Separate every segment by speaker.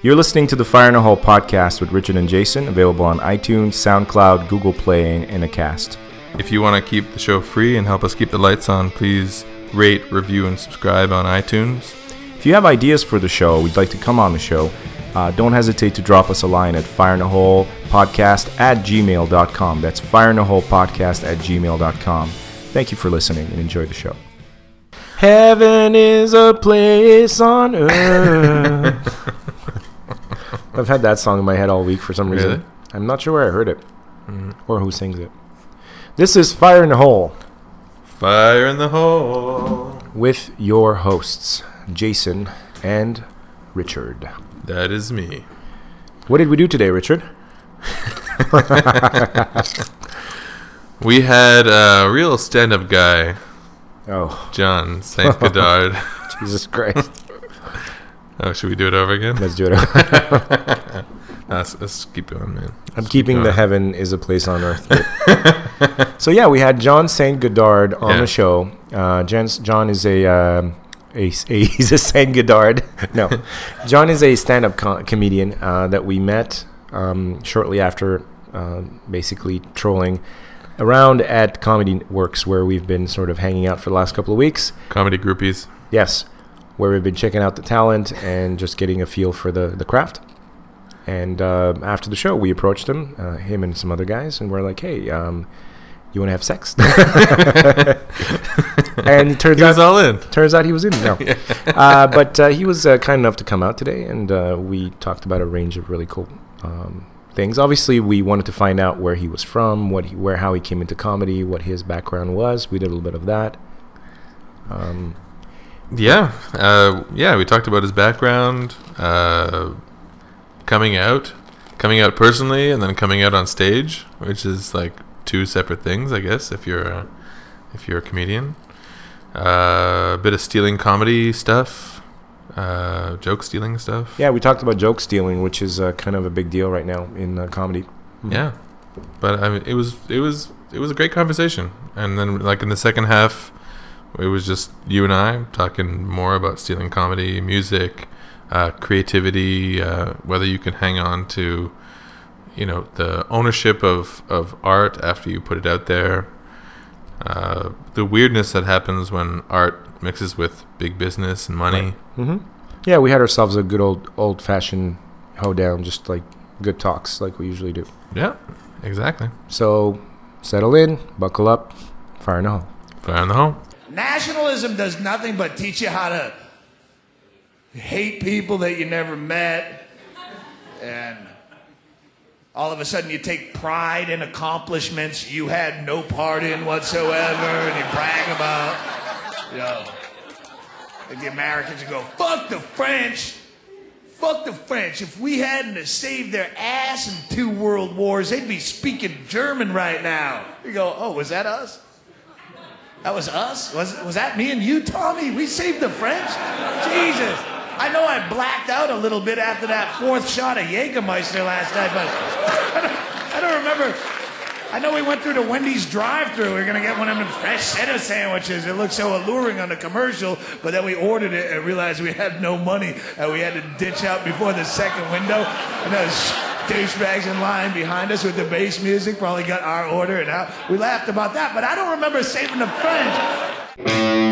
Speaker 1: You're listening to the Fire in a Hole podcast with Richard and Jason, available on iTunes, SoundCloud, Google Play, and Acast.
Speaker 2: If you want to keep the show free and help us keep the lights on, please rate, review, and subscribe on iTunes.
Speaker 1: If you have ideas for the show, we'd like to come on the show, uh, don't hesitate to drop us a line at fireinaholepodcast at gmail.com. That's fireinaholepodcast at gmail.com. Thank you for listening and enjoy the show. Heaven is a place on earth. I've had that song in my head all week for some reason.
Speaker 2: Really?
Speaker 1: I'm not sure where I heard it or who sings it. This is Fire in the Hole
Speaker 2: Fire in the hole.
Speaker 1: with your hosts, Jason and Richard.
Speaker 2: That is me.
Speaker 1: What did we do today, Richard?
Speaker 2: We had a real stand up guy,
Speaker 1: Oh,
Speaker 2: John St. Goddard.
Speaker 1: Jesus Christ.
Speaker 2: oh, should we do it over again?
Speaker 1: Let's do it.
Speaker 2: Let's, let's keep going, man.
Speaker 1: I'm keeping the heaven is a place on earth. bit. so yeah, we had John Saint Godard on
Speaker 2: Yeah.
Speaker 1: the show. Uh, Jan- John is a, um a, a he's a Saint Godard. No, John is a stand-up co- comedian uh, that we met um, shortly after, uh, basically trolling around at Comedy Works, where we've been sort of hanging out for the last couple of weeks.
Speaker 2: Comedy groupies.
Speaker 1: Yes, where we've been checking out the talent and just getting a feel for the, the craft. And uh, after the show, we approached him, uh, him and some other guys, and we're like, "Hey, um, you want to have sex?" and it turns
Speaker 2: He
Speaker 1: out,
Speaker 2: was all in.
Speaker 1: turns out he was in. No, uh, but uh, he was uh, kind enough to come out today, and uh, we talked about a range of really cool um, things. Obviously, we wanted to find out where he was from, what he, where how he came into comedy, what his background was. We did a little bit of that. Um,
Speaker 2: Yeah, uh, yeah. We talked about his background, uh, coming out, coming out personally, and then coming out on stage, which is like two separate things, I guess. If you're a, if you're a comedian, uh, a bit of stealing comedy stuff, uh, joke stealing stuff.
Speaker 1: Yeah, we talked about joke stealing, which is uh, kind of a big deal right now in uh, comedy.
Speaker 2: Yeah, but I mean, it was it was it was a great conversation, and then like in the second half, it was just you and I talking more about stealing comedy, music, uh, creativity, uh, whether you can hang on to, you know, the ownership of of art after you put it out there, uh, the weirdness that happens when art mixes with big business and money.
Speaker 1: hmm Yeah, we had ourselves a good old old fashioned hoedown, just like good talks, like we usually do.
Speaker 2: Yeah, exactly.
Speaker 1: So settle in, buckle up, fire in the hole.
Speaker 2: Fire in the hole.
Speaker 3: Nationalism does nothing but teach you how to hate people that you never met. And all of a sudden you take pride in accomplishments you had no part in whatsoever and you brag about. You know, like the Americans who go, fuck the French. Fuck the French. If we hadn't have saved their ass in two world wars, they'd be speaking German right now. You go, oh, was that us? That was us? Was, was that me and you, Tommy? We saved the French? Jesus. I know I blacked out a little bit after that fourth shot of Jägermeister last night, but I don't, I don't remember. I know we went through the Wendy's drive thru. We are going to get one of them fresh cheddar sandwiches. It looked so alluring on the commercial, but then we ordered it and realized we had no money and we had to ditch out before the second window. And those douchebags in line behind us with the bass music probably got our order and out. We laughed about that, but I don't remember saving the French.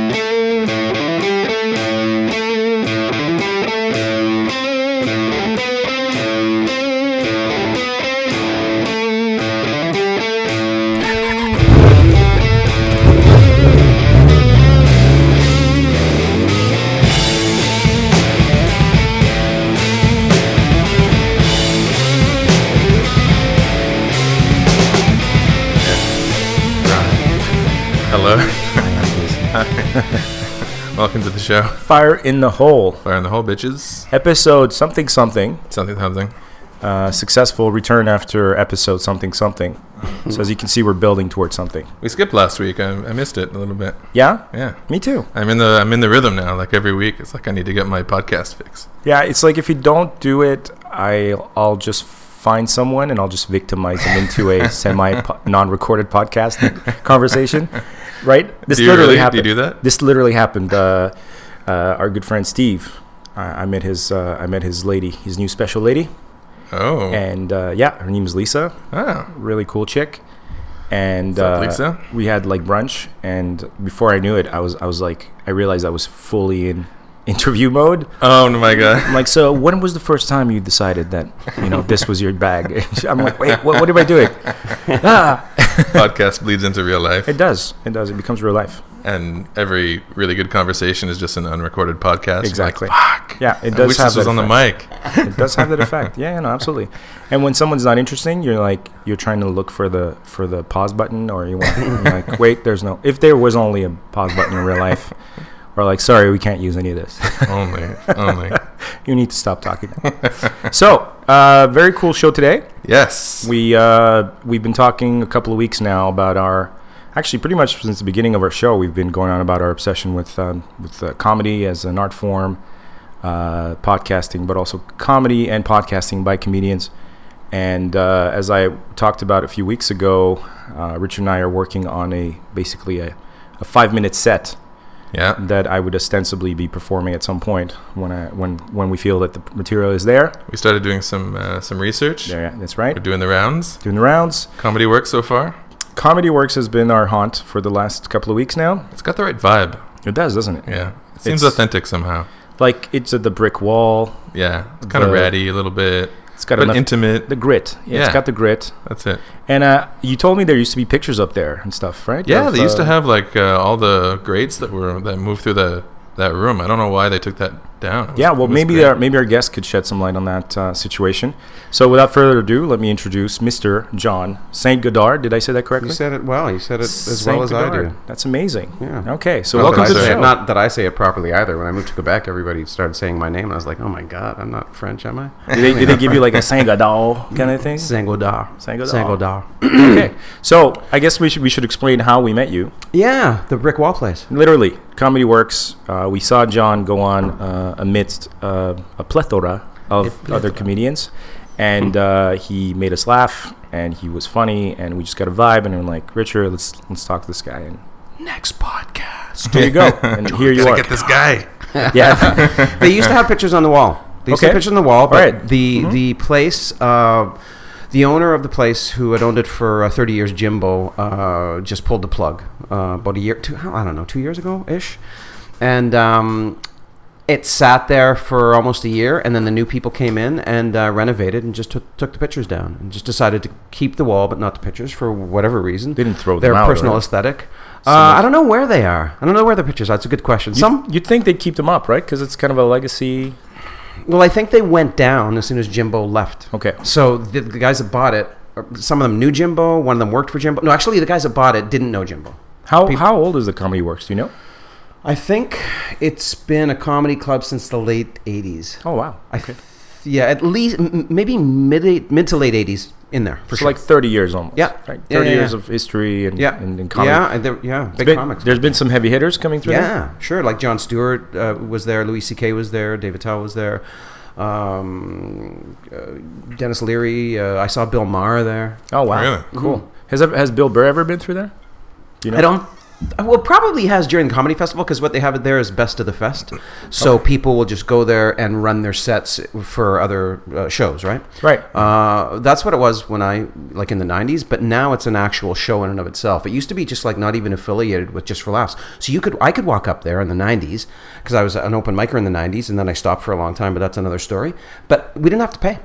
Speaker 2: Hello. Welcome to the show.
Speaker 1: Fire in the hole
Speaker 2: Fire in the hole, bitches.
Speaker 1: episode something something
Speaker 2: Something, something.
Speaker 1: uh, successful return after episode something something. so as you can see, we're building towards something.
Speaker 2: We skipped last week. I, I missed it a little bit.
Speaker 1: Yeah,
Speaker 2: Yeah,
Speaker 1: me too.
Speaker 2: I'm in the I'm in the rhythm now. Like every week, it's like I need to get my podcast fix.
Speaker 1: Yeah, it's like if you don't do it, I I'll just find someone and I'll just victimize them into a semi po- non-recorded podcast conversation, right? This
Speaker 2: Do you really? Do you
Speaker 1: happened.
Speaker 2: do that?
Speaker 1: This literally happened. Uh, uh, our good friend Steve I, I met his uh, I met his lady, his new special lady,
Speaker 2: Oh.
Speaker 1: and uh, yeah, her name is Lisa.
Speaker 2: oh.
Speaker 1: Really cool chick. And
Speaker 2: up,
Speaker 1: uh,
Speaker 2: Lisa?
Speaker 1: we had like brunch, and before I knew it, I was I was like I realized I was fully in interview mode.
Speaker 2: Oh my god.
Speaker 1: I'm like, so when was the first time you decided that you know this was your bag? I'm like, wait, what, what am I doing? ah,
Speaker 2: Podcast bleeds into real life.
Speaker 1: it does, it does, it becomes real life.
Speaker 2: and every really good conversation is just an unrecorded podcast.
Speaker 1: Exactly.
Speaker 2: Like, Fuck.
Speaker 1: Yeah, it
Speaker 2: I
Speaker 1: does
Speaker 2: wish
Speaker 1: have
Speaker 2: this was
Speaker 1: that
Speaker 2: on the mic.
Speaker 1: It does have that effect. Yeah, no, absolutely. And when someone's not interesting, you're like, you're trying to look for the for the pause button, or you want you're like, wait, there's no. If there was only a pause button in real life, or like, sorry, we can't use any of this.
Speaker 2: only, only.
Speaker 1: you need to stop talking. so, uh, very cool show today.
Speaker 2: Yes.
Speaker 1: We uh, we've been talking a couple of weeks now about our actually pretty much since the beginning of our show we've been going on about our obsession with um, with uh, comedy as an art form, uh, podcasting, but also comedy and podcasting by comedians. And uh, as I talked about a few weeks ago, uh, Richard and I are working on a basically a, a five minute set
Speaker 2: yeah.
Speaker 1: that I would ostensibly be performing at some point when I when when we feel that the material is there.
Speaker 2: We started doing some uh, some research.
Speaker 1: There, that's right.
Speaker 2: We're doing the rounds.
Speaker 1: Doing the rounds.
Speaker 2: Comedy work so far.
Speaker 1: Comedy Works has been our haunt for the last couple of weeks now.
Speaker 2: It's got the right vibe.
Speaker 1: It does, doesn't it?
Speaker 2: Yeah. It seems
Speaker 1: It's-
Speaker 2: authentic somehow.
Speaker 1: Like it's at the brick wall.
Speaker 2: Yeah. It's kind
Speaker 1: The-
Speaker 2: of ratty a little bit,
Speaker 1: It's got
Speaker 2: but
Speaker 1: enough,
Speaker 2: intimate.
Speaker 1: the grit. Yeah, it's
Speaker 2: Yeah.
Speaker 1: got the grit.
Speaker 2: That's it.
Speaker 1: And uh, you told me there used to be pictures up there and stuff, right?
Speaker 2: Yeah,
Speaker 1: Of,
Speaker 2: they used to
Speaker 1: uh,
Speaker 2: have like uh, all the grades that were that moved through the that room. I don't know why they took that down. It was-
Speaker 1: Yeah,
Speaker 2: it
Speaker 1: well,
Speaker 2: was
Speaker 1: maybe uh,
Speaker 2: great.
Speaker 1: our, maybe our guest could shed some light on that uh, situation. So, without further ado, let me introduce Mr. John Saint Godard. Did I say that correctly?
Speaker 4: You said it well. You said it as well as I do.
Speaker 1: That's amazing.
Speaker 4: Yeah.
Speaker 1: Okay, so
Speaker 4: Not
Speaker 1: welcome
Speaker 4: that
Speaker 1: to
Speaker 4: I
Speaker 1: the
Speaker 4: say it-
Speaker 1: show.
Speaker 4: Not that I say it properly either. When I moved to Quebec, everybody started saying my name, and I was like, "Oh my god, I'm not French, am I?"
Speaker 1: did they, did they give you like a Saint Godard kind of thing?
Speaker 4: Sangodar.
Speaker 1: Sangodar.
Speaker 4: Sangodar.
Speaker 1: okay, so I guess we should we should explain how we met you.
Speaker 4: yeah, the brick wall place.
Speaker 1: Literally, comedy works. Uh, we saw John go on uh, amidst uh, a plethora of
Speaker 4: A plethora.
Speaker 1: other comedians, and uh, he made us laugh, and he was funny, and we just got a vibe, and I'm like, Richard, let's let's talk to this guy, and
Speaker 4: Next podcast.
Speaker 1: here you go, and here you
Speaker 2: Gotta
Speaker 1: are.
Speaker 2: get this guy.
Speaker 1: Yeah,
Speaker 4: they used to have pictures on the wall. They used
Speaker 1: Okay. Mm-hmm.
Speaker 4: to have pictures on the wall, but
Speaker 1: right.
Speaker 4: the the place, uh, the owner of the place who had owned it for uh, 30 years, Jimbo, uh, just pulled the plug uh, about a year, two, I don't know, two years ago ish, and um, it sat there for almost a year, and then the new people came in and uh, renovated and just took, took the pictures down and just decided to keep the wall but not the pictures for whatever reason.
Speaker 1: They didn't throw
Speaker 4: their
Speaker 1: them out,
Speaker 4: personal
Speaker 1: right?
Speaker 4: aesthetic. Uh, I don't know where they are. I don't know where the pictures are. It's a good question. Some
Speaker 1: some you'd think they'd keep them up, right? Because it's kind of a legacy.
Speaker 4: well, I think they went down as soon as Jimbo left.
Speaker 1: Okay.
Speaker 4: So the, the guys that bought it, uh, some of them knew Jimbo. One of them worked for Jimbo. No, actually, the guys that bought it didn't know Jimbo.
Speaker 1: How how old is the comedy works? Do you know?
Speaker 4: I think it's been a comedy club since the late '80s.
Speaker 1: Oh wow,
Speaker 4: I th- yeah, at least m- m- maybe mid eight- mid to late '80s in there for
Speaker 1: so
Speaker 4: sure.
Speaker 1: like 30 years almost.
Speaker 4: Yeah.
Speaker 1: right? 30
Speaker 4: Yeah, yeah,
Speaker 1: years
Speaker 4: yeah.
Speaker 1: of history and
Speaker 4: yeah,
Speaker 1: and, and comedy.
Speaker 4: yeah, and there- yeah, big
Speaker 1: Been-
Speaker 4: comics.
Speaker 1: There's been some heavy hitters coming through. there?
Speaker 4: Yeah, sure. Like John Stewart uh, was there, Louis C.K. was there, David Tell was there, um, uh, Dennis Leary. Uh, I saw Bill Maher there.
Speaker 1: Oh wow,
Speaker 2: Really?
Speaker 1: cool. Has ever, has Bill Burr ever been through there? Do you know?
Speaker 4: I don't. Well, probably has during the comedy festival because what they have there is best of the fest. So people will just go there and run their sets for other uh, shows, right?
Speaker 1: Right.
Speaker 4: Uh, that's what it was when I like in the '90s, but now it's an actual show in and of itself. It used to be just like not even affiliated with Just for Laughs. So you could I could walk up there in the '90s because I was an open micer in the '90s, and then I stopped for a long time, but that's another story. But we didn't have to pay,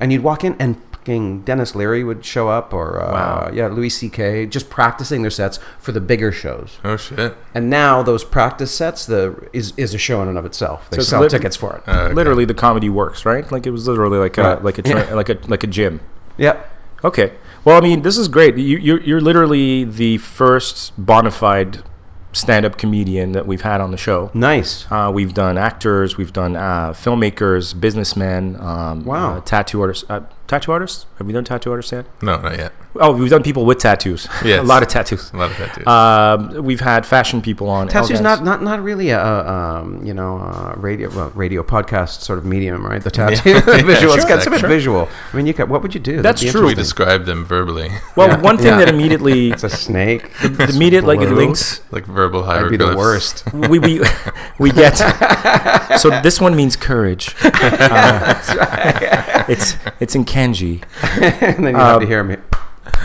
Speaker 4: and you'd walk in and. fucking Dennis Leary would show up, or uh,
Speaker 1: Wow.
Speaker 4: yeah, Louis C.K. Just practicing their sets for the bigger shows,
Speaker 2: Oh shit.
Speaker 4: and now those practice sets the is is a show in and of itself. They
Speaker 1: So it's
Speaker 4: sell
Speaker 1: lit-
Speaker 4: tickets for it.
Speaker 2: Uh, okay.
Speaker 1: Literally, the comedy works, right? Like it was literally like a
Speaker 4: Right.
Speaker 1: like a tra- like a like a gym.
Speaker 4: yep.
Speaker 1: Okay. Well, I mean, this is great. You, you're you're literally the first bona fide stand-up comedian that we've had on the show.
Speaker 4: Nice.
Speaker 1: Uh, we've done actors, we've done uh, filmmakers, businessmen, um,
Speaker 4: Wow.
Speaker 1: uh, tattoo artists. Uh, tattoo artists? Have we done tattoo artists yet?
Speaker 2: No, not yet.
Speaker 1: Oh, we've done people with tattoos. a
Speaker 2: Yes.
Speaker 1: lot of tattoos.
Speaker 2: A lot of tattoos.
Speaker 1: Um, we've had fashion people on.
Speaker 4: Tattoo's
Speaker 1: Elgans.
Speaker 4: not, not not really a uh, um, you know uh, radio well, radio podcast sort of medium, right? The tattoo
Speaker 2: Yeah,
Speaker 4: visual. it's
Speaker 2: exactly.
Speaker 4: got it's a bit
Speaker 2: Sure.
Speaker 4: visual. I mean, you could, what would you do? That'd
Speaker 1: That's
Speaker 4: be
Speaker 1: true.
Speaker 2: we
Speaker 4: interesting.
Speaker 2: describe them verbally.
Speaker 1: Well,
Speaker 4: Yeah.
Speaker 1: one thing
Speaker 4: Yeah.
Speaker 1: that immediately,
Speaker 4: It's a snake.
Speaker 1: the immediate like it
Speaker 4: blue.
Speaker 1: links,
Speaker 2: like verbal
Speaker 4: That'd be
Speaker 2: hieroglyphs.
Speaker 4: the worst.
Speaker 1: we we, we get. So this one means courage. Uh, it's it's in kanji.
Speaker 4: and then you have to
Speaker 1: Um,
Speaker 4: hear me.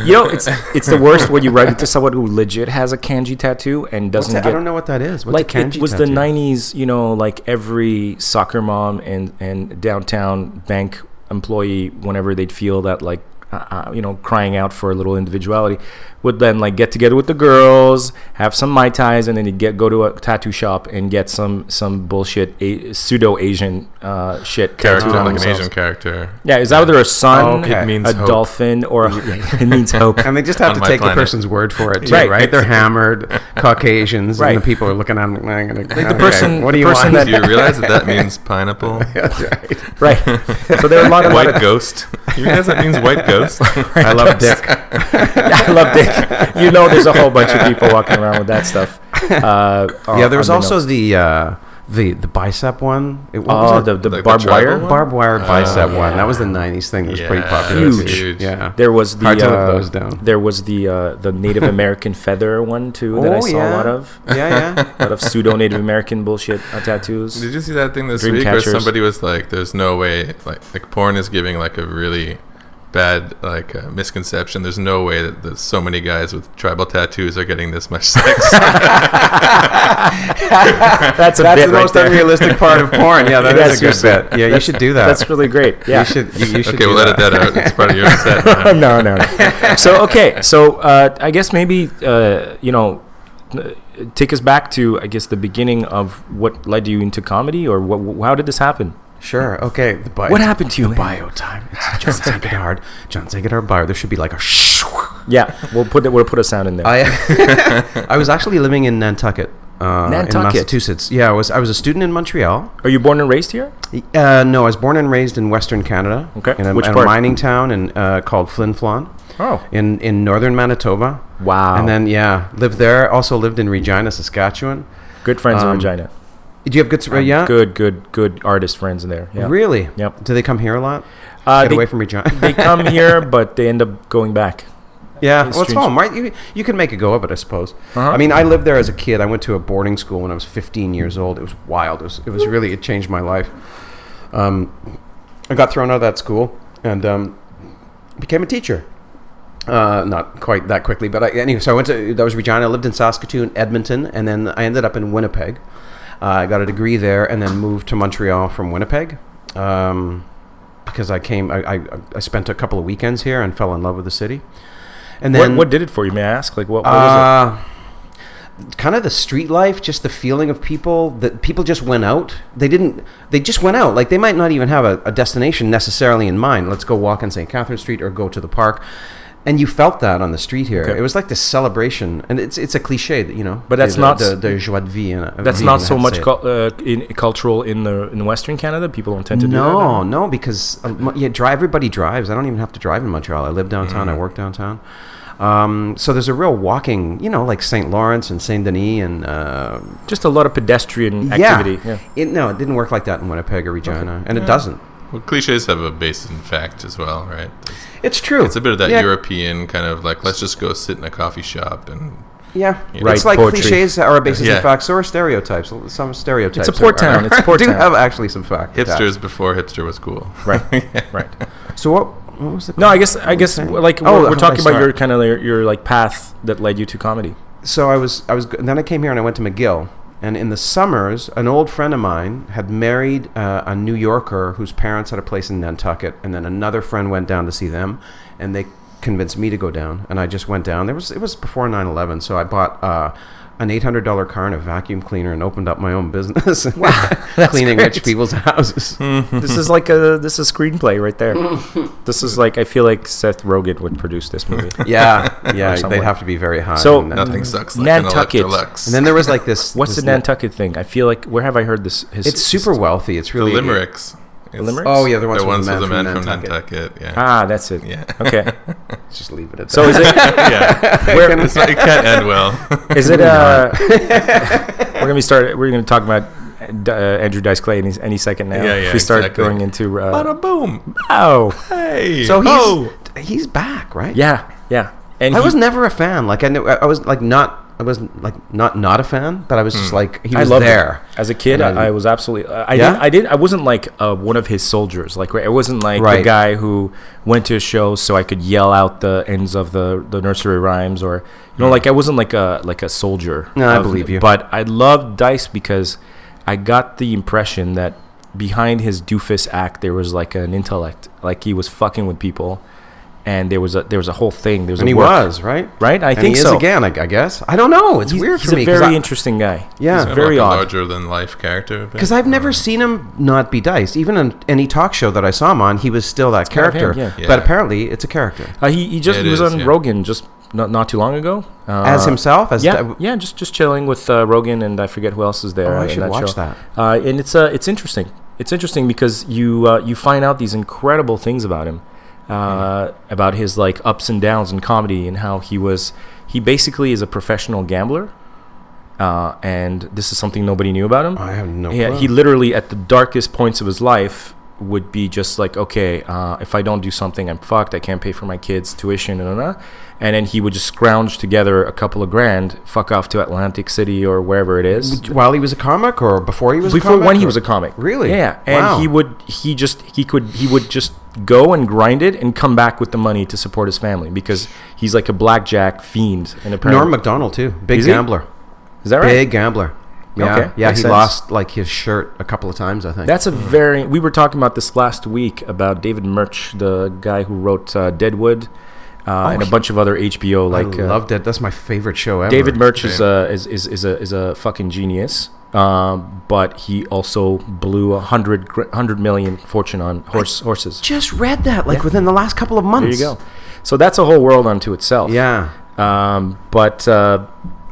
Speaker 1: You know, it's it's the worst when you write it to someone who legit has a kanji tattoo and
Speaker 4: What's
Speaker 1: doesn't
Speaker 4: that?
Speaker 1: get.
Speaker 4: I don't know what that is. What's
Speaker 1: like
Speaker 4: a
Speaker 1: it
Speaker 4: kanji
Speaker 1: was the
Speaker 4: tattoo?
Speaker 1: '90s, you know, like every soccer mom and and downtown bank employee, whenever they'd feel that like. Uh, uh, you know, crying out for a little individuality, would then like get together with the girls, have some mai tais, and then you'd get go to a tattoo shop and get some some bullshit a, pseudo Asian uh, shit
Speaker 2: character,
Speaker 1: tattooed on
Speaker 2: like an
Speaker 1: themselves.
Speaker 2: Asian character.
Speaker 1: Yeah, it's either a sun,
Speaker 4: Oh, okay.
Speaker 1: it
Speaker 4: It
Speaker 1: means
Speaker 2: means
Speaker 1: a
Speaker 2: hope.
Speaker 1: dolphin, or a, it means hope.
Speaker 4: And they just have
Speaker 2: on
Speaker 4: to
Speaker 2: my
Speaker 4: take
Speaker 2: planet.
Speaker 4: the person's word for it, too,
Speaker 1: Right.
Speaker 4: right? They're hammered Caucasians,
Speaker 1: Right.
Speaker 4: and the people are looking at them. Like,
Speaker 1: the person-
Speaker 4: what do
Speaker 1: the
Speaker 4: you
Speaker 1: person
Speaker 4: want?
Speaker 2: Do you realize that that means pineapple?
Speaker 4: That's right.
Speaker 1: Right. So there are a lot of
Speaker 2: White ghost. You realize that means white ghost?
Speaker 4: I love Dick.
Speaker 1: I love Dick. You know, there's a whole bunch of people walking around with that stuff. Uh,
Speaker 4: yeah, there was also the uh, the the bicep one. It, what
Speaker 1: oh,
Speaker 4: was
Speaker 1: the,
Speaker 4: it?
Speaker 1: the
Speaker 2: Like the
Speaker 1: barbed
Speaker 2: tribal
Speaker 1: wire.
Speaker 2: one?
Speaker 4: barbed wire bicep
Speaker 1: yeah.
Speaker 4: one. That was the '90s thing. That was pretty
Speaker 2: Yeah,
Speaker 4: popular.
Speaker 1: Huge.
Speaker 2: huge.
Speaker 4: Yeah.
Speaker 1: There was the
Speaker 4: Hard to live
Speaker 1: uh,
Speaker 4: those down.
Speaker 1: there was the uh, the Native American feather one too that I saw a lot of
Speaker 4: Oh, Yeah, yeah.
Speaker 1: a lot of pseudo Native American bullshit uh, tattoos.
Speaker 2: Did you see that thing this
Speaker 1: Dream
Speaker 2: week
Speaker 1: catchers.
Speaker 2: where somebody was like, "There's no way, like, like porn is giving like a really bad like uh, misconception. There's no way that, that so many guys with tribal tattoos are getting this much sex."
Speaker 1: That's a
Speaker 4: That's
Speaker 1: bit
Speaker 4: the
Speaker 1: right
Speaker 4: most
Speaker 1: there.
Speaker 4: unrealistic part of porn. Yeah, that
Speaker 1: That's
Speaker 4: is a good
Speaker 1: your-
Speaker 4: bit. Yeah, you should do that.
Speaker 1: That's really great. Yeah.
Speaker 4: You should. You, you should
Speaker 2: okay,
Speaker 4: do
Speaker 2: we'll edit that out. It's part of your set. now.
Speaker 1: no, no, no. So okay, so uh, I guess maybe uh, you know, uh, take us back to I guess the beginning of what led you into comedy, or what? How did this happen?
Speaker 4: Sure. Okay. The bite.
Speaker 1: What happened to you, man?
Speaker 4: Bio time. It's John Zagadard. John Zagadard bio. There should be like a shh.
Speaker 1: Yeah, we'll put that. We'll put a sound in there.
Speaker 4: I I was actually living in Nantucket, uh, in
Speaker 1: Nantucket.
Speaker 4: Massachusetts. Yeah, I was I was a student in Montreal.
Speaker 1: Are you born and raised here?
Speaker 4: Uh, no, I was born and raised in Western Canada.
Speaker 1: Okay.
Speaker 4: in a,
Speaker 1: Which
Speaker 4: in a
Speaker 1: part?
Speaker 4: mining town in, uh, called Flin Flon.
Speaker 1: Oh.
Speaker 4: in in northern Manitoba.
Speaker 1: Wow.
Speaker 4: And then yeah, lived there. Also lived in Regina, Saskatchewan.
Speaker 1: Good friends in
Speaker 4: Um,
Speaker 1: Regina. Um,
Speaker 4: Do you have good? s- yeah.
Speaker 1: Good, good, good artist friends in there. Yeah.
Speaker 4: Really?
Speaker 1: Yep.
Speaker 4: Do they come here a lot?
Speaker 1: Uh,
Speaker 4: Get
Speaker 1: they,
Speaker 4: away from Regina.
Speaker 1: they come here, but they end up going back.
Speaker 4: Yeah, well, it's
Speaker 1: strange. Uh-huh.
Speaker 4: home, right? You, you can make a go of it, I suppose. I mean, I lived there as a kid. I went to a boarding school when I was 15 years old. It was wild. It was, it was really, it changed my life. Um, I got thrown out of that school and um, became a teacher. Uh, not quite that quickly, but I, anyway, so I went to, that was Regina. I lived in Saskatoon, Edmonton, and then I ended up in Winnipeg. Uh, I got a degree there and then moved to Montreal from Winnipeg. Um, because I came, I, I, I spent a couple of weekends here and fell in love with the city. And
Speaker 1: What,
Speaker 4: then
Speaker 1: what did it for you? May I ask? Like, what, what was
Speaker 4: uh, kind of the street life, just the feeling of people that people just went out. They didn't. They just went out. Like they might not even have a, a destination necessarily in mind. Let's go walk on St. Catherine Street or go to the park. And you felt that on the street here.
Speaker 1: Okay.
Speaker 4: It was like this celebration, and it's it's a cliche, that, you know.
Speaker 1: But that's
Speaker 4: the,
Speaker 1: not-
Speaker 4: the, the joie de vivre.
Speaker 1: it? That's not so much cul uh, in, cultural in the in Western Canada. People don't tend to do that.
Speaker 4: no, no, because uh, mo- yeah, drive. Everybody drives. I don't even have to drive in Montreal. I live downtown. I work downtown. Um, so there's a real walking, you know, like St. Lawrence and Saint Denis, and uh,
Speaker 1: Just a lot of pedestrian activity.
Speaker 4: Yeah. It, no, it didn't work like that in Winnipeg or Regina, and it doesn't.
Speaker 2: Well, cliches have a base in fact as well, right?
Speaker 4: It's true.
Speaker 2: It's a bit of that
Speaker 4: yeah,
Speaker 2: European kind of like, let's just go sit in a coffee shop and
Speaker 4: Yeah,
Speaker 2: Write
Speaker 4: it's like
Speaker 1: poetry.
Speaker 4: cliches are a basis
Speaker 2: Yeah.
Speaker 4: of facts or stereotypes. Some stereotypes.
Speaker 1: It's a poor
Speaker 4: are-
Speaker 1: town. It's a poor
Speaker 4: do
Speaker 1: town.
Speaker 4: have actually some facts.
Speaker 2: hipsters before hipster was cool.
Speaker 1: Right. right.
Speaker 4: So what? What was the?
Speaker 1: No, I guess I guess
Speaker 4: saying?
Speaker 1: like
Speaker 4: Oh,
Speaker 1: we're,
Speaker 4: how
Speaker 1: we're
Speaker 4: did
Speaker 1: talking
Speaker 4: I
Speaker 1: about
Speaker 4: start?
Speaker 1: your kind of your, your like path that led you to comedy.
Speaker 4: so I was I was and then I came here and I went to McGill and in the summers an old friend of mine had married uh, a New Yorker whose parents had a place in Nantucket and then another friend went down to see them and they convinced me to go down and I just went down there was it was before 9/11 so I bought uh, an $800 car and a vacuum cleaner and opened up my own business cleaning rich
Speaker 1: great. Hmm.
Speaker 4: people's houses
Speaker 1: this is like a this is screenplay right there. this is like I feel like Seth Rogen would produce this movie.
Speaker 4: yeah yeah
Speaker 1: somewhere.
Speaker 4: they'd have to be very high
Speaker 1: So-
Speaker 4: in Nantucket.
Speaker 2: Nothing sucks like
Speaker 1: Nantucket.
Speaker 2: an Electrolux.
Speaker 4: and then there was like this
Speaker 1: What's the
Speaker 4: this-
Speaker 1: Nantucket thing? I feel like where have I heard this? His,
Speaker 4: it's super wealthy it's
Speaker 2: the
Speaker 4: really
Speaker 2: limericks. It's-
Speaker 1: Limericks?
Speaker 4: oh yeah the ones
Speaker 2: The
Speaker 4: with
Speaker 2: ones
Speaker 4: the
Speaker 2: with a
Speaker 4: man
Speaker 2: man
Speaker 4: from
Speaker 2: from
Speaker 4: Nantucket
Speaker 2: Nantucket. Yeah.
Speaker 1: Ah, that's it.
Speaker 2: Yeah.
Speaker 1: Okay.
Speaker 4: let's just leave it at that.
Speaker 1: So is it
Speaker 2: yeah,
Speaker 1: where,
Speaker 2: it's not, it can't end well.
Speaker 1: is it uh, we're gonna be start we're gonna talk about uh, Andrew Dice Clay any, any second now.
Speaker 2: Yeah, yeah,
Speaker 1: if we start
Speaker 2: exactly.
Speaker 1: going into uh,
Speaker 2: Bada boom!
Speaker 1: oh
Speaker 2: Hey,
Speaker 4: so he's
Speaker 2: oh,
Speaker 4: he's back, right?
Speaker 1: yeah yeah and
Speaker 4: I
Speaker 1: he-
Speaker 4: was never a fan. Like I knew I I was like not I was like not not a fan, but I was
Speaker 1: Hmm.
Speaker 4: just like he was
Speaker 1: loved
Speaker 4: there.
Speaker 1: it. as a kid.
Speaker 4: And
Speaker 1: I,
Speaker 4: I-
Speaker 1: I was absolutely. I I
Speaker 4: Yeah?
Speaker 1: did. I did. I wasn't like uh, one of his soldiers. Like I wasn't like the
Speaker 4: Right.
Speaker 1: guy who went to a show so I could yell out the ends of the, the nursery rhymes or you know like I wasn't like a like a soldier.
Speaker 4: No, I
Speaker 1: of-
Speaker 4: believe you.
Speaker 1: But I loved Dice because I got the impression that behind his doofus act there was like an intellect. Like he was fucking with people. And there was a there was a whole thing. There was
Speaker 4: And
Speaker 1: a
Speaker 4: he
Speaker 1: work.
Speaker 4: was right,
Speaker 1: Right? I
Speaker 4: and
Speaker 1: think
Speaker 4: he
Speaker 1: so.
Speaker 4: is again. I, I guess I don't know. It's
Speaker 1: He's,
Speaker 4: weird
Speaker 1: he's
Speaker 4: for
Speaker 1: a
Speaker 4: me. 'cause
Speaker 1: very
Speaker 4: I-
Speaker 1: interesting guy.
Speaker 4: Yeah.
Speaker 1: he's
Speaker 4: He's
Speaker 1: very
Speaker 2: like
Speaker 1: odd.
Speaker 2: a larger than life character. a bit.
Speaker 4: Because I've never seen him not be diced. Even in any talk show that I saw him on, he was still that
Speaker 1: kind of him,
Speaker 4: character.
Speaker 2: yeah.
Speaker 4: But
Speaker 2: Yeah.
Speaker 4: apparently, it's a character
Speaker 1: Uh, he he just
Speaker 2: Yeah, it
Speaker 1: he was
Speaker 2: is,
Speaker 1: on
Speaker 2: yeah.
Speaker 1: Rogan just not not too long ago. Uh,
Speaker 4: as himself. As
Speaker 1: Yeah,
Speaker 4: di-
Speaker 1: yeah, just just chilling with uh, Rogan and I forget who else is there.
Speaker 4: Oh, I
Speaker 1: in
Speaker 4: should watch that.
Speaker 1: Uh, and it's uh, it's interesting. It's interesting because you uh, you find out these incredible things about him, uh,
Speaker 4: Mm-hmm.
Speaker 1: about his like ups and downs in comedy and how he was he basically is a professional gambler, uh, and this is something nobody knew about him.
Speaker 4: I have no.
Speaker 1: Yeah,
Speaker 4: clue.
Speaker 1: he literally at the darkest points of his life would be just like, okay, uh, if I don't do something, I'm fucked. I can't pay for my kids' tuition, and and then he would just scrounge together a couple of grand, fuck off to Atlantic City or wherever it is.
Speaker 4: while he was a comic or before he was a
Speaker 1: Before
Speaker 4: comic,
Speaker 1: when he
Speaker 4: or-
Speaker 1: was a comic,
Speaker 4: Really?
Speaker 1: yeah, and
Speaker 4: Wow.
Speaker 1: he would he just he could he would just go and grind it and come back with the money to support his family because he's like a blackjack fiend. And apparently,
Speaker 4: Norm Macdonald too, big
Speaker 1: Is he?
Speaker 4: gambler,
Speaker 1: is that right?
Speaker 4: big gambler. Yeah,
Speaker 1: Okay,
Speaker 4: yeah.
Speaker 1: makes
Speaker 4: He
Speaker 1: sense.
Speaker 4: lost like his shirt a couple of times, I think.
Speaker 1: That's a very. We were talking about this last week about David Murch, the guy who wrote uh, Deadwood, uh, and a bunch of other HBO
Speaker 4: Oh, I
Speaker 1: like. uh,
Speaker 4: loved it. That's my favorite show ever.
Speaker 1: David Murch is a is, is, is a is a fucking genius, um, but he also blew a hundred gr- hundred million fortune on horse horses.
Speaker 4: just read that like within the last couple of
Speaker 1: There
Speaker 4: months.
Speaker 1: you go. So that's a whole world unto itself.
Speaker 4: Yeah.
Speaker 1: Um, but uh,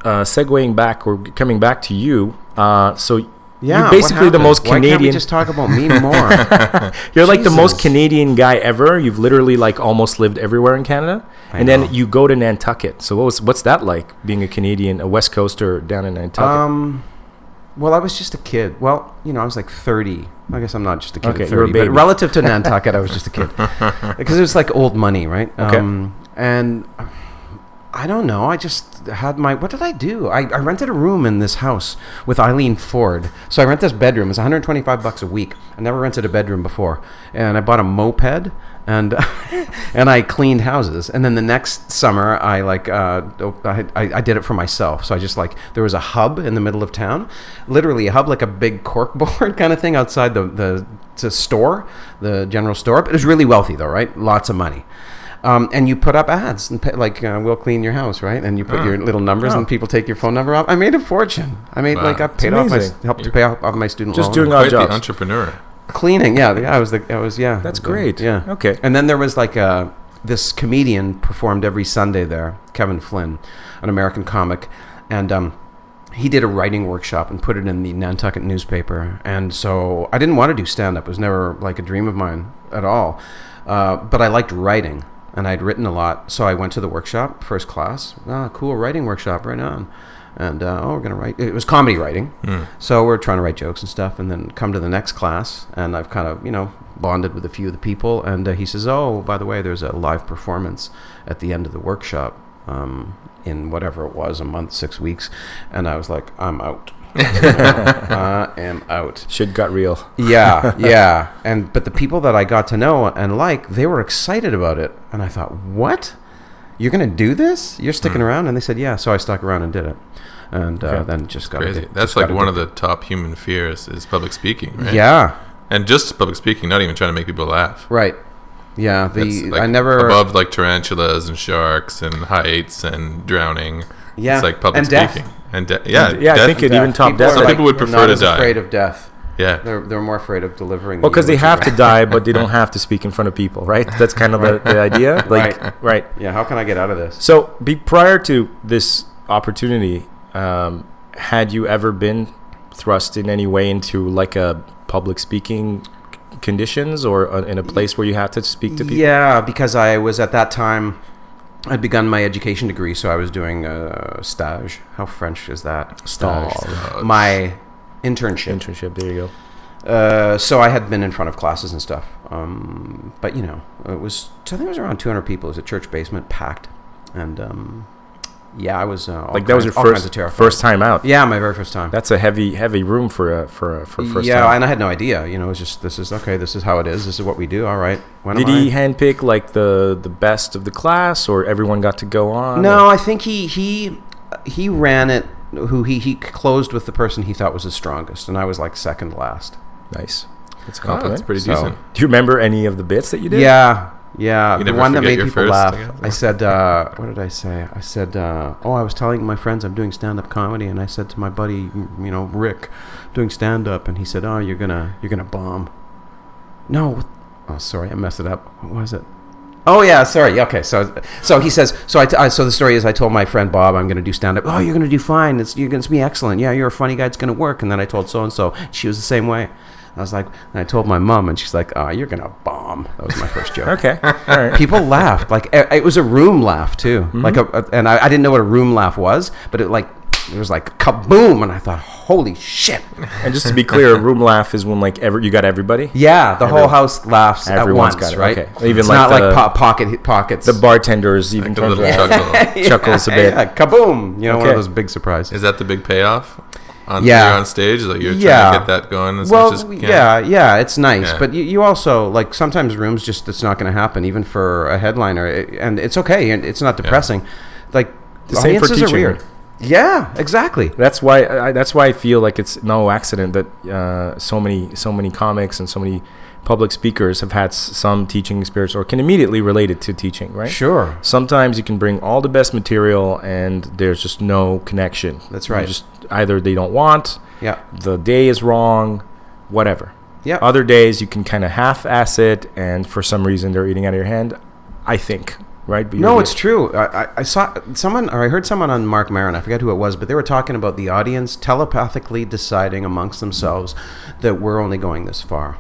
Speaker 1: uh, segueing back or coming back to you, uh, so
Speaker 4: Yeah,
Speaker 1: you're
Speaker 4: what
Speaker 1: basically the
Speaker 4: happened?
Speaker 1: most
Speaker 4: Why can't we
Speaker 1: Canadian.
Speaker 4: just talk about me more?
Speaker 1: You're like the most
Speaker 4: Jesus.
Speaker 1: Canadian guy ever. You've literally like almost lived everywhere in Canada, and
Speaker 4: know.
Speaker 1: then you go to Nantucket. So what was what's that like being a Canadian, a West Coaster down in Nantucket?
Speaker 4: um, well, I was just a kid. Well, you know, I was like 30. I guess I'm not just a kid
Speaker 1: Okay,
Speaker 4: at
Speaker 1: you were a
Speaker 4: 30, but
Speaker 1: baby.
Speaker 4: relative to Nantucket, I was just a kid because it was like old money, right?
Speaker 1: Okay.
Speaker 4: Um, and I don't know. I just had my. What did I do? I, I rented a room in this house with Eileen Ford. So I rent this bedroom. It's 125 bucks a week. I never rented a bedroom before, and I bought a moped and and I cleaned houses. And then the next summer, I like uh, op- I, I I did it for myself. So I just like there was a hub in the middle of town, literally a hub like a big cork board kind of thing outside the the, the store, the general store. But it was really wealthy though, right? Lots of money um, and you put up ads and pay, like uh, we'll clean your house right and you put your little numbers and people take your phone number off i made a fortune i made
Speaker 2: Wow.
Speaker 4: like i
Speaker 2: It's
Speaker 4: paid off my
Speaker 1: amazing.
Speaker 4: helped to pay off, off my student
Speaker 1: Just
Speaker 4: loan.
Speaker 1: doing
Speaker 2: quite the
Speaker 1: jobs.
Speaker 2: entrepreneur.
Speaker 4: cleaning yeah yeah, i was the i was yeah
Speaker 1: That's
Speaker 4: the-
Speaker 1: great.
Speaker 4: yeah
Speaker 1: Okay.
Speaker 4: and then there was like a this comedian performed every sunday there kevin flynn an american comic and um he did a writing workshop and put it in the Nantucket newspaper. And so I didn't want to do stand up. It was never like a dream of mine at all. Uh, but I liked writing and I'd written a lot. So I went to the workshop, first class. Ah, cool writing workshop, right on. And uh, oh, we're going to write. It was comedy writing. So we're trying to write jokes and stuff. And then come to the next class. And I've kind of, you know, bonded with a few of the people. And uh, he says, oh, by the way, there's a live performance at the end of the workshop. Um, in whatever it was, a month, six weeks, and I was like, I'm out. I am out.
Speaker 1: Shit got real.
Speaker 4: Yeah, yeah. And but the people that I got to know and like, they were excited about it, and I thought, what? You're gonna do this? You're
Speaker 2: Hmm.
Speaker 4: sticking around? And they said, yeah. So I stuck around and did it, and uh, then just got
Speaker 2: Crazy.
Speaker 4: addicted-
Speaker 2: That's
Speaker 4: just
Speaker 2: like
Speaker 4: got
Speaker 2: one of
Speaker 4: addicted.
Speaker 2: the top human fears is public speaking, right?
Speaker 4: yeah,
Speaker 2: And just public speaking, not even trying to make people laugh.
Speaker 4: right, yeah.
Speaker 2: That's,
Speaker 4: The
Speaker 2: like,
Speaker 4: I never
Speaker 2: above like tarantulas and sharks and heights and drowning.
Speaker 4: Yeah.
Speaker 2: it's like public
Speaker 4: And death.
Speaker 2: speaking and de- yeah,
Speaker 1: yeah, I
Speaker 2: death-
Speaker 1: think it even topped
Speaker 4: People
Speaker 1: death.
Speaker 4: are,
Speaker 2: Some
Speaker 1: Well,
Speaker 4: like,
Speaker 2: people would prefer
Speaker 4: not
Speaker 2: to
Speaker 4: as
Speaker 2: die.
Speaker 4: Afraid of death.
Speaker 2: yeah,
Speaker 4: They're they're more afraid of delivering. the
Speaker 1: because they
Speaker 4: eulogy,
Speaker 1: have to
Speaker 4: right?
Speaker 1: die, but they don't have to speak in front of people, right? That's kind of the, the idea. Like, right.
Speaker 4: Right. Yeah. How can I get out of this?
Speaker 1: So, be, prior to this opportunity, um, had you ever been thrust in any way into like a public speaking c- conditions or uh, in a place where you have to speak to people?
Speaker 4: Yeah, because I was at that time I'd begun my education degree, so I was doing a stage. How French is that? Oh,
Speaker 1: Stage.
Speaker 4: My internship.
Speaker 1: Internship. There you go.
Speaker 4: Uh, so I had been in front of classes and stuff. Um, but you know, it was I think it was around 200 people. It was a church basement, packed, and um, yeah, I was uh, all
Speaker 1: Like that was your
Speaker 4: kinds- all kinds
Speaker 1: first
Speaker 4: of terrified.
Speaker 1: first time out.
Speaker 4: Yeah, my very first time.
Speaker 1: That's a heavy heavy room for a for a, for a first
Speaker 4: yeah,
Speaker 1: time.
Speaker 4: and I had no idea. You know, it was just this is okay. This is how it is. This is what we do. All right. When
Speaker 1: Did
Speaker 4: am I?
Speaker 1: he handpick like the the best of the class, or everyone got to go on?
Speaker 4: No,
Speaker 1: or-
Speaker 4: I think he he he ran it. Who he he closed with the person he thought was the strongest, and I was like second last.
Speaker 1: nice. That's a
Speaker 2: Oh,
Speaker 1: compliment.
Speaker 2: that's pretty
Speaker 4: So-
Speaker 2: decent.
Speaker 1: Do you remember any of the bits that you did?
Speaker 4: Yeah, yeah.
Speaker 2: You
Speaker 4: the
Speaker 2: never
Speaker 4: one that
Speaker 2: forget
Speaker 4: made
Speaker 2: your
Speaker 4: people
Speaker 2: first,
Speaker 4: laugh.
Speaker 2: I guess.
Speaker 4: I said, uh, what did I say? I said, uh, oh, I was telling my friends I'm doing stand-up comedy, and I said to my buddy, m- you know, Rick, doing stand-up, and he said, oh, you're gonna you're gonna bomb. No, what- oh, sorry, I messed it up. What was it? Oh yeah, sorry. Yeah, Okay, so so he says so. I, t- I so the story is I told my friend Bob I'm going to do stand up. Oh, you're going to do fine. It's you're going to be excellent. Yeah, you're a funny guy. It's going to work. And then I told so and so. She was the same way. I was like, and I told my mom, and she's like, "Ah, you're going to bomb." That was my first joke.
Speaker 1: Okay. All right.
Speaker 4: People laughed. Like e, it it was a room laugh too.
Speaker 1: Mm-hmm.
Speaker 4: Like a, a- and I, I didn't know what a room laugh was, but it like it was like kaboom, and I thought, "Holy shit!"
Speaker 1: and just to be clear, a room laugh is when like every you got everybody.
Speaker 4: Yeah, the whole
Speaker 1: Everyone-
Speaker 4: house laughs at
Speaker 1: everyone's
Speaker 4: once,
Speaker 1: got it.
Speaker 4: right?
Speaker 1: Okay. Even
Speaker 4: it's
Speaker 1: like
Speaker 4: not
Speaker 1: the-
Speaker 4: like po- pocket pockets.
Speaker 1: The bartenders even
Speaker 2: Like a
Speaker 1: turns
Speaker 2: little
Speaker 1: around.
Speaker 2: chuckle.
Speaker 1: chuckles a bit.
Speaker 4: Yeah, kaboom! You know, one
Speaker 1: Okay.
Speaker 4: of those big surprises.
Speaker 2: Is that the big payoff? On,
Speaker 4: Yeah.
Speaker 2: You're on stage, like you're
Speaker 4: Yeah.
Speaker 2: trying to get that going as
Speaker 4: well,
Speaker 2: much as you can.
Speaker 4: yeah, yeah, it's nice,
Speaker 2: Yeah.
Speaker 4: but you, you also like sometimes rooms just it's not going to happen, even for a headliner, It- and it's okay, and it's not depressing. Like
Speaker 1: The same for
Speaker 4: audiences are
Speaker 1: teaching.
Speaker 4: weird. Yeah, exactly.
Speaker 1: That's why I, that's why I feel like it's no accident that uh, so many so many comics and so many public speakers have had s- some teaching experience or can immediately relate it to teaching, right?
Speaker 4: Sure.
Speaker 1: Sometimes you can bring all the best material and there's just no connection.
Speaker 4: That's
Speaker 1: You
Speaker 4: right.
Speaker 1: just either they don't want,
Speaker 4: Yeah,
Speaker 1: the day is wrong, whatever.
Speaker 4: yeah.
Speaker 1: Other days you can kind of half-ass it, and for some reason they're eating out of your hand. I think, right? But
Speaker 4: No,
Speaker 1: you're-
Speaker 4: it's true. I, I, I saw someone, or I heard someone on Mark Maron. I forget who it was, but they were talking about the audience telepathically deciding amongst themselves that we're only going this far.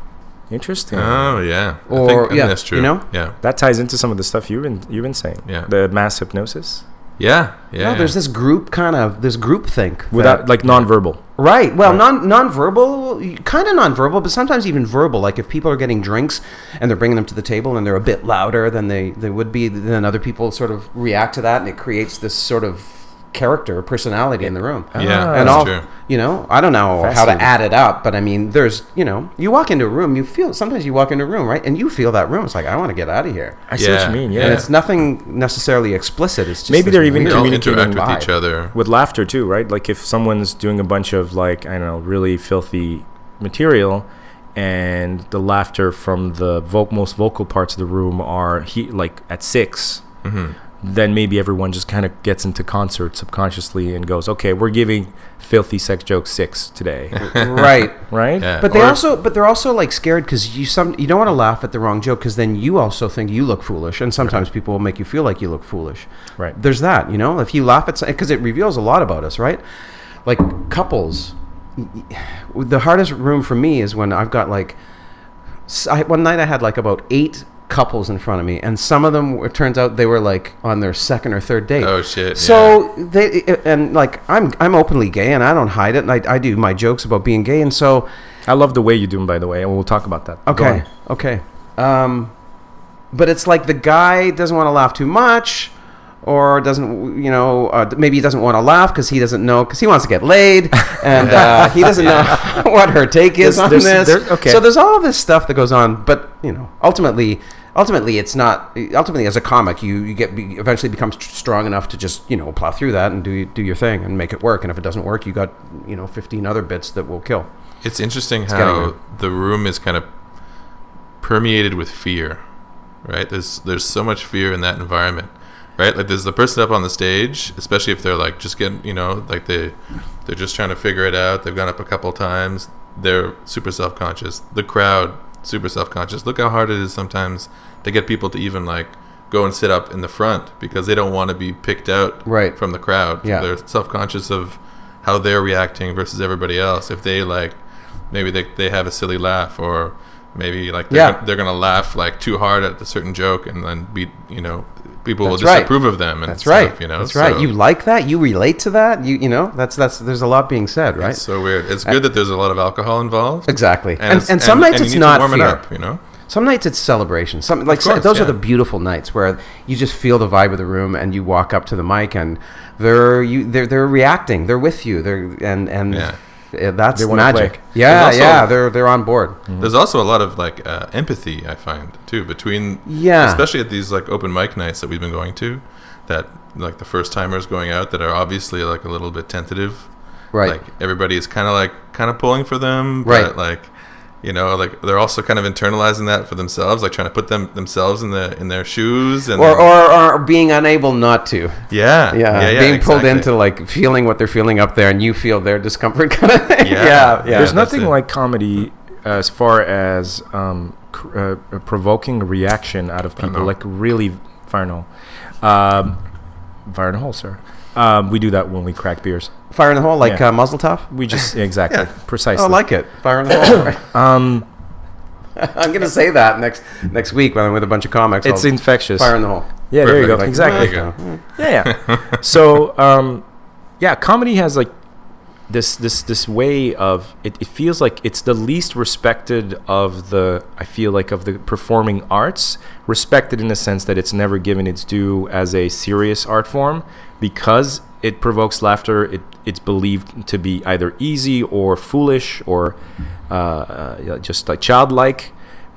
Speaker 1: interesting.
Speaker 4: Uh-huh.
Speaker 2: Oh yeah. I
Speaker 4: Or-
Speaker 2: think- I think
Speaker 4: yeah,
Speaker 2: that's true.
Speaker 4: you know?
Speaker 2: Yeah.
Speaker 1: that ties into some of the stuff you've been you've been saying.
Speaker 2: Yeah.
Speaker 1: The mass hypnosis
Speaker 2: Yeah. Yeah.
Speaker 4: No,
Speaker 2: yeah.
Speaker 4: there's this group kind of this group think
Speaker 1: without like nonverbal.
Speaker 4: Right. Well, non nonverbal, kind of nonverbal, but sometimes even verbal. Like if people are getting drinks and they're bringing them to the table and they're a bit louder than they, they would be, then other people sort of react to that, and it creates this sort of character, personality in the room.
Speaker 2: Yeah,
Speaker 1: Ah.
Speaker 2: that's
Speaker 4: uh, and all
Speaker 2: true.
Speaker 4: you know, I don't know how
Speaker 1: Fascinating.
Speaker 4: to add it up, but I mean, there's you know, you walk into a room, you feel sometimes you walk into a room, right, and you feel that room. It's like I want to get out of here,
Speaker 1: I see what you mean. Yeah.
Speaker 4: and it's nothing necessarily explicit. It's just
Speaker 1: Maybe
Speaker 4: this
Speaker 1: they're even
Speaker 2: they
Speaker 4: weird-
Speaker 2: all
Speaker 1: communicating
Speaker 2: interact with
Speaker 1: live.
Speaker 2: each other.
Speaker 1: With laughter too, right? Like if someone's doing a bunch of like I don't know really filthy material, and the laughter from the voc- most vocal parts of the room are he like at 6 Then maybe everyone just kind of gets into concert subconsciously and goes, "Okay, we're giving filthy sex jokes six today,
Speaker 4: right.
Speaker 1: right?"
Speaker 2: Yeah.
Speaker 4: But they
Speaker 2: Or-
Speaker 4: also, but they're also like scared because you some you don't want to laugh at the wrong joke because then you also think you look foolish, and sometimes people will make you feel like you look foolish.
Speaker 1: Right.
Speaker 4: There's that, you know. If you laugh at because it reveals a lot about us, right? Like couples, the hardest room for me is when I've got like s- I, one night I had like about eight couples in front of me, and some of them were- it turns out they were like on their second or third date.
Speaker 2: Oh, shit,
Speaker 4: So they and like I'm I'm openly gay and I don't hide it, and I, I do my jokes about being gay, and so.
Speaker 1: I love the way you do them, by the way, and we'll talk about that. Go
Speaker 4: Okay.
Speaker 1: on.
Speaker 4: Okay. Um, but it's like the guy doesn't want to laugh too much, or doesn't you know uh, maybe he doesn't want to laugh because he doesn't know because he wants to get laid and uh, he doesn't know what her take is
Speaker 1: There's-
Speaker 4: on
Speaker 1: there's-
Speaker 4: this.
Speaker 1: there- okay.
Speaker 4: So there's all this stuff that goes on, but you know ultimately. Ultimately, it's not. Ultimately, as a comic, you, you get you eventually become st- strong enough to just you know plow through that and do do your thing and make it work. And if it doesn't work, you got you know fifteen other bits that will kill.
Speaker 2: It's interesting
Speaker 4: getting
Speaker 2: how the room is kind of permeated with fear, right? There's there's so much fear in that environment, right? Like there's the person up on the stage, especially if they're like just getting, you know, like they they're just trying to figure it out. They've gone up a couple times. They're super self conscious. The crowd super self conscious. Look how hard it is sometimes to get people to even like go and sit up in the front because they don't want to be picked out
Speaker 4: Right.
Speaker 2: from the crowd.
Speaker 4: Yeah.
Speaker 2: They're self conscious of how they're reacting versus everybody else. If they like, maybe they, they have a silly laugh or maybe like they're,
Speaker 4: Yeah.
Speaker 2: gonna, they're gonna laugh like too hard at a certain joke and then be you know people will
Speaker 4: That's right.
Speaker 2: disapprove of them. And
Speaker 4: That's
Speaker 2: stuff,
Speaker 4: right.
Speaker 2: You know,
Speaker 4: that's right.
Speaker 2: So
Speaker 4: You like that? You relate to that? You you know that's that's there's a lot being said, right?
Speaker 2: it's so weird. It's good that there's a lot of alcohol involved.
Speaker 4: exactly.
Speaker 2: And,
Speaker 4: And,
Speaker 2: it's-
Speaker 4: and, some nights
Speaker 2: you
Speaker 4: it's
Speaker 2: need to
Speaker 4: not
Speaker 2: warm
Speaker 4: fear.
Speaker 2: it up. You know,
Speaker 4: Some nights it's celebration. Some like so-
Speaker 2: course,
Speaker 4: those
Speaker 2: yeah.
Speaker 4: are the beautiful nights where you just feel the vibe of the room and you walk up to the mic and they're you they're they're reacting. They're with you. They're and and
Speaker 2: Yeah.
Speaker 4: uh, that's
Speaker 1: They wanna
Speaker 4: magic.
Speaker 1: play.
Speaker 4: Yeah,
Speaker 2: There's also- Mm.
Speaker 4: yeah. They're they're on board.
Speaker 2: there's also a lot of like uh, empathy I find too between
Speaker 4: Yeah.
Speaker 2: especially at these like open mic nights that we've been going to, that like the first timers going out that are obviously like a little bit tentative.
Speaker 4: Right.
Speaker 2: Like everybody is kind of like kind of pulling for them,
Speaker 4: Right.
Speaker 2: But like, you know, like they're also kind of internalizing that for themselves, like trying to put them themselves in the in their shoes and
Speaker 4: or, or or being unable not to.
Speaker 2: yeah,
Speaker 4: Yeah, being pulled
Speaker 2: exactly.
Speaker 4: into like feeling what they're feeling up there, and you feel their discomfort kind of thing.
Speaker 2: Yeah.
Speaker 4: yeah,
Speaker 2: Yeah.
Speaker 1: There's
Speaker 2: There's that's
Speaker 1: nothing
Speaker 2: it.
Speaker 1: like comedy as far as um, cr- uh, uh, provoking a reaction out of people.
Speaker 2: know.
Speaker 1: Like really, Varnol, um, Varnol, sir. Um, we do that when we crack beers.
Speaker 4: Fire in the hole, like
Speaker 1: Yeah.
Speaker 4: uh, Muzzle Top.
Speaker 1: We just exactly
Speaker 2: Yeah.
Speaker 1: precisely.
Speaker 4: I like it. Fire in the hole. um, I'm gonna say that next next week when I'm with a bunch of comics.
Speaker 1: it's
Speaker 4: I'll
Speaker 1: infectious.
Speaker 4: fire in the hole.
Speaker 1: yeah, there you go.
Speaker 2: Perfect. Like,
Speaker 1: exactly.
Speaker 2: There you
Speaker 4: go. Hmm,
Speaker 1: yeah, yeah. so um, yeah comedy has like this this this way of it, it feels like it's the least respected of the i feel like of the performing arts respected in the sense that it's never given its due as a serious art form because it provokes laughter it it's believed to be either easy or foolish or uh, uh, just like childlike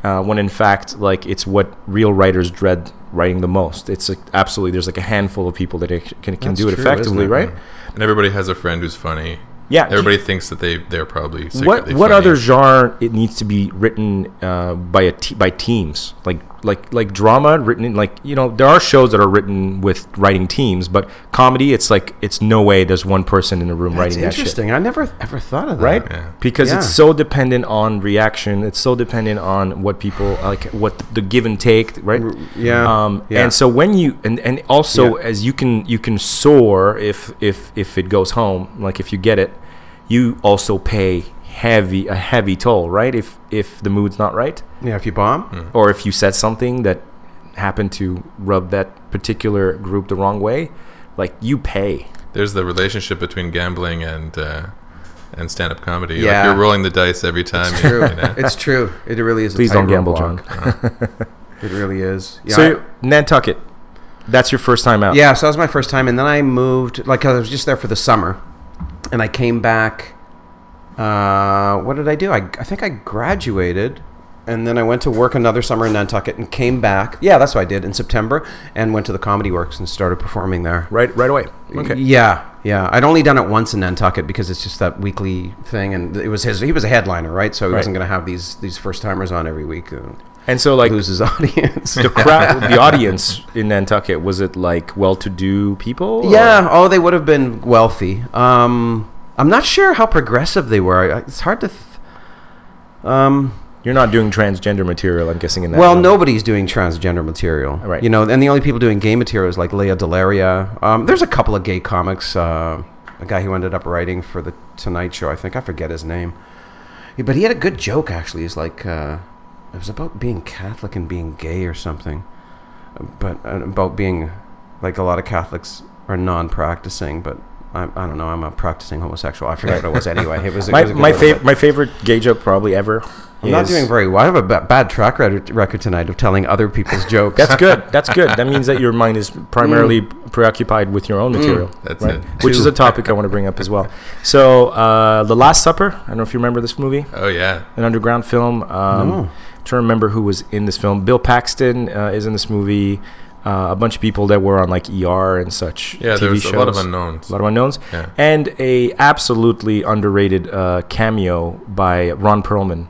Speaker 1: uh, when in fact like it's what real writers dread writing the most it's like, absolutely there's like a handful of people that ac- can, can
Speaker 4: That's
Speaker 1: do it
Speaker 4: true, isn't
Speaker 1: effectively
Speaker 4: it?
Speaker 1: right
Speaker 2: and everybody has a friend who's funny.
Speaker 1: Yeah,
Speaker 2: everybody thinks that they they're probably
Speaker 1: what
Speaker 2: secretly
Speaker 1: what
Speaker 2: funny.
Speaker 1: other genre it needs to be written uh, by a te- by teams like like like drama written in like you know there are shows that are written with writing teams but comedy it's like it's no way there's one person in a room
Speaker 4: That's
Speaker 1: writing that shit
Speaker 4: interesting. I never ever thought of that.
Speaker 1: right
Speaker 2: Yeah.
Speaker 1: because it's
Speaker 4: Yeah.
Speaker 1: so dependent on reaction it's so dependent on what people like what the give and take right
Speaker 4: yeah,
Speaker 1: um
Speaker 4: yeah.
Speaker 1: and so when you and and also
Speaker 4: Yeah.
Speaker 1: as you can you can soar if if if it goes home like if you get it you also pay heavy a heavy toll right if if the mood's not right
Speaker 4: Yeah, if you bomb,
Speaker 1: or if you said something that happened to rub that particular group the wrong way like you pay
Speaker 2: There's the relationship between gambling and uh, and stand up comedy.
Speaker 4: Yeah.
Speaker 2: Like you're rolling the dice every time. you-
Speaker 4: true.
Speaker 2: you know.
Speaker 4: it's true. It really is. A
Speaker 1: please don't gamble
Speaker 4: tightrope
Speaker 1: john
Speaker 4: walk. It really is. Yeah, I-
Speaker 1: so nantucket that's your first time out
Speaker 4: Yeah, so that was my first time, and then I moved. Like I was just there for the summer, and I came back. Uh, what did I do? I, I think I graduated, and then I went to work another summer in Nantucket, and came back. Yeah, that's what I did in September, and went to the Comedy Works and started performing there.
Speaker 1: right right away okay
Speaker 4: Yeah, yeah. I'd only done it once in Nantucket because it's just that weekly thing, and it was his. He was a headliner, right? So he
Speaker 1: Right.
Speaker 4: wasn't going to have these these first timers on every week. And
Speaker 1: and so like
Speaker 4: lose his audience.
Speaker 1: the crowd the audience in nantucket was it like well-to-do people or-
Speaker 4: Yeah. Oh, they would have been wealthy. Um, I'm not sure how progressive they were. I- It's hard to. Th- um,
Speaker 1: You're not doing transgender material, I'm guessing. In that
Speaker 4: well,
Speaker 1: room.
Speaker 4: nobody's doing transgender material,
Speaker 1: Right.
Speaker 4: You know, and the only people doing gay material is like Leah Delaria. Um, there's a couple of gay comics. Uh, a guy who ended up writing for the Tonight Show, I think. I forget his name, Yeah, but he had a good joke actually. He's like, uh, it was about being Catholic and being gay or something, but uh, about being like a lot of Catholics are non-practicing, but. I, I don't know. I'm a practicing homosexual. I forget what it was anyway. It was it
Speaker 1: My
Speaker 4: was a good
Speaker 1: my,
Speaker 4: little bit.
Speaker 1: fav- my favorite gay joke probably ever.
Speaker 4: I'm not
Speaker 1: is-
Speaker 4: doing very well. I have a ba- bad track record, record tonight of telling other people's jokes.
Speaker 1: That's good. That's good. That means that your mind is primarily preoccupied with your own material.
Speaker 2: That's it.
Speaker 1: Which is
Speaker 4: Mm. Two.
Speaker 1: a topic I want to bring up as well. So, uh, The Last Supper. I don't know if you remember this movie,
Speaker 2: Oh yeah.
Speaker 1: an underground film. Um,
Speaker 4: No.
Speaker 1: Trying to remember who was in this film. Bill Paxton uh, is in this movie. Uh, a bunch of people that were on like ER and such.
Speaker 2: Yeah,
Speaker 1: TV
Speaker 2: there was
Speaker 1: shows.
Speaker 2: a lot of unknowns.
Speaker 1: a lot of unknowns,
Speaker 2: Yeah.
Speaker 1: and a absolutely underrated uh, cameo by Ron Perlman.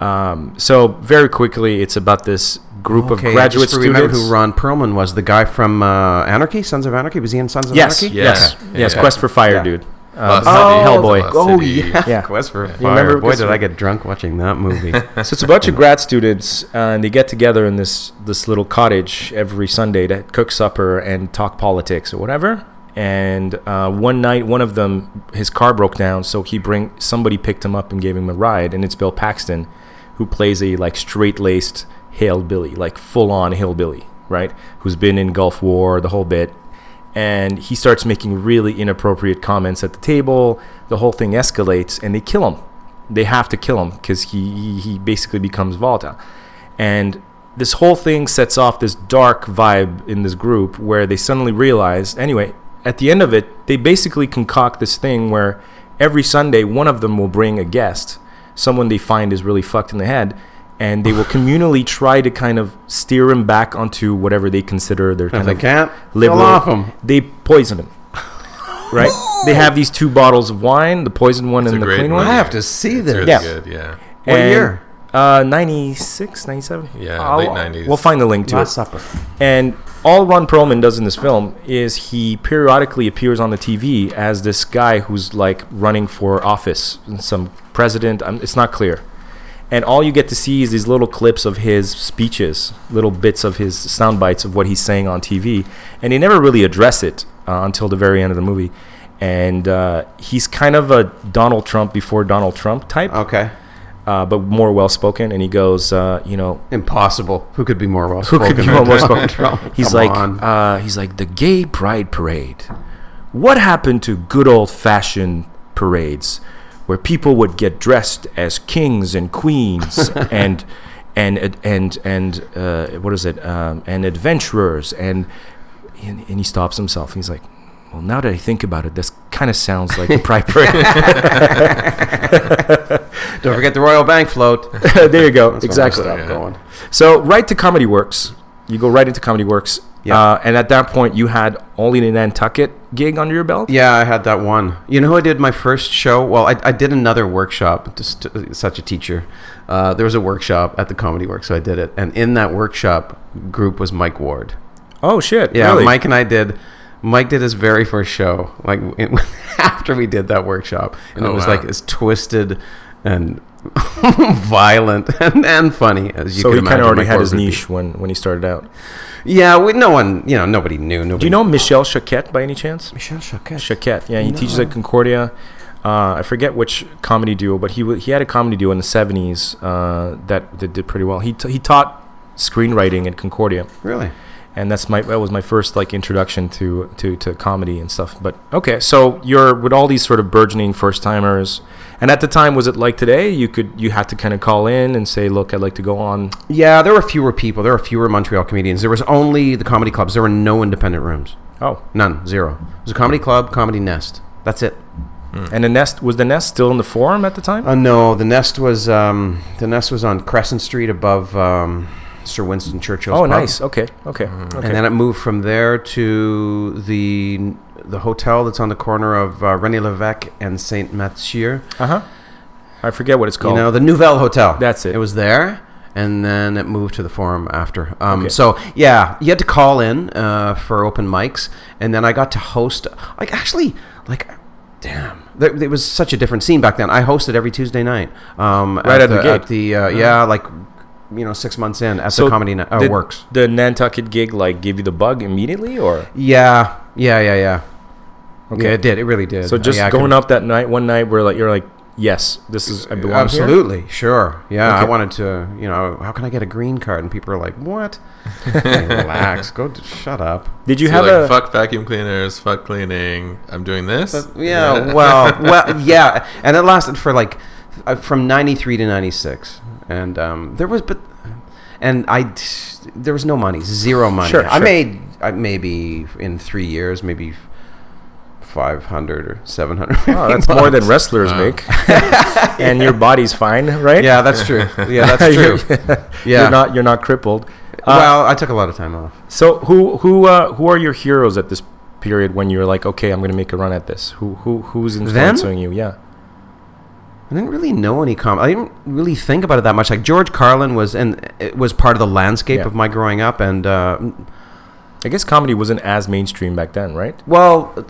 Speaker 1: Um, so very quickly, it's about this group
Speaker 4: Okay,
Speaker 1: of
Speaker 4: I
Speaker 1: graduate
Speaker 4: just remember
Speaker 1: students.
Speaker 4: who Ron Perlman was. The guy from uh, Anarchy, Sons of Anarchy. Was he in Sons of
Speaker 1: yes,
Speaker 4: Anarchy?
Speaker 2: Yeah.
Speaker 1: yes,
Speaker 2: Yeah,
Speaker 1: yes.
Speaker 2: yeah.
Speaker 1: Quest for Fire,
Speaker 4: Yeah.
Speaker 1: dude.
Speaker 2: Lost
Speaker 1: oh,
Speaker 2: City.
Speaker 1: Hellboy.
Speaker 2: Lost
Speaker 4: Oh
Speaker 2: City.
Speaker 4: yeah.
Speaker 1: Yeah.
Speaker 4: Quest for Fire.
Speaker 1: remember-
Speaker 4: Boy,
Speaker 1: Quest
Speaker 4: did
Speaker 1: for-
Speaker 4: I get drunk watching that movie.
Speaker 1: So it's a bunch of grad students, uh, and they get together in this this little cottage every Sunday to cook supper and talk politics or whatever. And uh, one night, one of them, his car broke down, so he bring somebody picked him up and gave him a ride, and it's Bill Paxton, who plays a like straight laced hillbilly, like full on hillbilly, right? Who's been in Gulf War, the whole bit. And he starts making really inappropriate comments at the table. The whole thing escalates and they kill him. They have to kill him because he, he, he basically becomes volatile. And this whole thing sets off this dark vibe in this group where they suddenly realize, anyway, at the end of it, they basically concoct this thing where every Sunday one of them will bring a guest, someone they find is really fucked in the head, and they will communally try to kind of steer him back onto whatever they consider their
Speaker 4: If
Speaker 1: kind
Speaker 4: they
Speaker 1: of
Speaker 4: can't,
Speaker 1: liberal.
Speaker 4: kill off 'em.
Speaker 1: They poison him. Right? they have these two bottles of wine, the poison one
Speaker 2: It's
Speaker 1: and the
Speaker 2: a great
Speaker 1: clean one.
Speaker 2: one.
Speaker 4: I have to see
Speaker 2: It's
Speaker 4: this.
Speaker 2: really
Speaker 1: Yeah.
Speaker 2: good. Yeah.
Speaker 4: What
Speaker 1: And,
Speaker 4: year?
Speaker 1: Uh, 96, 97?
Speaker 2: Yeah,
Speaker 1: I'll-
Speaker 2: late 90s.
Speaker 1: We'll find the link to it.
Speaker 4: Last Supper.
Speaker 1: And all Ron Perlman does in this film is he periodically appears on the TV as this guy who's like running for office, some president. Um, it's not clear. And all you get to see is these little clips of his speeches, little bits of his sound bites of what he's saying on TV. And they never really address it uh, until the very end of the movie. And uh, he's kind of a Donald Trump before Donald Trump type,
Speaker 4: Okay.
Speaker 1: uh, but more well spoken. And he goes, uh, you know,
Speaker 4: Impossible. Who could be more well
Speaker 1: who
Speaker 4: spoken?
Speaker 1: could be
Speaker 4: than
Speaker 1: more well
Speaker 4: Donald
Speaker 1: spoken?
Speaker 4: Trump?
Speaker 1: He's
Speaker 4: Come
Speaker 1: like,
Speaker 4: on.
Speaker 1: uh, he's like the gay pride parade. What happened to good old fashioned parades, where people would get dressed as kings and queens and and and and uh, what is it? Um, and adventurers and, and and he stops himself. He's like, well, now that I think about it, this kind of sounds like a pride parade.
Speaker 4: Don't forget the Royal Bank float.
Speaker 1: there you go.
Speaker 4: That's
Speaker 1: exactly.
Speaker 4: Where I stopped going.
Speaker 1: So right to Comedy Works, you go right into Comedy Works,
Speaker 4: Yeah.
Speaker 1: uh, and at that point you had only the Nantucket gig under your belt.
Speaker 4: Yeah, I had that one. You know who I did my first show? Well, I, I did another workshop, just uh, such a teacher. Uh, there was a workshop at the Comedy Works, so I did it. And in that workshop group was Mike Ward.
Speaker 1: Oh shit!
Speaker 4: Yeah,
Speaker 1: really?
Speaker 4: Mike and I did. Mike did his very first show, like in, after we did that workshop, and
Speaker 2: Oh,
Speaker 4: it was
Speaker 2: wow.
Speaker 4: like as twisted and violent and, and funny as you
Speaker 1: So
Speaker 4: could
Speaker 1: he
Speaker 4: imagine.
Speaker 1: kind of already
Speaker 4: Mike
Speaker 1: had
Speaker 4: Ward
Speaker 1: his
Speaker 4: would be.
Speaker 1: niche when, when he started out.
Speaker 4: Yeah, we, no one, you know, nobody knew. Nobody
Speaker 1: Do you know Michelle Chaquette by any chance?
Speaker 4: Michelle Choquette?
Speaker 1: Chaquette, yeah, he teaches at Concordia. Uh, I forget which comedy duo, but he wa- he had a comedy duo in the '70s uh, that that did pretty well. He t- he taught screenwriting at Concordia.
Speaker 4: Really?
Speaker 1: and that's my that was my first like introduction to to to comedy and stuff. But okay, so you're with all these sort of burgeoning first timers, and at the time was it like today? You could you had to kind of call in and say, look, I'd like to go on.
Speaker 4: Yeah, there were fewer people. There were fewer Montreal comedians. There was only the comedy clubs. There were no independent rooms.
Speaker 1: Oh,
Speaker 4: None. Zero. It was a comedy club, comedy nest. That's it.
Speaker 1: and the nest was the nest still in the forum at the time?
Speaker 4: Mm. Uh, no, the nest was um, the nest was on Crescent Street above um, Sir Winston Churchill's.
Speaker 1: oh,
Speaker 4: pub.
Speaker 1: nice. Okay, okay, okay.
Speaker 4: Mm-hmm. And then it moved from there to the the hotel that's on the corner of uh, René Levesque and Saint Mathieu.
Speaker 1: Uh huh. I forget what it's
Speaker 4: You
Speaker 1: called.
Speaker 4: know, the Nouvelle Hotel.
Speaker 1: That's it.
Speaker 4: It was there, and then it moved to the Forum after. Um,
Speaker 1: Okay.
Speaker 4: So yeah, you had to call in uh, for open mics, and then I got to host. Like actually, like damn, there, there was such a different scene back then. I hosted every Tuesday night. Um,
Speaker 1: Right at the gate.
Speaker 4: At the uh, yeah, like you know, six months in at the comedy night, uh,
Speaker 1: did
Speaker 4: works.
Speaker 1: The Nantucket gig like give you the bug immediately, or
Speaker 4: Yeah, yeah, yeah, yeah.
Speaker 1: Okay.
Speaker 4: Yeah, it did. It really did.
Speaker 1: so just
Speaker 4: yeah, I
Speaker 1: going
Speaker 4: could-
Speaker 1: up that night, one night where like you're like, yes, this is I belong here?
Speaker 4: Absolutely, sure. Yeah, I
Speaker 1: Okay.
Speaker 4: wanted to. You know, how can I get a green card? And people are like, "What? Hey, relax. Go. To, shut up."
Speaker 1: Did you
Speaker 2: So
Speaker 1: have
Speaker 2: like,
Speaker 1: a
Speaker 2: fuck vacuum cleaners, fuck cleaning. I'm doing this.
Speaker 4: Yeah. Well. Well. Yeah. And it lasted for like uh, from '93 to '96, and um, there was but, and I there was no money, zero money.
Speaker 1: Sure,
Speaker 4: I
Speaker 1: sure.
Speaker 4: made I maybe in three years, maybe. 500 or 700
Speaker 1: Oh, that's more than wrestlers make. and your body's fine, right?
Speaker 4: yeah that's true yeah that's
Speaker 1: You're-
Speaker 4: true yeah
Speaker 1: You're not you're not crippled. Uh,
Speaker 4: well i took a lot of time off
Speaker 1: so who who uh, who are your heroes at this period when you're like, okay, I'm gonna make a run at this? Who who who's influencing you? Yeah.
Speaker 4: I didn't really know any com. I didn't really think about it that much. Like George Carlin was, and it was part of the landscape
Speaker 1: Yeah.
Speaker 4: of my growing up. And uh,
Speaker 1: I guess comedy wasn't as mainstream back then, right?
Speaker 4: well,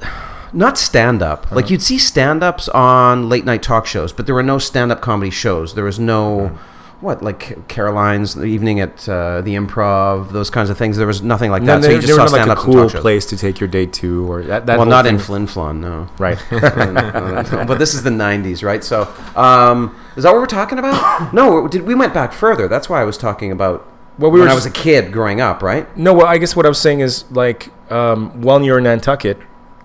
Speaker 4: not stand up.
Speaker 1: Uh-huh.
Speaker 4: Like you'd see stand ups on late night talk shows, but there were no stand up comedy shows. There was no
Speaker 1: Uh-huh.
Speaker 4: what like Caroline's the evening at uh, the Improv, those kinds of things. There was nothing like
Speaker 1: No,
Speaker 4: that. so
Speaker 1: they,
Speaker 4: you
Speaker 1: they
Speaker 4: just
Speaker 1: were
Speaker 4: saw
Speaker 1: not like
Speaker 4: stand
Speaker 1: a
Speaker 4: up
Speaker 1: cool
Speaker 4: talk shows.
Speaker 1: place to take your date to, or that. that
Speaker 4: Well,
Speaker 1: whole
Speaker 4: not
Speaker 1: thing.
Speaker 4: in Flin Flon, no.
Speaker 1: right?
Speaker 4: but this is the 90s, right? So, um, is that what we're talking about? No, did we went back further. That's why I was talking about
Speaker 1: Well, we
Speaker 4: when
Speaker 1: were
Speaker 4: I
Speaker 1: just-
Speaker 4: was a kid growing up, right?
Speaker 1: No, well, I guess what I was saying is like um, when you're in Nantucket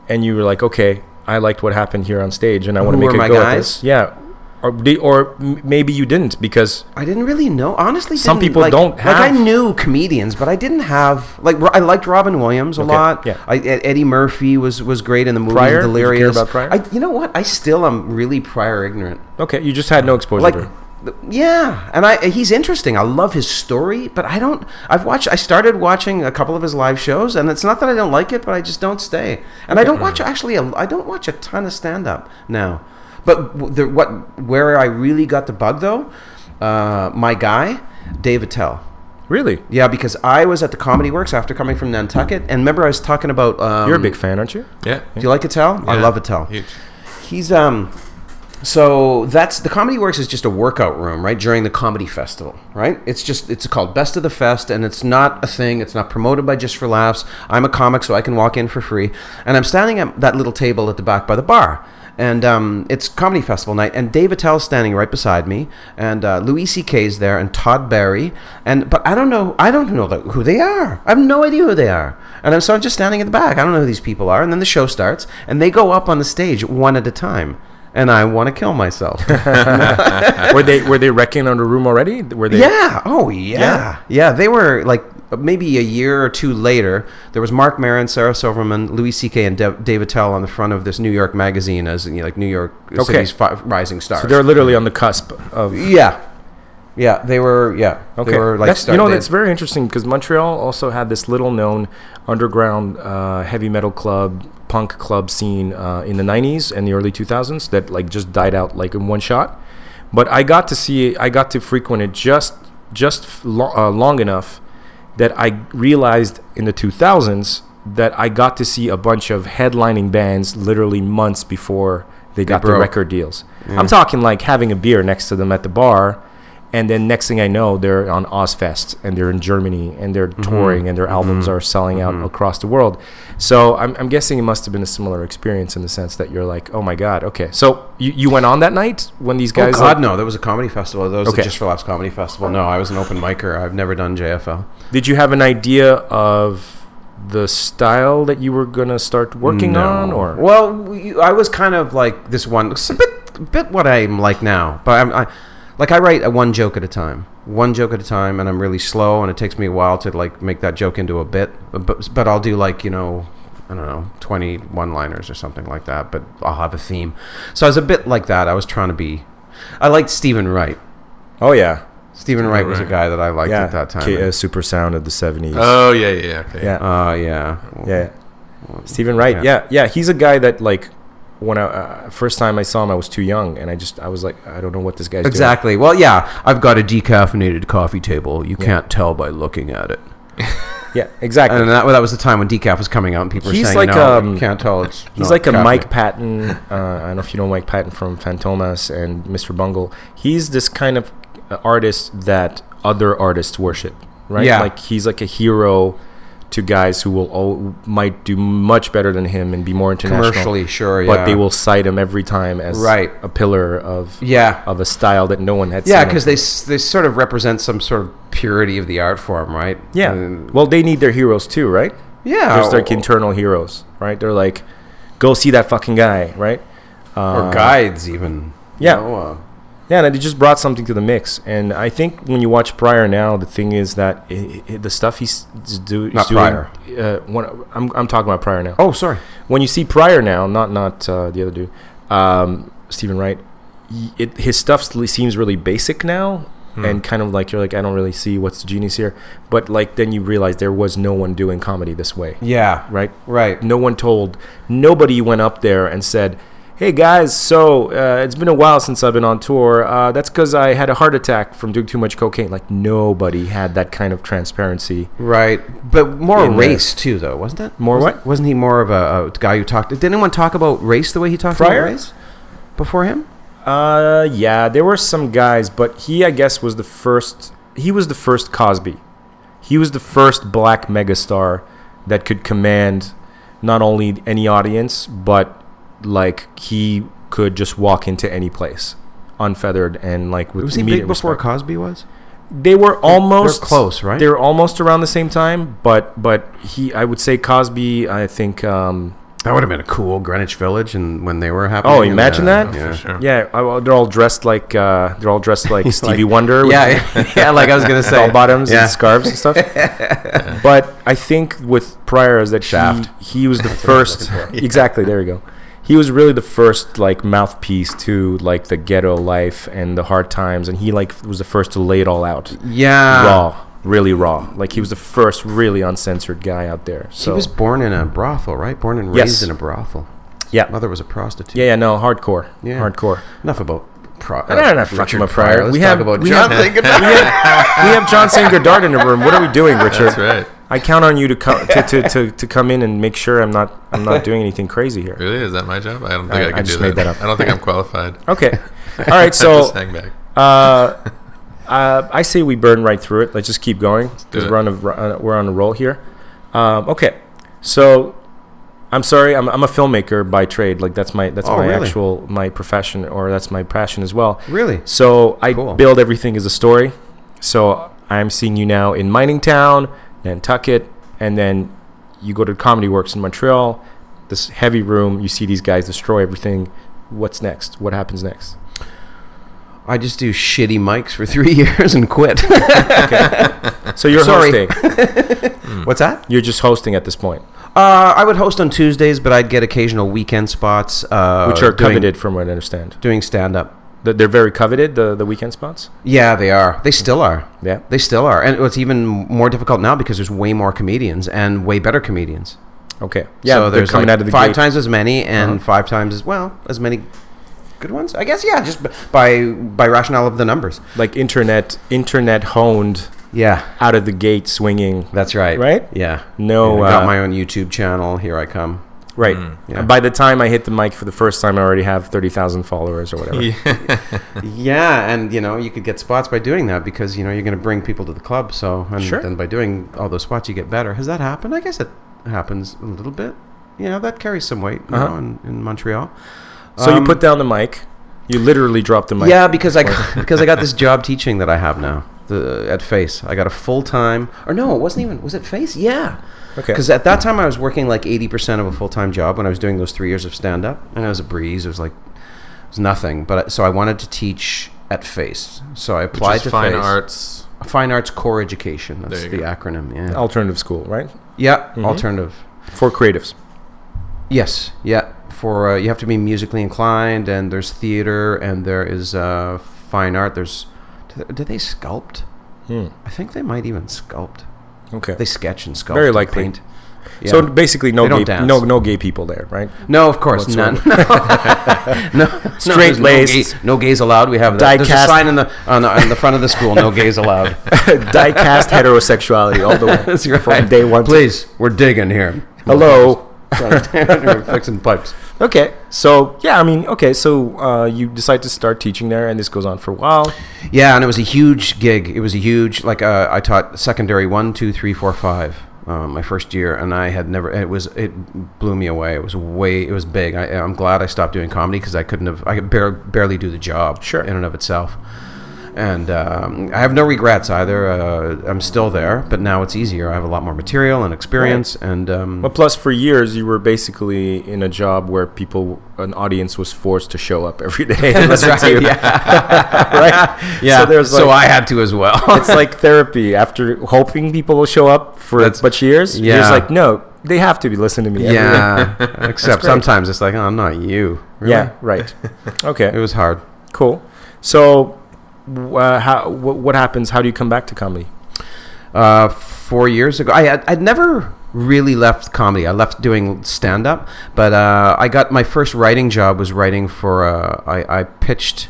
Speaker 1: and you were like, okay, I liked what happened here on stage, and I want to
Speaker 4: Who
Speaker 1: make
Speaker 4: were
Speaker 1: a
Speaker 4: my
Speaker 1: go at
Speaker 4: guys?
Speaker 1: this. Yeah, or di- or m- maybe you didn't because
Speaker 4: I didn't really know. Honestly,
Speaker 1: Some
Speaker 4: didn't,
Speaker 1: people
Speaker 4: like-
Speaker 1: don't
Speaker 4: Like I
Speaker 1: have-
Speaker 4: knew comedians, but I didn't have like Ro- I liked Robin Williams a
Speaker 1: Okay,
Speaker 4: lot.
Speaker 1: yeah.
Speaker 4: I, E- Eddie Murphy was was great in the movie
Speaker 1: Pryor? Did you hear
Speaker 4: Delirious.
Speaker 1: about Pryor?
Speaker 4: I, you know what? I still am really prior ignorant.
Speaker 1: okay, you just had no exposure.
Speaker 4: Like.
Speaker 1: to it.
Speaker 4: th- Yeah, and I he's interesting. I love his story, but I don't. I've watched. I started watching a couple of his live shows, and it's not that I don't like it, but I just don't stay. And I don't watch actually. A, I don't watch a ton of stand up now. But w- the, what where I really got the bug though, uh, my guy Dave Attell.
Speaker 1: really,
Speaker 4: Yeah, because I was at the Comedy Works after coming from Nantucket, and remember I was talking about. Um,
Speaker 1: you're a big fan, aren't you?
Speaker 2: Yeah.
Speaker 4: Do you like Attell? I
Speaker 2: Yeah.
Speaker 4: love Attell.
Speaker 2: Huge.
Speaker 4: He's um. So that's the Comedy Works is just a workout room, right? During the comedy festival, right? It's just it's called Best of the Fest, and it's not a thing. It's not promoted by Just for Laughs. I'm a comic, so I can walk in for free, and I'm standing at that little table at the back by the bar, and um, it's comedy festival night, and Dave Attell's standing right beside me, and uh, Louis C.K.'s there, and Todd Barry, and but I don't know, I don't know the- who they are. I have no idea who they are, and I'm so I'm just standing at the back. I don't know who these people are, and then the show starts, and they go up on the stage one at a time. And I want to kill myself.
Speaker 1: were they were they wrecking on the room already? Were they?
Speaker 4: Yeah. Oh, yeah. yeah. They were like maybe a year or two later. There was Mark Maron, Sarah Silverman, Louis C.K., and De- David Tell on the front of this New York magazine as you know, like New York City's fi- rising stars.
Speaker 1: they're literally on the cusp of.
Speaker 4: yeah. Yeah. They were. Yeah.
Speaker 1: Okay,
Speaker 4: They were like
Speaker 1: that's,
Speaker 4: star-
Speaker 1: you know
Speaker 4: they-
Speaker 1: that's very interesting because Montreal also had this little-known underground uh, heavy metal club, punk club scene uh, in the '90s and the early 2000s that like just died out like in one shot. But I got to see, I got to frequent it just just f- lo- uh, long enough that I realized in the 2000s that I got to see a bunch of headlining bands literally months before they got the
Speaker 4: broke.
Speaker 1: record deals. I'm talking like having a beer next to them at the bar, and then next thing I know, they're on Ozfest and they're in Germany and they're touring and their albums are selling out across the world. So I'm, I'm guessing it must have been a similar experience in the sense that you're like, oh my god, okay. So you, you went on that night when these
Speaker 4: Oh
Speaker 1: guys
Speaker 4: God,
Speaker 1: like-
Speaker 4: no! There was a comedy festival. There was
Speaker 1: Okay.
Speaker 4: a Just for Laughs comedy festival. No, I was an open micer. I've never done JFL.
Speaker 1: Did you have an idea of the style that you were gonna start working on, or
Speaker 4: well, we- I was kind of like this one. It's a bit, bit what I'm like now, but I'm I, like I write a one joke at a time, one joke at a time, and I'm really slow, and it takes me a while to like make that joke into a bit. But but I'll do like you know. I don't know, 20 one liners or something like that, but I'll have a theme. So I was a bit like that. I was trying to be. I liked Stephen Wright.
Speaker 1: Oh yeah,
Speaker 4: Stephen Wright was a
Speaker 2: Right.
Speaker 4: guy that I liked
Speaker 1: yeah.
Speaker 4: at that time.
Speaker 1: K- uh, super sound of the seventies.
Speaker 2: Oh yeah, yeah, yeah. Okay.
Speaker 1: yeah,
Speaker 4: uh, yeah.
Speaker 1: yeah. Stephen Wright. Yeah. yeah, He's a guy that like when I uh, first time I saw him, I was too young, and I just I was like, I don't know what this guy's doing.
Speaker 4: Exactly. Well, yeah, I've got a decaffeinated coffee table. You can't tell by looking at it.
Speaker 1: Yeah, exactly.
Speaker 4: And that, that was the time when decaf was coming out, and people were
Speaker 1: He's
Speaker 4: saying,
Speaker 1: like,
Speaker 4: "No, you
Speaker 1: um,
Speaker 4: can't tell." It's
Speaker 1: He's
Speaker 4: not
Speaker 1: like a
Speaker 4: caffeinated."
Speaker 1: Mike Patton. Uh, I don't know if you know Mike Patton from Fantomas and Mr. Bungle. He's this kind of artist that other artists worship, right?
Speaker 4: Yeah.
Speaker 1: Like he's like a hero to guys who will all, might do much better than him and be more international
Speaker 4: commercially, sure, yeah.
Speaker 1: But they will cite him every time as
Speaker 4: Right.
Speaker 1: a pillar of
Speaker 4: Yeah.
Speaker 1: of a style that no one had.
Speaker 4: yeah,
Speaker 1: seen
Speaker 4: because they
Speaker 1: until-
Speaker 4: s- they sort of represent some sort of purity of the art form, right?
Speaker 1: yeah.
Speaker 4: And- Oh.
Speaker 1: well, they need their heroes too, right?
Speaker 4: yeah.
Speaker 1: There's like internal heroes, right? They're like, go see that fucking guy, right?
Speaker 4: or guides even. you
Speaker 1: yeah.
Speaker 4: know, uh,
Speaker 1: Yeah, and it just brought something to the mix. And I think when you watch Pryor now, the thing is that i i the stuff he's do,
Speaker 4: Not
Speaker 1: he's doing.
Speaker 4: Pryor.
Speaker 1: Uh, when, I'm, I'm talking about Pryor now.
Speaker 4: oh, sorry.
Speaker 1: When you see Pryor now, not not uh, the other dude, um, Stephen Wright, y- it, his stuff sl- seems really basic now.
Speaker 4: Hmm.
Speaker 1: And kind of like you're like I don't really see what's the genius here, but like then you realize there was no one doing comedy this way,
Speaker 4: Yeah.
Speaker 1: right?
Speaker 4: Right.
Speaker 1: No one told. Nobody went up there and said, "Hey guys, so uh, it's been a while since I've been on tour. Uh, that's because I had a heart attack from doing too much cocaine." Like nobody had that kind of transparency.
Speaker 4: Right, but more
Speaker 1: In the-
Speaker 4: race too, though, wasn't it?
Speaker 1: More
Speaker 4: wasn't,
Speaker 1: what?
Speaker 4: Wasn't he more of a, a guy who talked? Did anyone talk about race the way he talked
Speaker 1: Pryor?
Speaker 4: about race before him?
Speaker 1: Uh, yeah, there were some guys, but he, I guess, was the first. He was the first Cosby. He was the first black megastar that could command not only any audience, but like he could just walk into any place, unfeathered and like with
Speaker 4: Was he
Speaker 1: immediate
Speaker 4: big before
Speaker 1: respect.
Speaker 4: Cosby was?
Speaker 1: they were almost
Speaker 4: close, right?
Speaker 1: They were almost around the same time, but but he, I would say Cosby. I think. Um,
Speaker 4: That would have been a cool Greenwich Village, and when they were happening.
Speaker 1: oh,
Speaker 4: and,
Speaker 1: imagine
Speaker 4: uh,
Speaker 1: that!
Speaker 4: Yeah.
Speaker 2: sure.
Speaker 1: yeah, I- well, they're all dressed like uh, they're all dressed like Stevie
Speaker 4: like-
Speaker 1: Wonder. with
Speaker 4: Yeah, yeah, like I was gonna say,
Speaker 1: bell bottoms
Speaker 4: Yeah.
Speaker 1: and scarves and stuff. but I think with Pryor is that
Speaker 4: Shaft.
Speaker 1: He, he was the first. exactly. There you go. He was really the first like mouthpiece to like the ghetto life and the hard times, and he like was the first to lay it all out
Speaker 4: Yeah,
Speaker 1: raw, really raw. Like he was the first really uncensored guy out there. So
Speaker 4: He was born in a brothel, right? Born and
Speaker 1: Yes.
Speaker 4: raised in a brothel.
Speaker 1: yeah,
Speaker 4: Mother was a prostitute.
Speaker 1: yeah, yeah. No, hardcore,
Speaker 4: Yeah.
Speaker 1: hardcore.
Speaker 4: Enough about. Pro- uh,
Speaker 1: I don't know fucking about Pryor.
Speaker 4: Let's
Speaker 1: We
Speaker 4: talk
Speaker 1: have-
Speaker 4: about
Speaker 1: we
Speaker 4: John
Speaker 1: have-
Speaker 4: Lincoln.
Speaker 1: We have, we have John Singer Dart in the room. What are we doing, Richard?
Speaker 2: That's right.
Speaker 1: I count on you to come to, to, to, to come in and make sure I'm not I'm not doing anything crazy here.
Speaker 2: Really? Is that my job? I don't think I,
Speaker 1: I-
Speaker 2: can
Speaker 1: I
Speaker 2: do
Speaker 1: just
Speaker 2: that.
Speaker 1: made that up.
Speaker 2: I don't think I'm qualified.
Speaker 1: Okay. All right. So
Speaker 2: just hang back.
Speaker 1: uh, uh, I say we burn right through it. Let's just keep going
Speaker 2: do
Speaker 1: because
Speaker 2: it.
Speaker 1: we're on a uh, we're on a roll here. Um, okay. So I'm sorry. I'm, I'm a filmmaker by trade. Like that's my that's
Speaker 4: Oh,
Speaker 1: my
Speaker 4: really?
Speaker 1: actual my profession or that's my passion as well.
Speaker 4: Really?
Speaker 1: So I
Speaker 4: Cool.
Speaker 1: build everything as a story. So I'm seeing you now in Mining Town, Nantucket, and then you go to Comedy Works in Montreal. This heavy room, you see these guys destroy everything. What's next? What happens next?
Speaker 4: I just do shitty mics for three years and quit.
Speaker 1: So you're
Speaker 4: Sorry.
Speaker 1: hosting. Hmm.
Speaker 4: What's that?
Speaker 1: You're just hosting at this point,
Speaker 4: Uh, I would host on Tuesdays, but I'd get occasional weekend spots, uh,
Speaker 1: which are
Speaker 4: doing-
Speaker 1: coveted, from what I understand.
Speaker 4: Doing stand up.
Speaker 1: That They're very coveted. The the weekend spots.
Speaker 4: Yeah, they are. They still are.
Speaker 1: Yeah.
Speaker 4: They still are, and it's even more difficult now because there's way more comedians and way better comedians.
Speaker 1: Okay. Yeah.
Speaker 4: so
Speaker 1: they're
Speaker 4: there's
Speaker 1: coming
Speaker 4: like
Speaker 1: out of the
Speaker 4: five
Speaker 1: gate. Uh-huh.
Speaker 4: times as many, and five times as well as many good ones. I guess. Yeah, just b- by by rationale of the numbers.
Speaker 1: Like internet internet honed
Speaker 4: Yeah,
Speaker 1: out of the gate swinging.
Speaker 4: that's right.
Speaker 1: Right?
Speaker 4: Yeah.
Speaker 1: No,
Speaker 4: And I got
Speaker 1: uh,
Speaker 4: my own YouTube channel. Here I come.
Speaker 1: Right.
Speaker 4: yeah.
Speaker 1: By the time I hit the mic for the first time, I already have thirty thousand followers or whatever.
Speaker 4: Yeah, and you know you could get spots by doing that because you know you're going to bring people to the club. So and
Speaker 1: Sure.
Speaker 4: then by doing all those spots, you get better. Has that happened? I guess it happens a little bit. You know that carries some weight you
Speaker 1: Uh-huh.
Speaker 4: know, in, in Montreal.
Speaker 1: So you
Speaker 4: Um,
Speaker 1: put down the mic. You literally drop the mic.
Speaker 4: yeah, because I got- because I got this job teaching that I have now the, at Face. I got a full time or no, it wasn't even was it Face? Yeah,
Speaker 1: Okay.
Speaker 4: Because at that time I was working like eighty percent of a full time job when I was doing those three years of stand up, and it was a breeze. It was like it was nothing. But I- so I wanted to teach at Face, so I applied
Speaker 2: Just
Speaker 4: to
Speaker 2: fine
Speaker 4: Face.
Speaker 2: arts.
Speaker 4: Fine Arts Core Education. That's
Speaker 2: There
Speaker 4: the
Speaker 2: you go.
Speaker 4: acronym. Yeah.
Speaker 1: Alternative school, right?
Speaker 4: yeah. Alternative.
Speaker 1: For creatives.
Speaker 4: Yes. Yeah. For uh, you have to be musically inclined, and there's theater, and there is uh, fine art. There's do they, do they sculpt?
Speaker 1: Hmm.
Speaker 4: I think they might even sculpt.
Speaker 1: Okay.
Speaker 4: They sketch and sculpt.
Speaker 1: Very
Speaker 4: and
Speaker 1: likely.
Speaker 4: paint. Yeah.
Speaker 1: So basically, no
Speaker 4: They don't
Speaker 1: gay,
Speaker 4: dance.
Speaker 1: no no gay people there, right?
Speaker 4: no, of course none. no, no, there's
Speaker 1: Straight-laced.
Speaker 4: No, gay, no gays allowed. We have that. There's a
Speaker 1: Diecast.
Speaker 4: sign in the on, the on the front of the school. No gays allowed.
Speaker 1: Diecast heterosexuality all the way
Speaker 4: That's right.
Speaker 1: from day one. to-
Speaker 4: Please, we're digging here.
Speaker 1: Hello.
Speaker 4: We're fixing pipes.
Speaker 1: Okay. So yeah, I mean, okay. So uh, you decide to start teaching there, and this goes on for a while.
Speaker 4: Yeah, and it was a huge gig. It was a huge like uh, I taught secondary one, two, three, four, five. Um, my first year, and I had never. It was it blew me away. It was way. It was big. I, I'm glad I stopped doing comedy because I couldn't have. I could bar- barely do the job.
Speaker 1: Sure.
Speaker 4: in and of itself. And um, I have no regrets either. Uh, I'm still there, but now it's easier. I have a lot more material and experience. And um,
Speaker 1: But plus, for years, you were basically in a job where people, an audience, was forced to show up every day. and listen to you, right?
Speaker 4: yeah,
Speaker 1: So there's like,
Speaker 4: I had to as well.
Speaker 1: it's like therapy after hoping people will show up for
Speaker 4: That's-
Speaker 1: a bunch of years. Yeah. You're
Speaker 4: yeah.
Speaker 1: just like, no, they have to be listening to me. every day."
Speaker 4: yeah, except sometimes it's like, oh, not you. Really?
Speaker 1: Yeah. Right.
Speaker 4: it
Speaker 1: Okay.
Speaker 4: was hard.
Speaker 1: Cool. So, w- uh, how, wh- what happens? How do you come back to comedy?
Speaker 4: uh, four years ago. I had, I'd never really left comedy. I left doing stand up, but uh, I got my first writing job was writing for. Uh, I, I pitched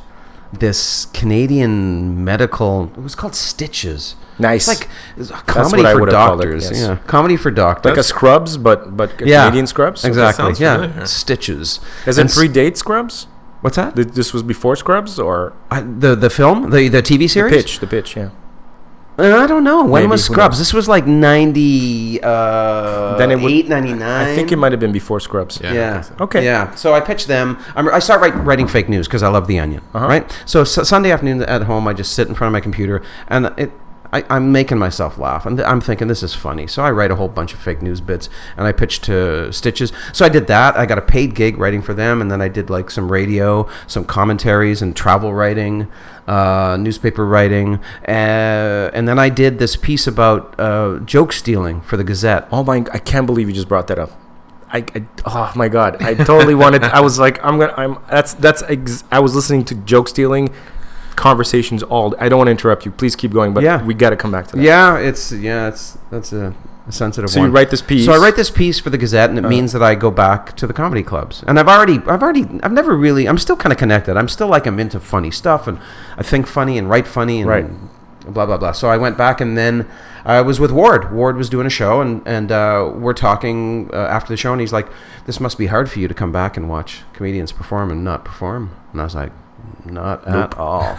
Speaker 4: this Canadian medical. It was called Stitches.
Speaker 1: Nice.
Speaker 4: It's like it's a comedy
Speaker 1: what I
Speaker 4: for
Speaker 1: would have called it,
Speaker 4: doctors.
Speaker 1: yes.
Speaker 4: Yeah, comedy for doctors.
Speaker 1: like a Scrubs, but but a
Speaker 4: yeah,
Speaker 1: Canadian Scrubs.
Speaker 4: Exactly.
Speaker 2: sounds
Speaker 4: Yeah,
Speaker 2: familiar.
Speaker 4: Stitches.
Speaker 1: Does
Speaker 4: And
Speaker 1: it
Speaker 4: s-
Speaker 1: predate Scrubs?
Speaker 4: What's that?
Speaker 1: Th- This was before Scrubs, or
Speaker 4: I, the the film, the the TV series.
Speaker 1: pitch? The pitch. Yeah.
Speaker 4: Uh, I don't know. When
Speaker 1: Maybe,
Speaker 4: was
Speaker 1: who
Speaker 4: Scrubs?
Speaker 1: knows?
Speaker 4: This was like 90, uh,
Speaker 1: Then it would-
Speaker 4: 8, 99.
Speaker 1: I think it might have been before Scrubs.
Speaker 2: Yeah.
Speaker 4: Yeah.
Speaker 1: Okay.
Speaker 4: Yeah. So I pitch them. I'm, I start write, writing fake news because I love The Onion. Right. So, su- Sunday afternoon at home, I just sit in front of my computer and it. I, I'm making myself laugh, and I'm thinking this is funny. So I write a whole bunch of fake news bits, and I pitch to Stitches. So I did that. I got a paid gig writing for them, and then I did like some radio, some commentaries, and travel writing, uh, newspaper writing, uh, and then I did this piece about uh, joke stealing for the Gazette.
Speaker 1: Oh my! I can't believe you just brought that up. I, I oh my god! I totally wanted. I was like, I'm gonna. I'm. That's that's. Ex- I was listening to joke stealing conversations all. I don't want to interrupt you. Please keep going. But
Speaker 4: Yeah.
Speaker 1: we got to come back to that.
Speaker 4: Yeah, it's yeah, it's that's a, a sensitive
Speaker 1: So
Speaker 4: one.
Speaker 1: you write this piece. Uh.
Speaker 4: So I write this piece for the Gazette, and it means that I go back to the comedy clubs. And I've already, I've already, I've never really, I'm still kind of connected. I'm still like I'm into funny stuff, and I think funny and write funny and
Speaker 1: Right.
Speaker 4: blah blah blah. So I went back, and then I was with Ward. Ward was doing a show, and and uh, we're talking uh, after the show, and he's like, "This must be hard for you to come back and watch comedians perform and not perform." And I was like, "Not at all."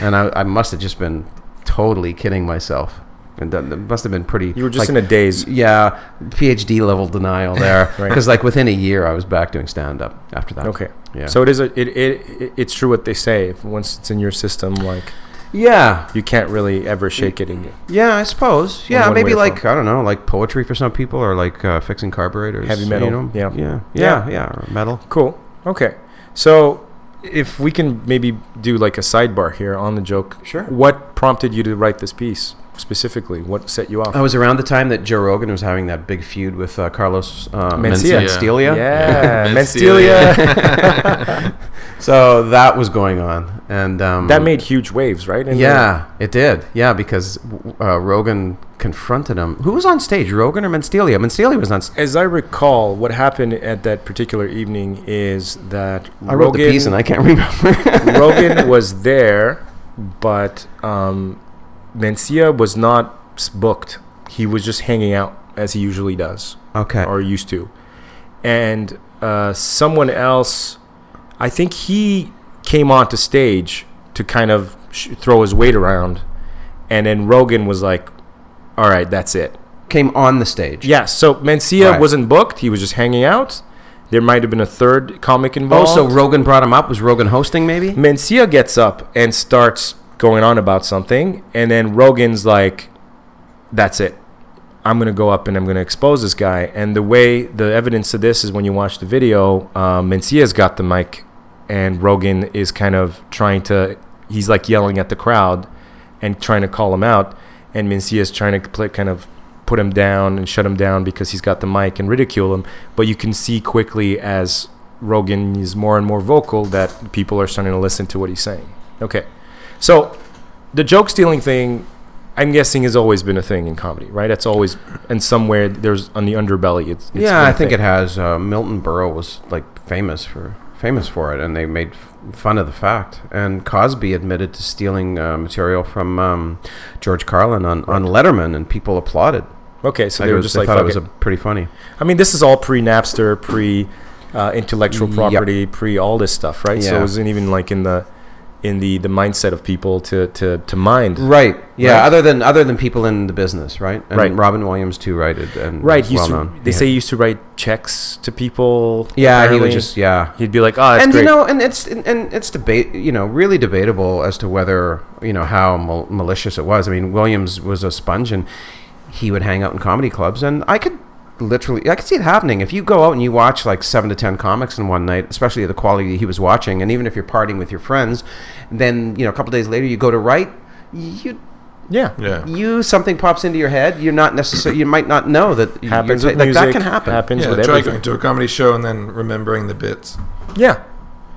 Speaker 4: and I, I must have just been totally kidding myself. And that that must have been pretty.
Speaker 1: You were just
Speaker 4: like,
Speaker 1: in a daze.
Speaker 4: yeah, PhD level denial there.
Speaker 1: Right.
Speaker 4: Because like within a year, I was back doing stand up after that.
Speaker 1: Okay.
Speaker 4: Yeah.
Speaker 1: So it is a. It, it it it's true what they say. If once it's in your system, like
Speaker 4: yeah,
Speaker 1: you can't really ever shake it. In
Speaker 4: yeah, I suppose.
Speaker 1: In
Speaker 4: Yeah,
Speaker 1: one way
Speaker 4: maybe
Speaker 1: or
Speaker 4: like I don't know, like poetry for some people, or like uh, fixing carburetors,
Speaker 1: Heavy
Speaker 4: you
Speaker 1: metal,
Speaker 4: know?
Speaker 1: yeah.
Speaker 4: yeah,
Speaker 1: Yeah.
Speaker 4: yeah, yeah, or metal.
Speaker 1: Cool. Okay. So if we can maybe do like a sidebar here on the joke.
Speaker 4: Sure.
Speaker 1: What prompted you to write this piece specifically? What set you off?
Speaker 4: I was around the time that Joe Rogan was having that big feud with uh, Carlos uh,
Speaker 1: Mencia.
Speaker 4: Mencia. Mencia.
Speaker 1: Yeah,
Speaker 2: Yeah.
Speaker 1: Menstelia.
Speaker 4: So that was going on, and um,
Speaker 1: that made huge waves, right? In
Speaker 4: Yeah, it did. Yeah, because uh, Rogan confronted him. Who was on stage, Rogan or Menstelia? Menstelia was on. St-
Speaker 1: the- as I recall, what happened at that particular evening is that
Speaker 4: I wrote the piece and I can't remember.
Speaker 1: Rogan was there, but um, Mencia was not s- booked. He was just hanging out as he usually does.
Speaker 4: okay.
Speaker 1: or used to. And uh, someone else, I think he came onto stage to kind of sh- throw his weight around. And then Rogan was like, all right, that's it.
Speaker 4: Came on the stage.
Speaker 1: Yeah, so Mencia
Speaker 4: Right.
Speaker 1: wasn't booked. He was just hanging out. There might have been a third comic involved.
Speaker 4: Also, Rogan brought him up. Was Rogan hosting? Maybe.
Speaker 1: Mencia gets up and starts going on about something, and then Rogan's like, "That's it. I'm gonna go up and I'm gonna expose this guy." And the way the evidence to this is when you watch the video, uh, Mencia's got the mic, and Rogan is kind of trying to. He's like yelling at the crowd and trying to call him out, and Mencia's trying to play, kind of put him down and shut him down because he's got the mic and ridicule him. But you can see quickly as Rogan is more and more vocal that people are starting to listen to what he's saying. Okay. So the joke stealing thing, I'm guessing, has always been a thing in comedy, right? That's always, and somewhere there's on the underbelly. It's, it's
Speaker 4: yeah,
Speaker 1: been
Speaker 4: I
Speaker 1: a
Speaker 4: think
Speaker 1: thing.
Speaker 4: it has. Uh, Milton Burrow was like famous for famous for it, and they made f- fun of the fact. And Cosby admitted to stealing uh, material from um, George Carlin on, on Letterman, and people applauded.
Speaker 1: Okay, so
Speaker 4: Like,
Speaker 1: they
Speaker 4: it
Speaker 1: were
Speaker 4: was-
Speaker 1: just like,
Speaker 4: thought
Speaker 1: fuck
Speaker 4: it was
Speaker 1: it.
Speaker 4: a, pretty funny.
Speaker 1: I mean, this is all pre Napster, pre uh, intellectual
Speaker 4: Yep.
Speaker 1: property, pre all this stuff, right? So it
Speaker 4: Mm, Yeah.
Speaker 1: wasn't even like in the in the the mindset of people to to to mind.
Speaker 4: Right. Yeah.
Speaker 1: Right.
Speaker 4: Other than other than people in the business, right? And
Speaker 1: Right.
Speaker 4: Robin Williams too, right? it- And
Speaker 1: Right,
Speaker 4: it's
Speaker 1: he used
Speaker 4: well
Speaker 1: to,
Speaker 4: known.
Speaker 1: they
Speaker 4: yeah.
Speaker 1: say he used to write checks to people.
Speaker 4: Yeah, he would
Speaker 1: apparently.
Speaker 4: just yeah.
Speaker 1: He'd be like, "Oh, that's
Speaker 4: and
Speaker 1: great."
Speaker 4: you know, and it's and- and it's debate, you know, really debatable as to whether you know how mal- malicious it was. I mean, Williams was a sponge, and he would hang out in comedy clubs, and I could literally, I could see it happening. If you go out and you watch like seven to ten comics in one night, especially the quality he was watching, and even if you're partying with your friends, then you know, a couple days later you go to write, you
Speaker 1: yeah,
Speaker 2: yeah.
Speaker 4: you something pops into your head. You're not necessarily, you might not know that you're
Speaker 1: happens
Speaker 4: ta-
Speaker 1: with
Speaker 4: like
Speaker 1: music.
Speaker 4: that can happen.
Speaker 1: Happens
Speaker 2: Yeah,
Speaker 1: with
Speaker 2: try
Speaker 1: everything.
Speaker 2: going to a comedy show and then remembering the bits.
Speaker 1: Yeah,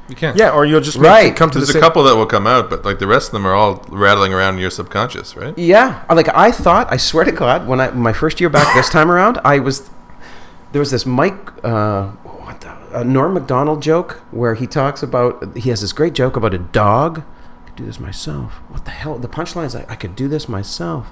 Speaker 2: You can't.
Speaker 1: yeah, or you'll just
Speaker 4: Right.
Speaker 1: come to the
Speaker 2: There's a
Speaker 1: same-
Speaker 2: couple that will come out, but like the rest of them are all rattling around in your subconscious, right?
Speaker 4: Yeah, like I thought. I swear to God, when I my first year back this time around, I was there was this Mike uh, what the, a Norm Macdonald joke where he talks about he has this great joke about a dog. I could do this myself. What the hell? The punchline is like I could do this myself.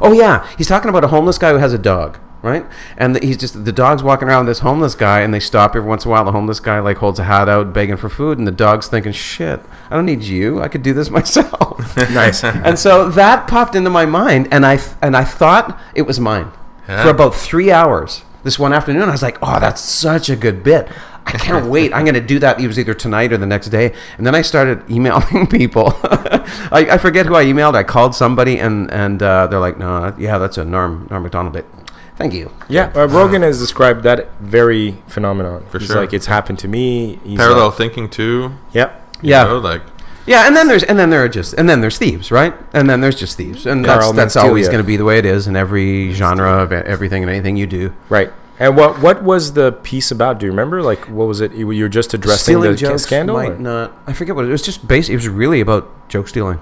Speaker 4: Oh yeah, he's talking about a homeless guy who has a dog. right? And the, he's just the dog's walking around with this homeless guy, and they stop every once in a while. The homeless guy like holds a hat out, begging for food, and the dog's thinking, "Shit, I don't need you. I could do this myself."
Speaker 1: Nice.
Speaker 4: and so that popped into my mind, and I th- and I thought it was mine
Speaker 2: Yeah.
Speaker 4: for about three hours. This one afternoon, I was like, "Oh, that's such a good bit." I can't wait. I'm going to do that. It was either tonight or the next day. And then I started emailing people. I, I forget who I emailed. I called somebody, and and uh, they're like, "No, yeah, that's a Norm Norm Macdonald bit." Thank you.
Speaker 1: Yeah, uh, Rogan has described that very phenomenon.
Speaker 2: For
Speaker 1: he's
Speaker 2: sure.
Speaker 1: like, it's happened to me. He's
Speaker 2: Parallel
Speaker 1: Like,
Speaker 2: thinking too.
Speaker 1: yep.
Speaker 2: you
Speaker 4: Yeah.
Speaker 2: know, like
Speaker 4: Yeah, and then there's and then there are just and then there's thieves, right? And then there's just thieves, and
Speaker 1: Carl
Speaker 4: that's, that's always
Speaker 1: Manstelia.
Speaker 4: going to be the way it is in every genre of e- everything and anything you do.
Speaker 1: Right. And what what was the piece about? Do you remember? Like, what was it? You were just addressing the ca- scandal. or-
Speaker 4: might not. I forget what it was. Just basic. It was really about joke stealing.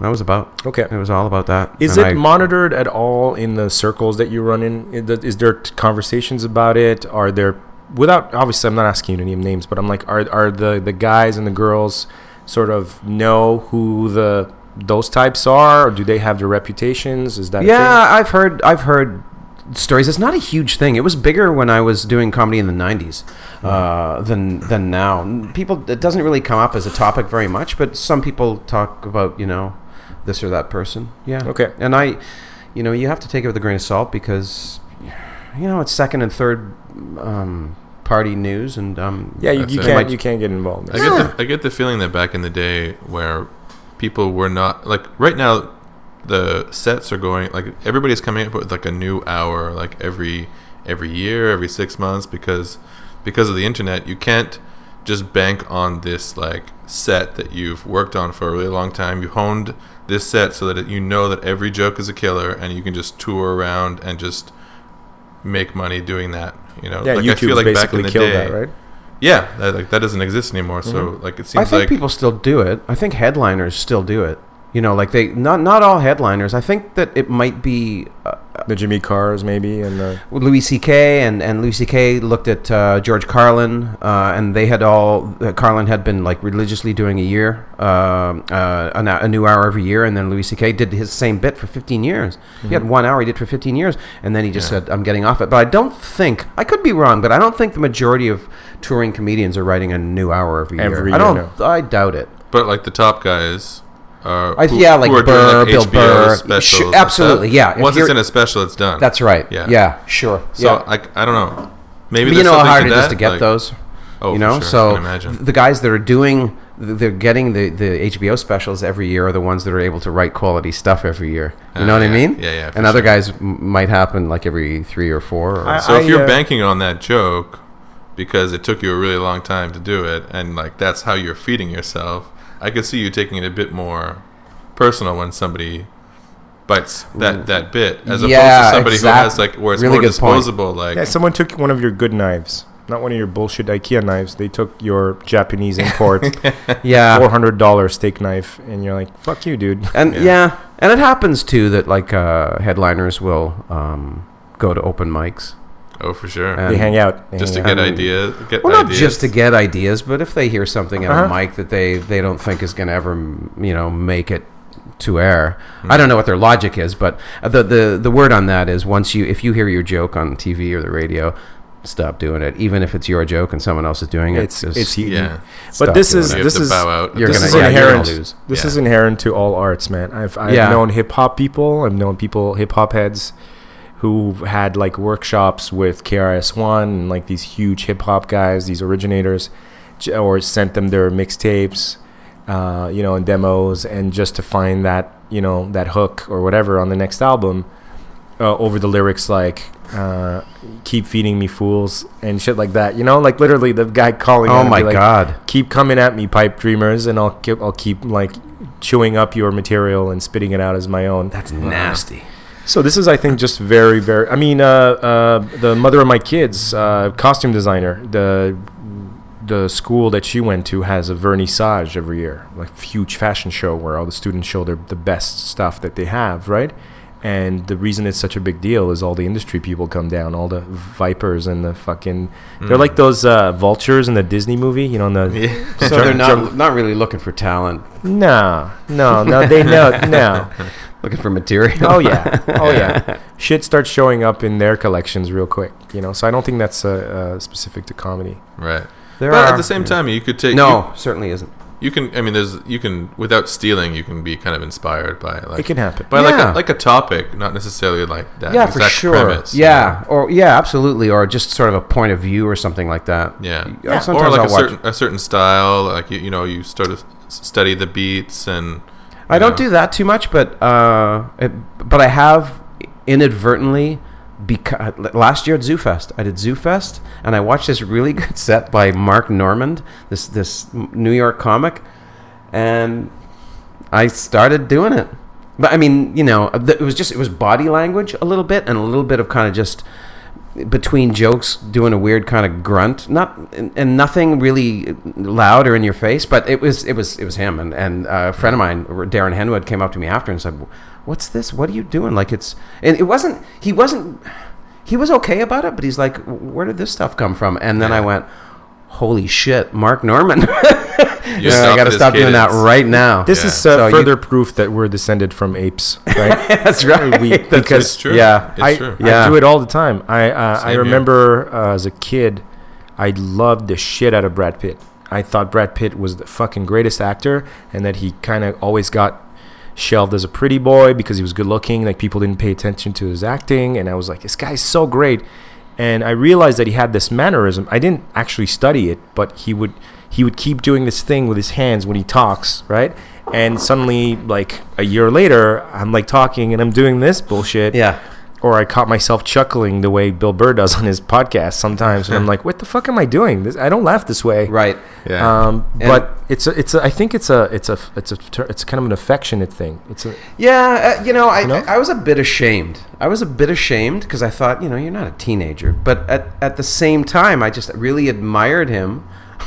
Speaker 4: That was about.
Speaker 1: Okay.
Speaker 4: It was all about that.
Speaker 1: Oh. Is
Speaker 4: And
Speaker 1: it
Speaker 4: I-
Speaker 1: monitored at all in the circles that you run in? Is that- Is there t- conversations about it? Are there without obviously I'm not asking you to name names, but I'm like, are are the the guys and the girls sort of know who the those types are, or do they have their reputations? Is that a thing?
Speaker 4: Yeah, I've heard. I've heard stories. It's not a huge thing. It was bigger when I was doing comedy in the '90s uh, than than now. People, it doesn't really come up as a topic very much, but some people talk about you know this or that person. Yeah.
Speaker 1: Okay.
Speaker 4: And I, you know, you have to take it with a grain of salt because you know it's second and third um, party news, and um,
Speaker 1: Yeah, you,
Speaker 2: That's
Speaker 1: you
Speaker 2: it.
Speaker 1: can't
Speaker 4: Like-
Speaker 1: you can't get involved.
Speaker 2: I get the, I get the feeling that back in the day where people were not like right now the sets are going like everybody's coming up with like a new hour like every every year every 6 months because because of the internet you can't just bank on this like set that you've worked on for a really long time you honed this set so that it, you know that every joke is a killer and you can just tour around and just make money doing that you know
Speaker 1: yeah,
Speaker 2: like
Speaker 1: YouTube's basically killed
Speaker 2: day
Speaker 1: that, right?
Speaker 2: yeah, that, like that doesn't exist anymore. So like it
Speaker 4: Mm-hmm. I
Speaker 2: seems
Speaker 4: think
Speaker 2: like
Speaker 4: people still do it. I think headliners still do it. You know, like they not not all headliners. I think that it might be uh,
Speaker 1: The Jimmy Cars maybe, and the
Speaker 4: Louis C.K. and and Louis C.K. looked at uh, George Carlin, uh, and they had all uh, Carlin had been like religiously doing a year, um uh, an, hou- a new hour every year, and then Louis C.K. did his same bit for 15 years. He had one hour he did for 15 years, and then he just said, "I'm getting off it." But I don't think I could be wrong, but I don't think the majority of touring comedians are writing a new hour every year.
Speaker 1: Every
Speaker 4: I
Speaker 1: year,
Speaker 4: don't. I doubt it.
Speaker 2: but like the top guys uh, are
Speaker 4: I- yeah, like Burr, Bill Burr,
Speaker 2: specials
Speaker 4: sh-
Speaker 2: and
Speaker 4: absolutely,
Speaker 2: stuff.
Speaker 4: yeah, if
Speaker 2: Once it's
Speaker 4: you're-
Speaker 2: in a special, it's done.
Speaker 4: That's right.
Speaker 2: Yeah.
Speaker 4: Yeah. sure.
Speaker 2: So
Speaker 4: yeah.
Speaker 2: I, I don't know. Maybe
Speaker 4: But you
Speaker 2: there's
Speaker 4: know how
Speaker 2: something
Speaker 4: hard
Speaker 2: to
Speaker 4: it is
Speaker 2: that,
Speaker 4: to get
Speaker 2: like-
Speaker 4: those.
Speaker 2: Oh,
Speaker 4: you
Speaker 2: for
Speaker 4: know,
Speaker 2: sure, I
Speaker 4: so
Speaker 2: can imagine.
Speaker 4: the guys that are doing, they're getting the, the HBO specials every year are the ones that are able to write quality stuff every year. You
Speaker 2: Ah,
Speaker 4: know what
Speaker 2: yeah.
Speaker 4: I mean?
Speaker 2: Yeah, yeah, for
Speaker 4: And other
Speaker 2: sure.
Speaker 4: guys m- might happen like every three or four. Or,
Speaker 1: I-
Speaker 2: so if
Speaker 1: I,
Speaker 2: you're
Speaker 1: uh,
Speaker 2: banking on that joke because it took you a really long time to do it, and like that's how you're feeding yourself, I could see you taking it a bit more personal when somebody bites that that bit as
Speaker 4: Yeah,
Speaker 2: opposed to somebody
Speaker 4: exact-
Speaker 2: who has like where it's
Speaker 4: really
Speaker 2: more
Speaker 4: good point.
Speaker 2: disposable. Like
Speaker 1: Yeah, someone took one of your good knives, not one of your bullshit IKEA knives. They took your Japanese import
Speaker 2: Ah.
Speaker 4: yeah.
Speaker 1: four hundred dollar steak knife, and you're like, "Fuck you, dude."
Speaker 4: and
Speaker 2: Yeah.
Speaker 4: yeah. and it happens too that like uh, headliners will um, go to open mics.
Speaker 2: oh, for sure.
Speaker 4: Uh,
Speaker 1: They hang out. They
Speaker 2: just to
Speaker 1: hang
Speaker 2: get
Speaker 1: out.
Speaker 2: ideas. Get
Speaker 4: Well, not
Speaker 2: ideas.
Speaker 4: just to get ideas, but if they hear something at
Speaker 1: Uh-huh.
Speaker 4: a mic that they, they don't think is going to ever, m- you know, make it to air. I don't know what their logic is, but the, the the word on that is once you if you hear your joke on TV or the radio, stop doing it. even if it's your joke and someone else is doing it.
Speaker 1: It's
Speaker 4: just-
Speaker 1: it's eaten.
Speaker 2: yeah.
Speaker 1: But
Speaker 4: Stop
Speaker 1: this
Speaker 4: doing
Speaker 1: is
Speaker 4: it.
Speaker 2: You
Speaker 1: this
Speaker 2: have to
Speaker 1: is
Speaker 2: bow out.
Speaker 4: You're
Speaker 1: this
Speaker 4: gonna-
Speaker 1: is
Speaker 4: yeah, you're
Speaker 1: inherent.
Speaker 4: gonna lose.
Speaker 1: This
Speaker 2: Yeah.
Speaker 1: is inherent to all arts, man. I've I've
Speaker 4: Yeah.
Speaker 1: known hip hop people. I've known people hip hop heads who had like workshops with KRS One and like these huge hip hop guys, these originators, j- or sent them their mixtapes, uh, you know, and demos, and just to find that you know that hook or whatever on the next album uh, over the lyrics like. Uh, keep feeding me fools and shit like that. You know, like literally the guy calling. out
Speaker 4: oh
Speaker 1: and be
Speaker 4: my
Speaker 1: like,
Speaker 4: god.
Speaker 1: keep coming at me, pipe dreamers, and I'll keep I'll keep like chewing up your material and spitting it out as my own.
Speaker 4: That's nasty.
Speaker 1: So this is, I think, just very, very. I mean, uh, uh, the mother of my kids, uh, costume designer, the the school that she went to has a vernissage every year, like huge fashion show where all the students show their the best stuff that they have, right? And the reason it's such a big deal is all the industry people come down, all the vipers and the fucking.
Speaker 4: Mm.
Speaker 1: They're like those uh, vultures in the Disney movie, you know, in the
Speaker 2: Yeah.
Speaker 4: So
Speaker 1: Jump-
Speaker 4: they're not
Speaker 1: jump-
Speaker 4: not really looking for talent.
Speaker 1: no, no, no. They know. No,
Speaker 4: looking for material.
Speaker 1: Oh yeah, oh yeah. Shit starts showing up in their collections real quick, you know. So I don't think that's uh, uh, specific to comedy.
Speaker 2: Right.
Speaker 4: There
Speaker 2: but
Speaker 4: are-
Speaker 2: at the same time, you could take
Speaker 4: no, certainly isn't.
Speaker 2: You, you can. I mean, there's you can without stealing, you can be kind of inspired by like
Speaker 1: It can happen.
Speaker 2: by
Speaker 4: Yeah.
Speaker 2: like a, like a topic, not necessarily like that.
Speaker 4: yeah,
Speaker 2: exact
Speaker 4: for sure.
Speaker 2: Premise, you
Speaker 4: yeah, or yeah, absolutely, or just sort of a point of view or something like that.
Speaker 2: know? Yeah.
Speaker 4: Yeah,
Speaker 2: Or
Speaker 4: sometimes
Speaker 2: like
Speaker 4: I'll
Speaker 2: a
Speaker 4: watch-
Speaker 2: certain a certain style, like you, you know, you sort of s- study the beats and.
Speaker 4: I
Speaker 2: you
Speaker 4: don't
Speaker 2: know.
Speaker 4: do that too much, but uh, it, but I have inadvertently because last year at Zoo Fest, I did Zoo Fest, and I watched this really good set by Mark Normand, this this New York comic, and I started doing it. But I mean, you know, th- it was just it was body language a little bit and a little bit of kind of just between jokes doing a weird kind of grunt not and, and nothing really loud or in your face but it was it was it was him and and uh, a friend of mine darren henwood came up to me after and said what's this what are you doing like it's and it wasn't he wasn't he was okay about it but he's like where did this stuff come from and then i went holy shit mark norman
Speaker 2: You
Speaker 4: i
Speaker 2: stop
Speaker 4: gotta
Speaker 2: at his
Speaker 4: stop doing that
Speaker 2: cadence.
Speaker 4: right now
Speaker 1: This
Speaker 2: Yeah.
Speaker 1: is uh,
Speaker 4: So you-
Speaker 1: further proof that we're descended from apes, right?
Speaker 4: that's right
Speaker 1: We-
Speaker 4: That's-
Speaker 1: because-
Speaker 2: It's true.
Speaker 4: yeah,
Speaker 2: It's
Speaker 1: I,
Speaker 2: true.
Speaker 1: I
Speaker 4: Yeah.
Speaker 1: do it all the time. I uh, I
Speaker 2: here.
Speaker 1: remember uh, as a kid, I loved the shit out of Brad Pitt. I thought Brad Pitt was the fucking greatest actor, and that he kind of always got shelved as a pretty boy because he was good looking. Like people didn't pay attention to his acting, and I was like, this guy's so great. And I realized that he had this mannerism. I didn't actually study it, but he would he would keep doing this thing with his hands when he talks, right? And suddenly, like a year later, I'm like talking and I'm doing this bullshit
Speaker 4: yeah
Speaker 1: or I caught myself chuckling the way Bill Burr does on his podcast sometimes, and I'm like, "What the fuck am I doing? This, I don't laugh this way."
Speaker 4: right
Speaker 2: Yeah.
Speaker 1: Um,
Speaker 4: And-
Speaker 1: but it's a, it's a, I think it's a it's a it's a ter- it's kind of an affectionate thing. It's a
Speaker 4: Yeah, uh, you know, I,
Speaker 1: know?
Speaker 4: I was a bit ashamed. I was a bit ashamed because I thought, you know, you're not a teenager. But at, at the same time, I just really admired him.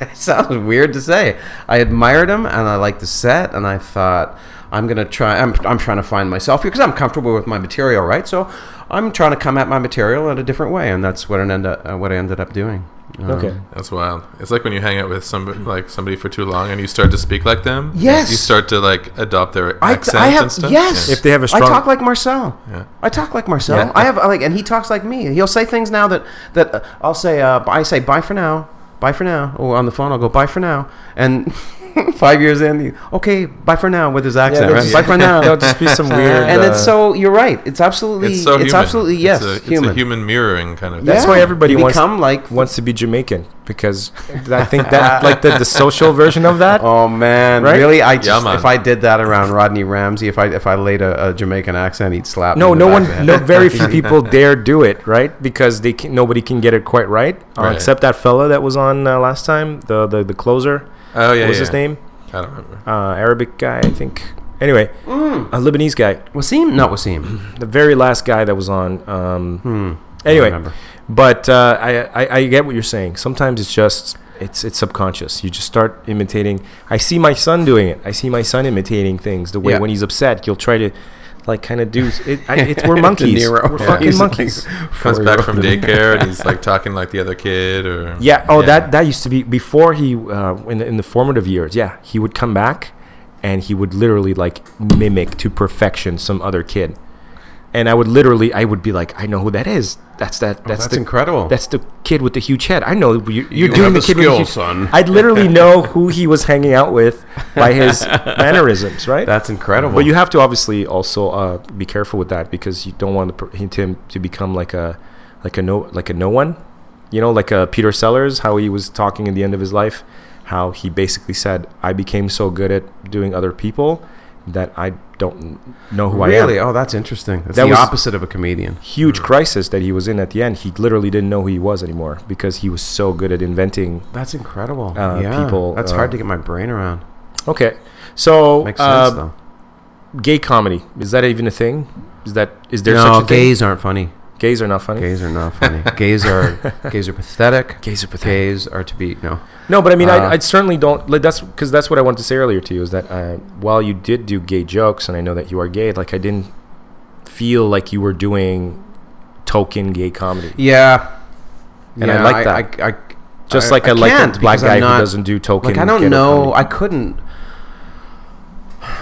Speaker 4: it sounds weird to say. I admired him and I liked the set and I thought, I'm going to try, I'm, I'm trying to find myself here because I'm comfortable with my material, right? So I'm trying to come at my material in a different way. And that's what, it end up, uh, what I ended up doing. Um,
Speaker 1: okay.
Speaker 2: That's wild. It's like when you hang out with somebody like somebody for too long and you start to speak like them.
Speaker 4: Yes.
Speaker 2: You start to like adopt their
Speaker 4: I,
Speaker 2: accents
Speaker 4: I have
Speaker 2: and stuff.
Speaker 4: yes.
Speaker 1: If they have a
Speaker 4: I
Speaker 1: strong-
Speaker 4: talk like Marcel.
Speaker 2: Yeah.
Speaker 4: I talk like Marcel.
Speaker 1: Yeah.
Speaker 4: I have uh, like, and he talks like me. He'll say things now that that uh, I'll say. Uh, I say bye for now, bye for now. Or on the phone, I'll go bye for now. And five years in, he, okay, bye for now with his accent.
Speaker 1: there'll
Speaker 4: right?
Speaker 1: just-
Speaker 4: Bye for now.
Speaker 1: there'll just be some weird.
Speaker 4: and
Speaker 1: uh,
Speaker 4: it's so you're right. It's absolutely.
Speaker 2: It's
Speaker 4: It's,
Speaker 2: so human.
Speaker 4: absolutely yes.
Speaker 2: It's a, it's
Speaker 4: human.
Speaker 2: a human mirroring kind of.
Speaker 1: That's
Speaker 2: thing.
Speaker 1: why everybody
Speaker 4: you
Speaker 1: wants-
Speaker 4: become like.
Speaker 1: wants to be Jamaican because I think that like the, the social version of that.
Speaker 4: Oh man,
Speaker 1: Right?
Speaker 4: really? I just
Speaker 2: man.
Speaker 4: if I did that around Rodney Ramsey, if I if I laid a, a Jamaican accent, he'd slap. me
Speaker 1: No,
Speaker 4: in the
Speaker 1: no
Speaker 4: back
Speaker 1: one,
Speaker 4: of the head.
Speaker 1: no, very few people dare do it, right? Because they can, nobody can get it quite right, uh,
Speaker 2: Right.
Speaker 1: except that fella that was on uh, last time, the the, the closer.
Speaker 2: Oh yeah.
Speaker 1: what was
Speaker 2: yeah.
Speaker 1: his name?
Speaker 2: I don't remember.
Speaker 1: uh, Arabic guy, I think. Anyway,
Speaker 2: Mm.
Speaker 1: a Lebanese guy,
Speaker 4: Wasim, not Wasim.
Speaker 1: the very last guy that was on. Um,
Speaker 2: Hmm,
Speaker 1: Anyway,
Speaker 4: remember.
Speaker 1: but uh, I, I I get what you're saying. Sometimes it's just it's it's subconscious. You just start imitating. I see my son doing it. I see my son imitating things the way
Speaker 4: Yeah.
Speaker 1: when he's upset, he'll try to like kind of do. It, I, it's we're monkeys.
Speaker 4: Niro.
Speaker 1: We're
Speaker 4: Yeah.
Speaker 1: fucking
Speaker 4: He's like-
Speaker 1: monkeys.
Speaker 2: Comes
Speaker 4: Four-year-old.
Speaker 2: back from daycare and he's like talking like the other kid or.
Speaker 1: Yeah. Oh, that that used to be before he uh, in the, in the formative years. Yeah, he would come back, and he would literally like mimic to perfection some other kid, and I would literally I would be like, I know who that is. That's that. Oh, That's,
Speaker 4: that's
Speaker 1: the,
Speaker 4: incredible.
Speaker 1: That's the kid with the huge head. I know you, you're
Speaker 4: You
Speaker 1: doing the
Speaker 4: have a
Speaker 1: kid
Speaker 4: skill,
Speaker 1: with the huge
Speaker 4: son.
Speaker 1: I'd literally know who he was hanging out with by his mannerisms, right?
Speaker 4: That's incredible.
Speaker 1: But you have to obviously also uh, be careful with that because you don't want the per- him to become like a like a no like a no one. You know, like uh, Peter Sellers, how he was talking at the end of his life, how he basically said, "I became so good at doing other people that I don't know who I am."
Speaker 4: Really? Hmm. Oh, that's interesting. That's
Speaker 1: That
Speaker 4: the
Speaker 1: was-
Speaker 4: opposite of a comedian.
Speaker 1: Huge crisis that he was in at the end. He literally didn't know who he was anymore because he was so good at inventing
Speaker 4: That's incredible.
Speaker 1: Uh,
Speaker 4: yeah,
Speaker 1: people,
Speaker 4: That's
Speaker 1: uh,
Speaker 4: hard to get my brain around.
Speaker 1: Okay, so
Speaker 4: Makes sense
Speaker 1: uh,
Speaker 4: though.
Speaker 1: gay comedy is that even a thing? Is that is there
Speaker 4: no,
Speaker 1: such a
Speaker 4: gays aren't funny.
Speaker 1: thing? Gays are not funny.
Speaker 4: Gays are not funny. gays are gays are pathetic.
Speaker 1: Gays are pathetic.
Speaker 4: Gays are to be no.
Speaker 1: No, but I mean,
Speaker 4: Uh,
Speaker 1: I, I certainly don't. Like, that's because that's what I wanted to say earlier to you is that uh, while you did do gay jokes, and I know that you are gay, like I didn't feel like you were doing token gay comedy.
Speaker 4: Yeah.
Speaker 1: And I like that.
Speaker 4: I, I,
Speaker 1: Just
Speaker 4: I-
Speaker 1: like
Speaker 4: I
Speaker 1: I, like
Speaker 4: can't
Speaker 1: a black
Speaker 4: because
Speaker 1: guy
Speaker 4: I'm not-
Speaker 1: who doesn't do token.
Speaker 4: like I don't
Speaker 1: ghetto
Speaker 4: know.
Speaker 1: comedy.
Speaker 4: I couldn't.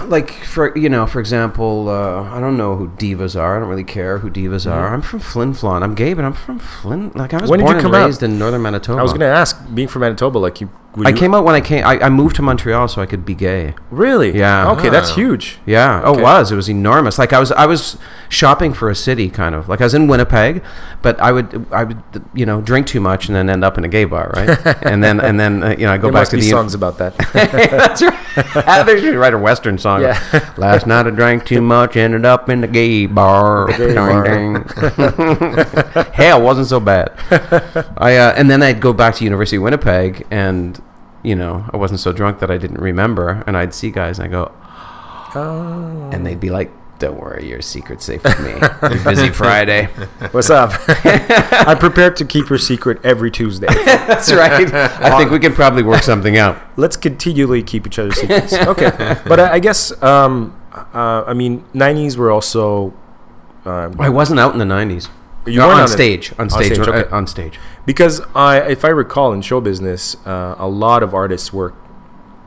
Speaker 4: like for you know, for example, uh, I don't know who divas are. I don't really care who divas are. I'm from Flin Flon. I'm gay, but I'm from Flin. Like I
Speaker 1: Mm-hmm.
Speaker 4: was
Speaker 1: When did you
Speaker 4: born and
Speaker 1: come out?
Speaker 4: raised in northern Manitoba.
Speaker 1: I was gonna ask, being from Manitoba, like you, would
Speaker 4: I
Speaker 1: you-
Speaker 4: came out when I came. I, I moved to Montreal so I could be gay.
Speaker 1: really,
Speaker 4: Yeah.
Speaker 1: Okay, that's
Speaker 2: Wow.
Speaker 1: huge.
Speaker 4: Yeah. Oh,
Speaker 1: Okay.
Speaker 4: it was. It was enormous. Like I was, I was shopping for a city, kind of. Like I was in Winnipeg, but I would, I would, you know, drink too much and then end up in a gay bar, right? and then, and then, uh, you know, I go
Speaker 1: There
Speaker 4: back
Speaker 1: must
Speaker 4: to
Speaker 1: be
Speaker 4: the
Speaker 1: songs about that.
Speaker 4: That's right. they should write a western song.
Speaker 1: Yeah.
Speaker 4: Last night I drank too much, ended up in the gay bar.
Speaker 1: gay bar.
Speaker 4: Ding, ding. Hell, wasn't so bad. I uh, and then I'd go back to University of Winnipeg, and you know I wasn't so drunk that I didn't remember, and I'd see guys and I go, oh, and they'd be like. Don't worry, your secret's safe with me. You're busy Friday.
Speaker 1: What's up? I'm prepared to keep your secret every Tuesday.
Speaker 4: That's right. I think we could probably work something out.
Speaker 1: Let's continually keep each other's secrets. Okay, but I, I guess um, uh, I mean '90s were also um,
Speaker 4: I wasn't out in the '90s.
Speaker 1: You
Speaker 4: No,
Speaker 1: weren't
Speaker 4: on,
Speaker 1: out in-
Speaker 4: stage, on
Speaker 1: on
Speaker 4: stage,
Speaker 1: stage,
Speaker 4: uh,
Speaker 1: okay.
Speaker 4: on stage.
Speaker 1: because I, if I recall, in show business, uh, a lot of artists were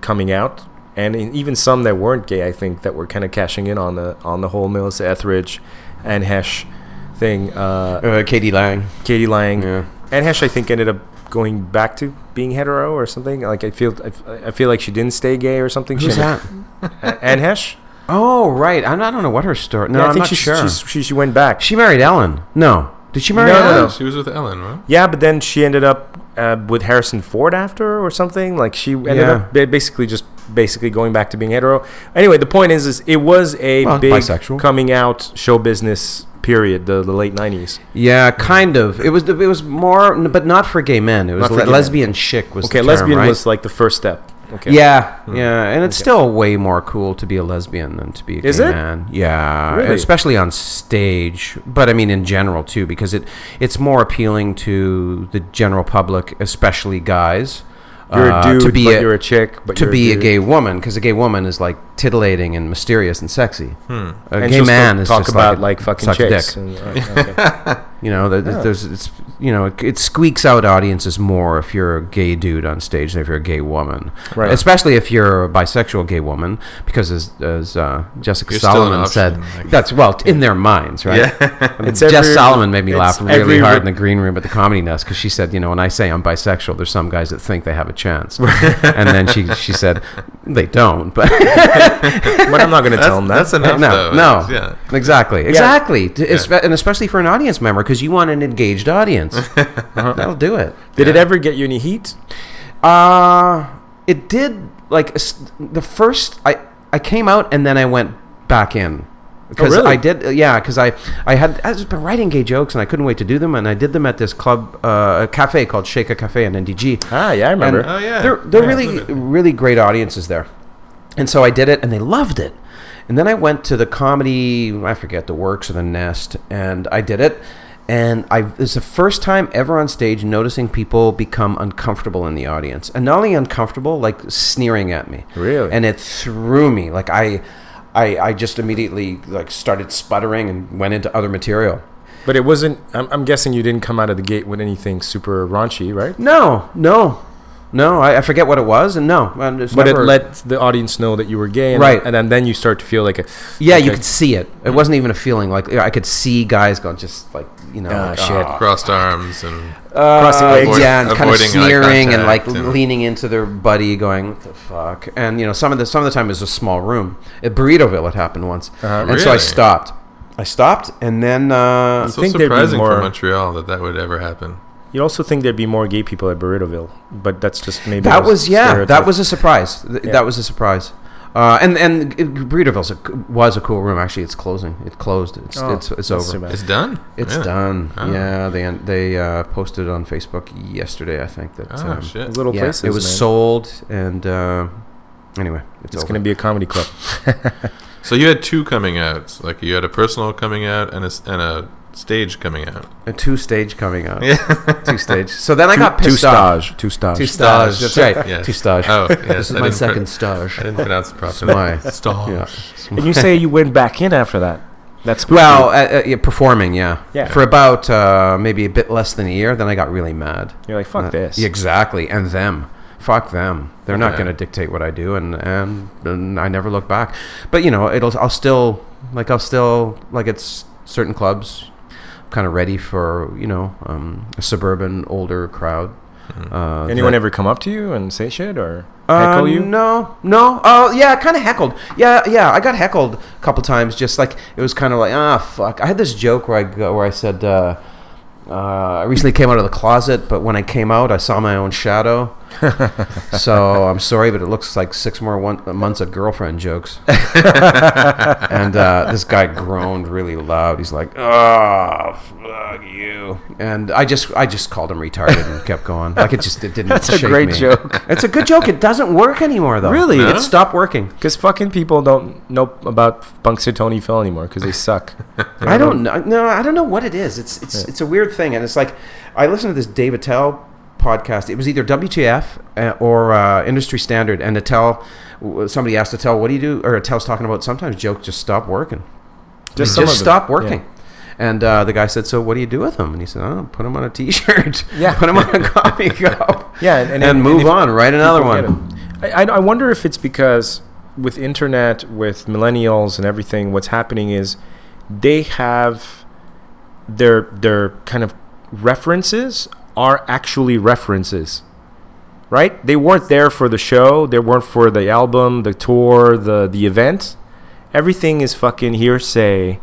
Speaker 1: coming out, and in, even some that weren't gay, I think, that were kind of cashing in on the on the whole Melissa Etheridge and Hesh thing. Uh,
Speaker 4: Uh, Katie Lang.
Speaker 1: Katie Lang
Speaker 4: Yeah.
Speaker 1: and Hesh, I think, ended up going back to being hetero or something. Like I feel, I, f- I feel like she didn't stay gay or something.
Speaker 4: Who's
Speaker 1: she
Speaker 4: that?
Speaker 1: Anne Hesh.
Speaker 4: Oh, right. I don't, I don't know what her story. No,
Speaker 1: Yeah, I
Speaker 4: I'm
Speaker 1: think
Speaker 4: not
Speaker 1: she,
Speaker 4: sure.
Speaker 1: she's- she she went back.
Speaker 4: she married Ellen. No, did she marry
Speaker 1: No,
Speaker 4: Ellen?
Speaker 1: no, no.
Speaker 2: Oh, She was with Ellen, right?
Speaker 1: Yeah, but then she ended up uh, with Harrison Ford after or something. Like she ended
Speaker 4: Yeah.
Speaker 1: up ba- basically just basically going back to being hetero. Anyway, the point is, is it was a
Speaker 4: Well,
Speaker 1: big
Speaker 4: bisexual.
Speaker 1: coming out show business period, the, the late nineties.
Speaker 4: Yeah, kind of. It was it was more, but not for gay men. It was
Speaker 1: Not for
Speaker 4: le-
Speaker 1: gay men.
Speaker 4: lesbian chic was
Speaker 1: Okay,
Speaker 4: the term,
Speaker 1: lesbian
Speaker 4: right?
Speaker 1: was like the first step. Okay, Hmm.
Speaker 4: Yeah, yeah, and it's still way more cool to be a lesbian than to be a gay
Speaker 1: Is it?
Speaker 4: man. Yeah,
Speaker 1: Really?
Speaker 4: especially on stage, but I mean in general too, because it it's more appealing to the general public, especially guys.
Speaker 1: you're
Speaker 4: uh,
Speaker 1: a dude,
Speaker 4: to be
Speaker 1: but
Speaker 4: a,
Speaker 1: you're a chick, but
Speaker 4: to
Speaker 1: you're
Speaker 4: be a
Speaker 1: dude.
Speaker 4: gay woman because a gay woman is like titillating and mysterious and sexy. A
Speaker 1: Hmm. And
Speaker 4: gay
Speaker 1: she'll still
Speaker 4: man is
Speaker 1: talk
Speaker 4: just
Speaker 1: about
Speaker 4: a-
Speaker 1: like, fucking
Speaker 4: sucks
Speaker 1: chicks.
Speaker 4: dick.
Speaker 1: And, uh, okay.
Speaker 4: You know, th- th- there's it's you know it, it squeaks out audiences more if you're a gay dude on stage than if you're a gay woman,
Speaker 1: Right.
Speaker 4: Especially if you're a bisexual gay woman because as, as uh, Jessica
Speaker 2: You're still an
Speaker 4: Solomon
Speaker 2: option,
Speaker 4: said,
Speaker 2: I guess.
Speaker 4: that's well t- in their minds, right? I mean,
Speaker 1: It's
Speaker 4: Jess
Speaker 1: every-
Speaker 4: Mm. Solomon made me laugh
Speaker 1: it's
Speaker 4: really
Speaker 1: every
Speaker 4: hard
Speaker 1: re-
Speaker 4: in the green room at the Comedy Nest because she said, you know, when I say I'm bisexual, there's some guys that think they have a chance, and then she she said they don't, but.
Speaker 1: but I'm not gonna tell them that.
Speaker 2: That's enough,
Speaker 4: No,
Speaker 2: though.
Speaker 4: no,
Speaker 2: Yeah.
Speaker 4: exactly, exactly, To- espe- and especially for an audience member because you want an engaged audience.
Speaker 1: Uh-huh.
Speaker 4: That'll do it.
Speaker 1: Did it ever get you any heat?
Speaker 4: Uh it did. Like s- the first, I I came out and then I went back in because
Speaker 1: really?
Speaker 4: I did. Yeah, because I I had I just been writing gay jokes and I couldn't wait to do them and I did them at this club, uh, a cafe called Shake a Cafe in NDG.
Speaker 1: Ah, yeah, I remember.
Speaker 4: And
Speaker 2: Oh, yeah.
Speaker 4: they're they're
Speaker 2: Yeah,
Speaker 4: really
Speaker 2: absolutely.
Speaker 4: really great audiences there, and so I did it, and they loved it. And then I went to the comedy, I forget the works or the Nest, and I did it. And I it's the first time ever on stage noticing people become uncomfortable in the audience, and not only uncomfortable, like sneering at me.
Speaker 1: Really?
Speaker 4: And it threw me. Like I, I, I just immediately like started sputtering and went into other material.
Speaker 1: But it wasn't. I'm, I'm guessing you didn't come out of the gate with anything super raunchy, right?
Speaker 4: No, no, no. I, I forget what it was, and no. and it's
Speaker 1: But it
Speaker 4: never-
Speaker 1: let the audience know that you were gay, and
Speaker 4: Right.
Speaker 1: And then, then you start to feel like a
Speaker 4: Yeah, you
Speaker 1: okay.
Speaker 4: could see it. It wasn't even a feeling. Like I could see guys going, just like you know,
Speaker 1: Ah,
Speaker 4: like,
Speaker 1: shit.
Speaker 4: "Ah."
Speaker 2: Crossed arms and
Speaker 1: crossing
Speaker 4: Uh,
Speaker 1: legs.
Speaker 2: Avoid-
Speaker 4: yeah, and kind of
Speaker 2: avoiding eye
Speaker 4: sneering and like
Speaker 2: contact and-
Speaker 4: leaning into their buddy, going, "What the fuck?" And you know, some of the some of the time it was a small room at Burritoville. It happened once, and so I
Speaker 2: Really?
Speaker 4: stopped. I stopped, and then uh,
Speaker 2: so
Speaker 1: think there'd be
Speaker 2: surprising
Speaker 1: more-
Speaker 2: for Montreal that that would ever happen.
Speaker 1: You'd also think there'd be more gay people at Burritoville, but that's just maybe
Speaker 4: that
Speaker 1: a
Speaker 4: was yeah, that
Speaker 1: stereotype.
Speaker 4: was a surprise. Th-
Speaker 1: Yeah.
Speaker 4: That was a surprise. Uh, and and Burritoville's a, was a cool room. Actually, it's closing. It closed. It's
Speaker 1: Oh,
Speaker 4: it's, it's
Speaker 1: that's
Speaker 4: over.
Speaker 1: too bad.
Speaker 2: It's done.
Speaker 4: It's
Speaker 2: Yeah.
Speaker 4: done.
Speaker 2: Oh.
Speaker 4: Yeah, they they uh, posted it on Facebook yesterday. I think that.
Speaker 2: Oh
Speaker 4: um,
Speaker 2: shit!
Speaker 1: Little
Speaker 4: yeah,
Speaker 1: places.
Speaker 4: it was
Speaker 1: man.
Speaker 4: sold, and uh, anyway, it's,
Speaker 1: It's
Speaker 4: over.
Speaker 1: gonna be a comedy club.
Speaker 2: So you had two coming outs. Like you had a personal coming out and a s- and a stage coming out.
Speaker 4: a two stage coming up. two stage. So then I got
Speaker 1: two
Speaker 4: pissed off.
Speaker 1: stage, two stage.
Speaker 4: Two stage. That's right.
Speaker 2: Yes.
Speaker 4: Two stage.
Speaker 2: Oh, yes.
Speaker 4: this is
Speaker 2: I
Speaker 4: my
Speaker 2: didn't pro-
Speaker 4: second stage.
Speaker 2: I didn't pronounce it properly.
Speaker 4: my-
Speaker 2: Stage.
Speaker 4: Yeah.
Speaker 1: and you say you went back in after that. That's
Speaker 4: Well, uh, uh, yeah, performing, yeah.
Speaker 1: Yeah.
Speaker 4: For about uh, maybe a bit less than a year, then I got really mad.
Speaker 1: You're like, fuck
Speaker 4: Uh,
Speaker 1: this.
Speaker 4: Exactly, and them fuck them. They're not
Speaker 2: Yeah.
Speaker 4: going to dictate what I do, and, and and I never look back. But you know, it'll I'll still like I'll still like it's certain clubs, kind of ready for you know um, a suburban older crowd. Uh,
Speaker 1: Mm-hmm. Anyone
Speaker 4: that-
Speaker 1: ever come up to you and say shit or
Speaker 4: uh,
Speaker 1: heckle you?
Speaker 4: No, no. Oh, yeah, kind of heckled. Yeah, yeah. I got heckled a couple times. Just like it was kind of like ah, fuck. I had this joke where I go, where I said uh, uh, I recently came out of the closet, but when I came out, I saw my own shadow. so I'm sorry, but it looks like six more one- months of girlfriend jokes. and uh, this guy groaned really loud. He's like, "Oh, fuck you!" And I just, I just called him retarded and kept going. Like it just, it didn't. That's
Speaker 1: a great joke.
Speaker 4: It's a good joke. It doesn't work anymore, though.
Speaker 1: Really?
Speaker 4: It stopped working.
Speaker 1: Because fucking people don't know about Punxsutawney Phil anymore because they suck.
Speaker 4: I don't know. No, I don't know what it is. It's it's it's a weird thing, and it's like I listened to this Dave Attell podcast. It was either WTF uh, or uh, Industry Standard, and Attell. w- Somebody asked Attell, "What do you do?" Or Attell's talking about sometimes jokes just stop working.
Speaker 1: Just,
Speaker 4: They
Speaker 1: some
Speaker 4: just
Speaker 1: of them.
Speaker 4: stop working.
Speaker 1: Yeah.
Speaker 4: And uh, the guy said, "So what do you do with them?" And he said, "Oh, put them on a T-shirt.
Speaker 1: Yeah.
Speaker 4: put them on a coffee cup.
Speaker 1: Yeah,
Speaker 4: and,
Speaker 1: and- and-
Speaker 4: move
Speaker 1: and if-
Speaker 4: on. Write another
Speaker 1: People get
Speaker 4: one.
Speaker 1: it. I, I, I wonder if it's because with internet, with millennials and everything, what's happening is they have their their kind of references are actually references, right? They weren't there for the show. They weren't for the album, the tour, the the event. Everything is fucking hearsay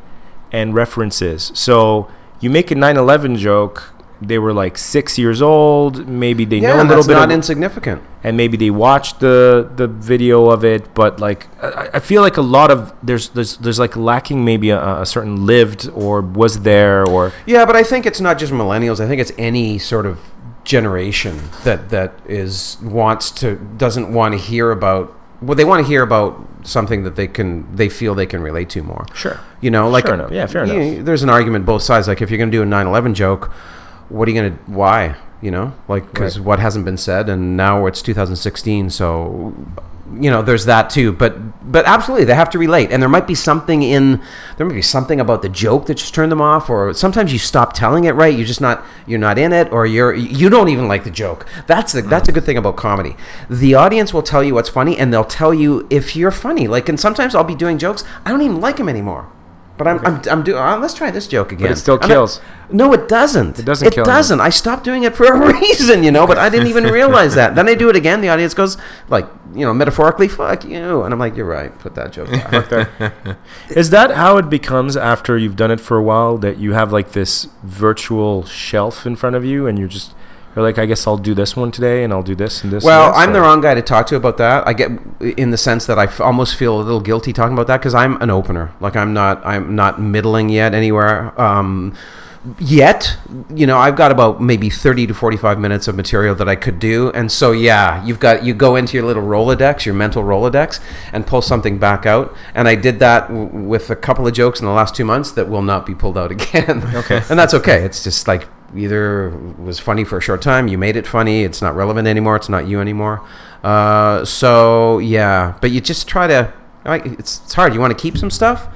Speaker 1: and references. So you make a 9/11 joke. They were like six years old. Maybe they
Speaker 4: Yeah,
Speaker 1: know a
Speaker 4: and
Speaker 1: little
Speaker 4: that's
Speaker 1: bit.
Speaker 4: not
Speaker 1: of,
Speaker 4: insignificant.
Speaker 1: and maybe they watched the the video of it but like i, I feel like a lot of there's there's there's like lacking maybe a, a certain lived or was there or
Speaker 4: Yeah, but I think it's not just millennials. I think it's any sort of generation that that is wants to doesn't want to hear about. Well, they want to hear about something that they can they feel they can relate to more.
Speaker 1: Sure.
Speaker 4: You know, like
Speaker 1: Sure enough. Yeah, fair
Speaker 4: you-
Speaker 1: enough.
Speaker 4: There's an argument both sides. Like if you're going to do a 9/11 joke, what are you going to why? You know, like because
Speaker 1: Right.
Speaker 4: what hasn't been said, and now it's 2016, so you know there's that too but but absolutely they have to relate and there might be something in there might be something about the joke that just turned them off or sometimes you stop telling it right you're just not you're not in it or you're you don't even like the joke that's the, that's a good thing about comedy the audience will tell you what's funny and they'll tell you if you're funny like and sometimes i'll be doing jokes i don't even like them anymore but I'm, I'm, I'm doing. Uh, let's try this joke again.
Speaker 1: it still
Speaker 4: I'm not-
Speaker 1: kills.
Speaker 4: no, it doesn't. It
Speaker 1: doesn't
Speaker 4: It
Speaker 1: kill you.
Speaker 4: doesn't. I stopped doing it for a reason, you know. But I didn't even realize that. Then I do it again. The audience goes like, you know, metaphorically, "Fuck you," and I'm like, "You're right. Put that joke back."
Speaker 1: is that how it becomes after you've done it for a while that you have like this virtual shelf in front of you and you're just you're like i guess i'll do this one today and i'll do this and this
Speaker 4: well,
Speaker 1: and this,
Speaker 4: I'm the
Speaker 1: or-
Speaker 4: wrong guy to talk to about that. I get in the sense that I f- almost feel a little guilty talking about that because I'm an opener. Like I'm not. I'm not middling yet anywhere. Um, yet you know i've got about maybe 30 to 45 minutes of material that i could do and so yeah you've got you go into your little rolodex your mental rolodex and pull something back out and i did that w- with a couple of jokes in the last two months that will not be pulled out again okay and that's okay it's just like either was funny for a short time you made it funny it's not relevant anymore it's not you anymore uh, so yeah but you just try to I- it's, it's hard you want to keep some stuff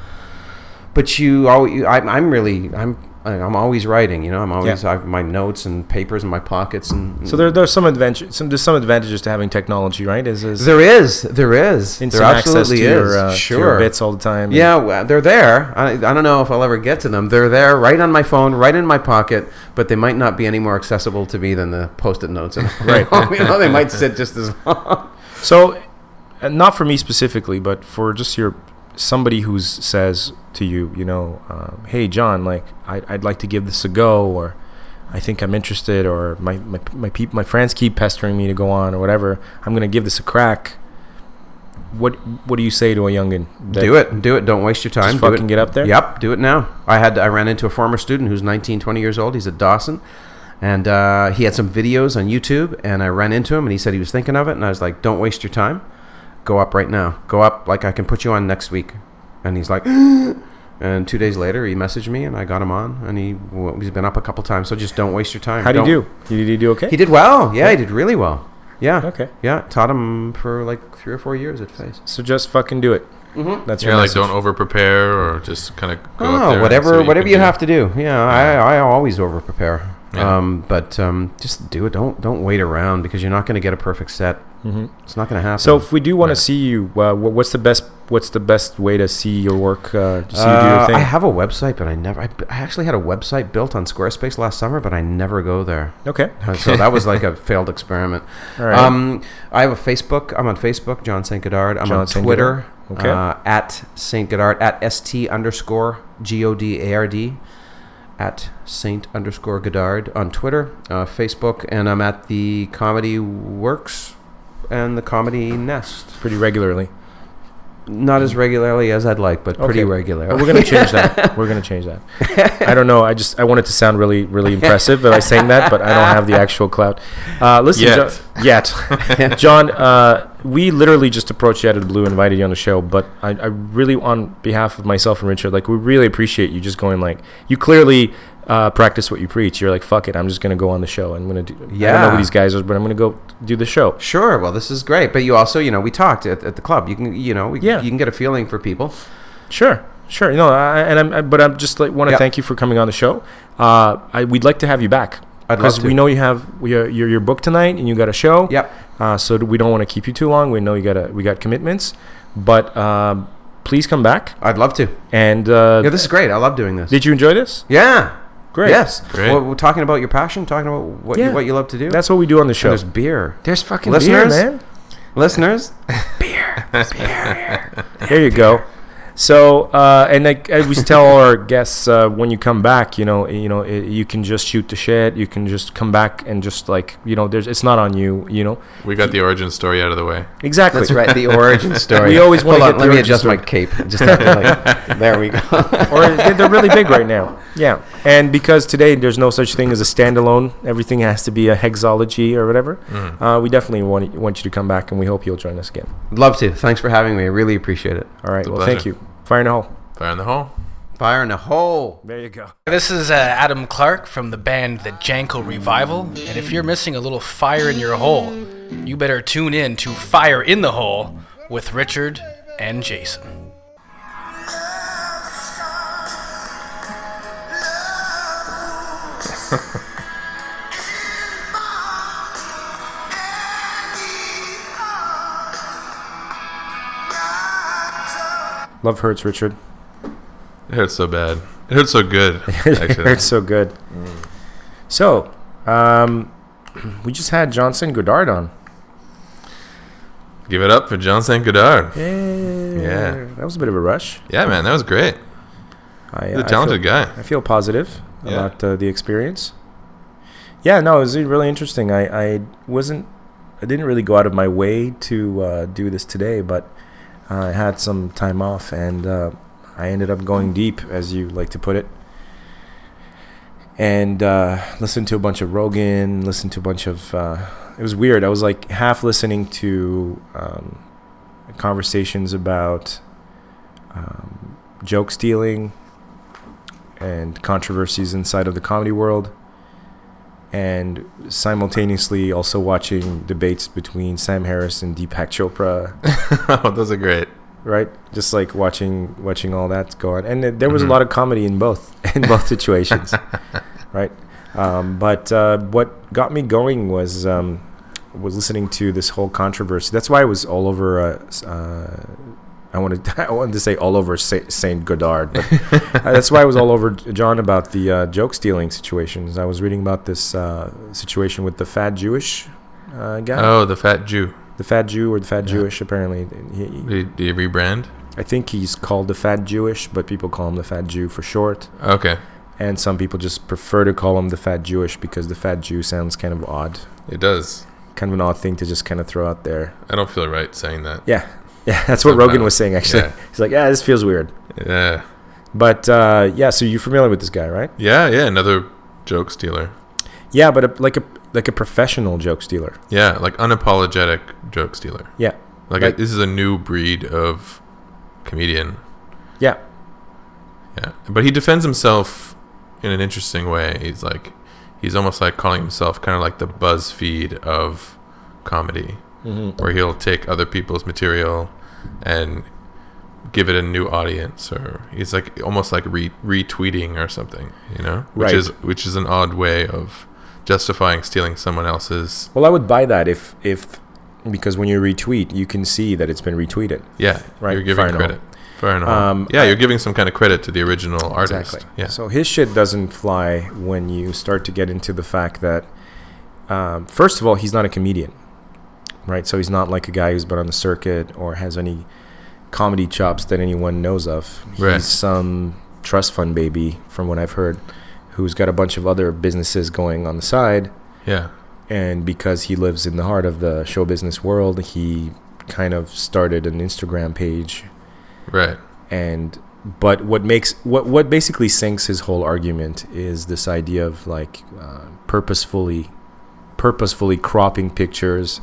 Speaker 4: but you always I'm, I'm really i'm i'm always writing you know i'm always
Speaker 1: Yeah.
Speaker 4: i have my notes and papers in my pockets and
Speaker 1: so there, there's some adventure some there's some advantages to having technology right is, is
Speaker 4: there is there is
Speaker 1: instant
Speaker 4: there
Speaker 1: access
Speaker 4: absolutely
Speaker 1: to
Speaker 4: is
Speaker 1: your, uh, to
Speaker 4: sure
Speaker 1: your bits all the time
Speaker 4: yeah well, they're there I, I don't know if i'll ever get to them they're there right on my phone right in my pocket but they might not be any more accessible to me than the post-it notes and
Speaker 1: Right.
Speaker 4: you know they might sit just as long
Speaker 1: So, and not for me specifically, but for just your somebody who says to you, you know, um, hey, John, like I, I'd like to give this a go, or I think I'm interested, or my my my, peop, my friends keep pestering me to go on, or whatever. I'm gonna give this a crack. What what do you say to a youngin? that-
Speaker 4: do it do it don't waste your time
Speaker 1: Just
Speaker 4: Do it.
Speaker 1: fucking get up there?
Speaker 4: yep do it now i had i ran into a former student who's 19 20 years old he's at dawson and uh, he had some videos on youtube and i ran into him and he said he was thinking of it and i was like don't waste your time go up right now go up like i can put you on next week and he's like and two days later he messaged me and i got him on and he w- he's been up a couple times so just don't waste your time
Speaker 1: How do you
Speaker 4: Don't-
Speaker 1: do? You- Did you do okay?
Speaker 4: he did well yeah, he did really well yeah
Speaker 1: Okay.
Speaker 4: yeah taught him for like three or four years at face
Speaker 1: So just fucking do it. That's your
Speaker 2: Yeah, like
Speaker 1: message.
Speaker 2: don't over prepare or just kind of go. up there
Speaker 4: Oh,
Speaker 2: and see
Speaker 4: whatever,
Speaker 2: what
Speaker 4: whatever
Speaker 2: can
Speaker 4: you
Speaker 2: do.
Speaker 4: have to do. Yeah, I, I always over prepare.
Speaker 2: Yeah.
Speaker 4: Um, but um, just do it. Don't don't wait around because you're not going to get a perfect set.
Speaker 1: Mhm.
Speaker 4: It's not going to happen.
Speaker 1: So if we do want
Speaker 2: Right.
Speaker 1: to see you, uh, wh- what's the best what's the best way to see your work? Uh, to see you do your
Speaker 4: Uh,
Speaker 1: thing.
Speaker 4: I have a website, but I never. I, I actually had a website built on Squarespace last summer, but I never go there.
Speaker 1: okay.
Speaker 4: And so that was like a failed experiment.
Speaker 1: All right.
Speaker 4: Um, I have a Facebook. I'm on Facebook, John St. Goddard. I'm
Speaker 1: John
Speaker 4: on
Speaker 1: St.
Speaker 4: Twitter,
Speaker 1: Goddard. Okay.
Speaker 4: uh, at St. Goddard, at st underscore g o d a r d, at Saint underscore Goddard on Twitter, uh, Facebook, and I'm at the Comedy Works and the Comedy Nest.
Speaker 1: Pretty regularly.
Speaker 4: Not as regularly as I'd like, but pretty
Speaker 1: Okay.
Speaker 4: regularly.
Speaker 1: We're gonna change that. We're gonna change that. I don't know. I just I want it to sound really really impressive that I sang that, but I don't have the actual clout. Uh, listen,
Speaker 2: Yet.
Speaker 1: John, yet, John, uh, we literally just approached you out of the blue, invited you on the show, but I, I really, on behalf of myself and Richard, like we really appreciate you just going like you clearly. Uh, practice what you preach. You're like, fuck it. I'm just gonna go on the show. I'm gonna do. I don't know
Speaker 4: Yeah.
Speaker 1: who these guys are, but I'm gonna go do the show.
Speaker 4: Sure. Well, this is great, but you also, you know, we talked at, at the club. You can, you know, we,
Speaker 1: Yeah.
Speaker 4: you can get a feeling for people.
Speaker 1: Sure, sure. No, I, and I'm, I, but I'm just like want to
Speaker 4: Yeah.
Speaker 1: thank you for coming on the show. Uh, I, we'd like to have you back
Speaker 4: I'd love
Speaker 1: because we
Speaker 4: to.
Speaker 1: know you have we are, you're, you're booked tonight and you got a show.
Speaker 4: Yep.
Speaker 1: Uh, so we don't want to keep you too long. We know you got a, we got commitments, but um, please come back.
Speaker 4: I'd love to.
Speaker 1: And uh,
Speaker 4: Yeah, this is great. I love doing this.
Speaker 1: did you enjoy this?
Speaker 4: Yeah.
Speaker 1: Great.
Speaker 4: Yes.
Speaker 2: Great.
Speaker 4: Well, we're talking about your passion, talking about what
Speaker 1: Yeah.
Speaker 4: you, what you love to do.
Speaker 1: That's what we do on the
Speaker 4: and
Speaker 1: show.
Speaker 4: there's beer.
Speaker 1: There's fucking
Speaker 4: Listeners?
Speaker 1: beer, man.
Speaker 4: Listeners,
Speaker 1: There you go. So, uh, and like I always tell all our guests, uh, when you come back, you know, you know, i you can just shoot the shit. You can just come back and just like, you know, there's, it's not on you, you know.
Speaker 2: We got the origin story out of the way.
Speaker 1: Exactly.
Speaker 4: that's right. The origin story.
Speaker 1: We always wanna get
Speaker 4: Hold
Speaker 1: the
Speaker 4: on. Let me
Speaker 1: origin
Speaker 4: adjust
Speaker 1: story.
Speaker 4: my cape. Just have to, like, there we go.
Speaker 1: or they- they're really big right now. Yeah. And because today there's no such thing as a standalone, everything has to be a hexology or whatever.
Speaker 2: Mm.
Speaker 1: Uh, we definitely want want you to come back, and we hope you'll join us again.
Speaker 4: love to. Thanks for having me. I really appreciate it.
Speaker 1: All right.
Speaker 2: a
Speaker 1: Well, thank
Speaker 2: pleasure.
Speaker 1: you. Fire in the hole.
Speaker 2: Fire in the hole.
Speaker 4: Fire in a hole.
Speaker 1: There you go.
Speaker 5: This is uh, Adam Clark from the band The Janko Revival, and if you're missing a little fire in your hole, you better tune in to Fire in the Hole with Richard and Jason.
Speaker 1: Love hurts, Richard.
Speaker 2: It hurts so bad. It hurts so good.
Speaker 1: it
Speaker 2: Actually,
Speaker 1: hurts so good.
Speaker 2: Mm.
Speaker 1: So, um, we just had Johnson Goddard on.
Speaker 2: give it up for John St. Goddard. Yeah.
Speaker 1: That was a bit of a rush.
Speaker 2: Yeah, man, that was great.
Speaker 1: I,
Speaker 2: He's a
Speaker 1: I
Speaker 2: talented
Speaker 1: feel-
Speaker 2: guy.
Speaker 1: I feel positive
Speaker 2: Yeah.
Speaker 1: about uh, the experience. Yeah, no, it was uh, really interesting. I, I wasn't, I didn't really go out of my way to uh, do this today, but uh, I had some time off and uh, I ended up going deep, as you like to put it, and uh, listened to a bunch of Rogan, listened to a bunch of, uh, it was weird. I was like half listening to um, conversations about um, joke stealing and controversies inside of the comedy world, and simultaneously also watching debates between Sam Harris and Deepak Chopra,
Speaker 2: oh, those are great.
Speaker 1: right? Just like watching watching all that go on, and th- there was
Speaker 2: Mhm.
Speaker 1: a lot of comedy in both in both situations, right? Um, but uh, what got me going was. Um, was listening to this whole controversy. That's why I was all over. Uh, s- uh, I wanted I wanted to say all over Sa- Saint Godard, but uh, that's why I was all over John about the uh, joke stealing situations. I was reading about this uh, situation with the fat Jewish uh, guy,
Speaker 2: Oh, the fat Jew.
Speaker 1: the fat Jew or the fat Jewish. Apparently, he, he-
Speaker 2: Did did he rebrand?
Speaker 1: I think he's called the fat Jewish, but people call him the fat Jew for short.
Speaker 2: Okay,
Speaker 1: And some people just prefer to call him the fat Jewish because the fat Jew sounds kind of odd,
Speaker 2: it does.
Speaker 1: kind of an odd thing to just kind of throw out there.
Speaker 2: I don't feel right saying that.
Speaker 1: Yeah, yeah, that's what
Speaker 2: Sometimes.
Speaker 1: Rogan was saying actually.
Speaker 2: Yeah.
Speaker 1: He's like, yeah, this feels weird.
Speaker 2: Yeah,
Speaker 1: But uh, yeah, so you're familiar with this guy, right?
Speaker 2: yeah, yeah. Another joke stealer.
Speaker 1: Yeah, but a, like a like a professional joke stealer.
Speaker 2: Yeah, like unapologetic joke stealer.
Speaker 1: Yeah,
Speaker 2: Like,
Speaker 1: Like-
Speaker 2: this is a new breed of comedian.
Speaker 1: yeah,
Speaker 2: Yeah, but he defends himself in an interesting way. He's like, he's almost like calling himself kind of like the BuzzFeed of
Speaker 1: Mm-hmm.
Speaker 2: comedy, where he'll take other people's material and give it a new audience, or it's like almost like re- retweeting or something, you know, which
Speaker 1: Right.
Speaker 2: is which is an odd way of justifying stealing someone else's.
Speaker 1: Well, I would buy that if if because when you retweet, you can see that it's been retweeted.
Speaker 2: Yeah,
Speaker 1: Right,
Speaker 2: You're giving
Speaker 1: fair enough.
Speaker 2: credit. Fair enough.
Speaker 1: Um,
Speaker 2: yeah, you're giving some kind of credit to the original artist.
Speaker 1: Exactly.
Speaker 2: Yeah.
Speaker 1: So his shit doesn't fly when you start to get into the fact that, um, first of all, he's not a comedian, right? So he's not like a guy who's been on the circuit or has any comedy chops that anyone knows of.
Speaker 2: Right.
Speaker 1: He's some trust fund baby, from what I've heard, who's got a bunch of other businesses going on the side.
Speaker 2: yeah.
Speaker 1: And because he lives in the heart of the show business world, he kind of started an Instagram page
Speaker 2: Right.
Speaker 1: and but what makes what what basically sinks his whole argument is this idea of like uh, purposefully purposefully cropping pictures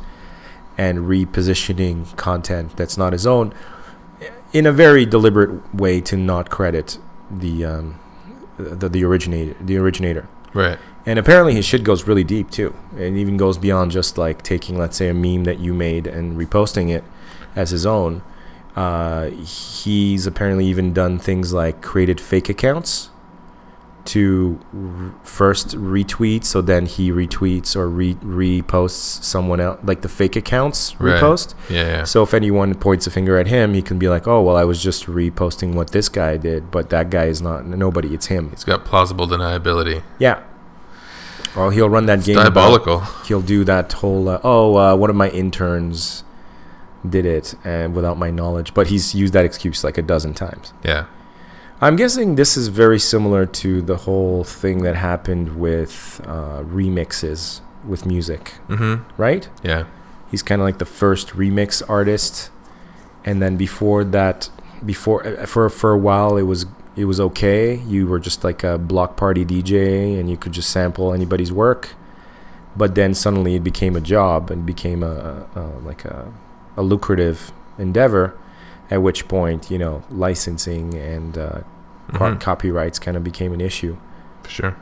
Speaker 1: and repositioning content that's not his own in a very deliberate way to not credit the um, the, the originator the originator
Speaker 2: Right.
Speaker 1: and apparently his shit goes really deep too. and even goes beyond just like taking, let's say, a meme that you made and reposting it as his own. Uh, he's apparently even done things like created fake accounts to r- first retweet, so then he retweets or re- reposts someone else, like the fake accounts
Speaker 2: Right.
Speaker 1: repost.
Speaker 2: Yeah. yeah.
Speaker 1: So if anyone points a finger at him, he can be like, "Oh, well, I was just reposting what this guy did, but that guy is not nobody. It's him.
Speaker 2: He's got plausible deniability.
Speaker 1: Yeah. Well, he'll run that game. about-
Speaker 2: Diabolical.
Speaker 1: he'll do that whole, uh, oh, uh, one of my interns did it and without my knowledge. But he's used that excuse like a dozen times.
Speaker 2: Yeah.
Speaker 1: I'm guessing this is very similar to the whole thing that happened with uh, remixes with music,
Speaker 2: Mm-hmm.
Speaker 1: right?
Speaker 2: Yeah.
Speaker 1: He's kind of like the first remix artist, and then before that, before uh, for for a while it was it was okay. You were just like a block party DJ, and you could just sample anybody's work. But then suddenly it became a job and became a, a like a, a lucrative endeavor. At which point, you know, licensing and uh, co-
Speaker 2: Mhm.
Speaker 1: copyrights kind of became an issue.
Speaker 2: For sure.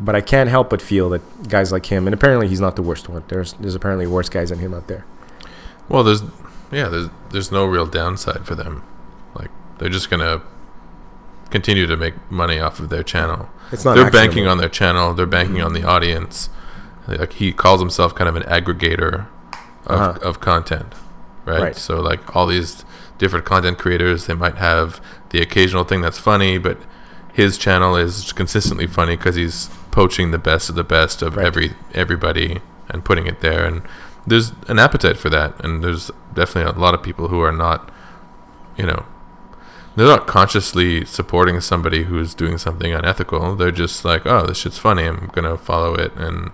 Speaker 1: But I can't help but feel that guys like him, and apparently he's not the worst one. There's there's apparently worse guys than him out there.
Speaker 2: Well, there's yeah, there's there's no real downside for them. Like they're just gonna continue to make money off of their channel.
Speaker 1: It's not.
Speaker 2: they're
Speaker 1: actionable.
Speaker 2: banking on their channel. They're banking on the audience. Like he calls himself kind of an aggregator of,
Speaker 1: Uh-huh.
Speaker 2: of content, right?
Speaker 1: Right.
Speaker 2: So like all these different content creators, they might have the occasional thing that's funny, but his channel is consistently funny because he's poaching the best of the best of
Speaker 1: Right.
Speaker 2: every everybody and putting it there. And there's an appetite for that, and there's definitely a lot of people who are not, you know, they're not consciously supporting somebody who's doing something unethical. They're just like, oh, this shit's funny. I'm gonna follow it, and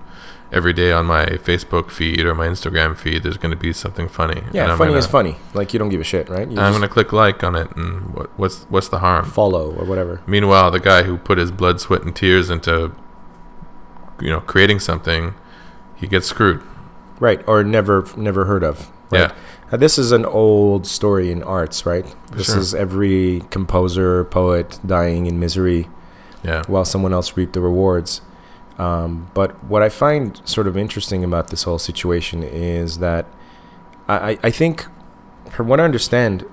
Speaker 2: every day on my Facebook feed or my Instagram feed, there's gonna be something funny.
Speaker 1: Yeah,
Speaker 2: and I'm
Speaker 1: funny
Speaker 2: gonna,
Speaker 1: is funny. Like you don't give a shit, right? You
Speaker 2: I'm
Speaker 1: just
Speaker 2: gonna click like on it, and what, what's what's the harm?
Speaker 1: follow or whatever.
Speaker 2: Meanwhile, the guy who put his blood, sweat, and tears into, you know, creating something, he gets screwed.
Speaker 1: Right, or never never heard of. Right?
Speaker 2: Yeah.
Speaker 1: Now, this is an old story in arts, right? This
Speaker 2: Sure.
Speaker 1: is every composer, poet dying in misery
Speaker 2: Yeah.
Speaker 1: while someone else reaped the rewards. Um, but what I find sort of interesting about this whole situation is that I, I- I think, from what I understand,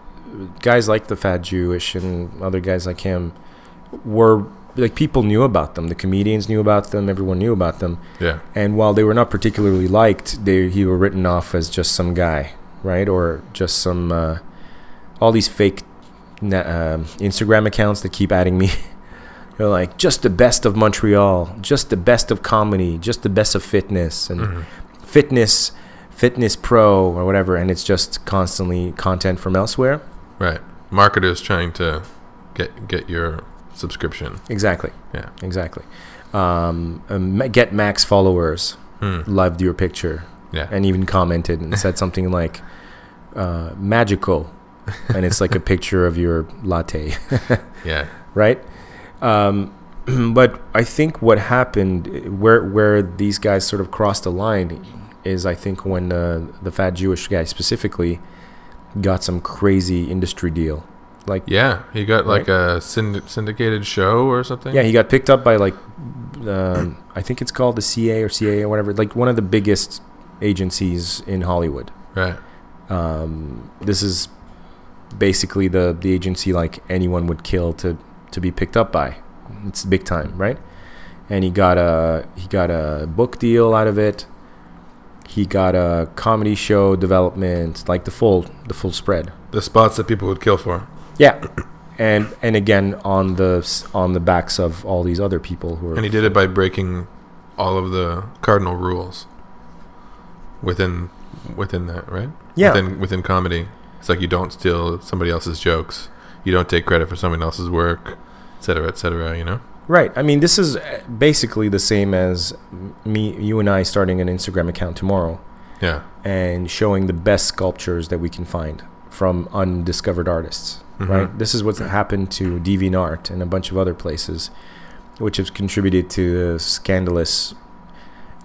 Speaker 1: guys like the Fat Jewish and other guys like him were like people knew about them. The comedians knew about them. Everyone knew about them.
Speaker 2: Yeah.
Speaker 1: And while they were not particularly liked, they he were written off as just some guy, right? Or just some uh, all these fake na- um Instagram accounts that keep adding me. They're like just the best of Montreal, just the best of comedy, just the best of fitness and fitness, fitness pro or whatever. And it's just constantly content from elsewhere.
Speaker 2: Right. Marketers trying to get get your subscription.
Speaker 1: Exactly.
Speaker 2: Yeah.
Speaker 1: Exactly. Um, um, get max followers.
Speaker 2: Hmm.
Speaker 1: Loved your picture.
Speaker 2: Yeah.
Speaker 1: and even commented and said something like uh, magical and it's like a picture of your latte
Speaker 2: yeah.
Speaker 1: right um, but i think what happened where where these guys sort of crossed the line is i think when uh, the fat jewish guy specifically got some crazy industry deal like
Speaker 2: Yeah, he got like a synd- syndicated show or something.
Speaker 1: yeah he got picked up by like um, i think it's called the ca or ca or whatever like one of the biggest agencies in hollywood
Speaker 2: right.
Speaker 1: um, this is basically the the agency like anyone would kill to to be picked up by. It's big time, right? And he got a he got a book deal out of it. He got a comedy show development, like the full the full spread.
Speaker 2: The spots that people would kill for.
Speaker 1: Yeah. And and again on the s- on the backs of all these other people who are
Speaker 2: And he did it by breaking all of the cardinal rules within within that, right?
Speaker 1: Yeah.
Speaker 2: Within within comedy. It's like you don't steal somebody else's jokes. You don't take credit for someone else's work, et cetera, et cetera, you know?
Speaker 1: Right. I mean, this is uh, basically the same as me, you and I starting an Instagram account tomorrow
Speaker 2: Yeah.
Speaker 1: and showing the best sculptures that we can find from undiscovered artists. Right. This is what's happened to DeviantArt and a bunch of other places, which has contributed to scandalous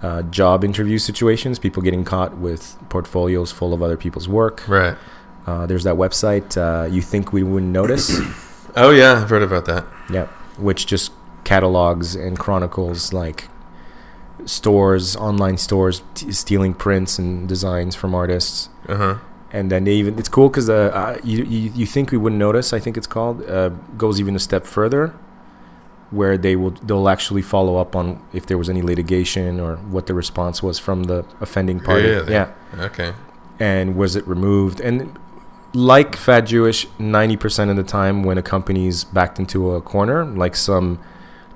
Speaker 1: uh, job interview situations. People getting caught with portfolios full of other people's work.
Speaker 2: Right.
Speaker 1: Uh, there's that website. Uh, you think we wouldn't notice?
Speaker 2: Oh yeah, I've heard about that.
Speaker 1: Yeah, which just catalogs and chronicles like stores, online stores t- stealing prints and designs from artists.
Speaker 2: Uh huh.
Speaker 1: And then they even it's cool because uh, uh, you, you you think we wouldn't notice? I think it's called uh, goes even a step further, where they will they'll actually follow up on if there was any litigation or what the response was from the offending party.
Speaker 2: Really?
Speaker 1: Yeah,
Speaker 2: Okay.
Speaker 1: and was it removed? And like Fat Jewish, 90% of the time when a company's backed into a corner, like some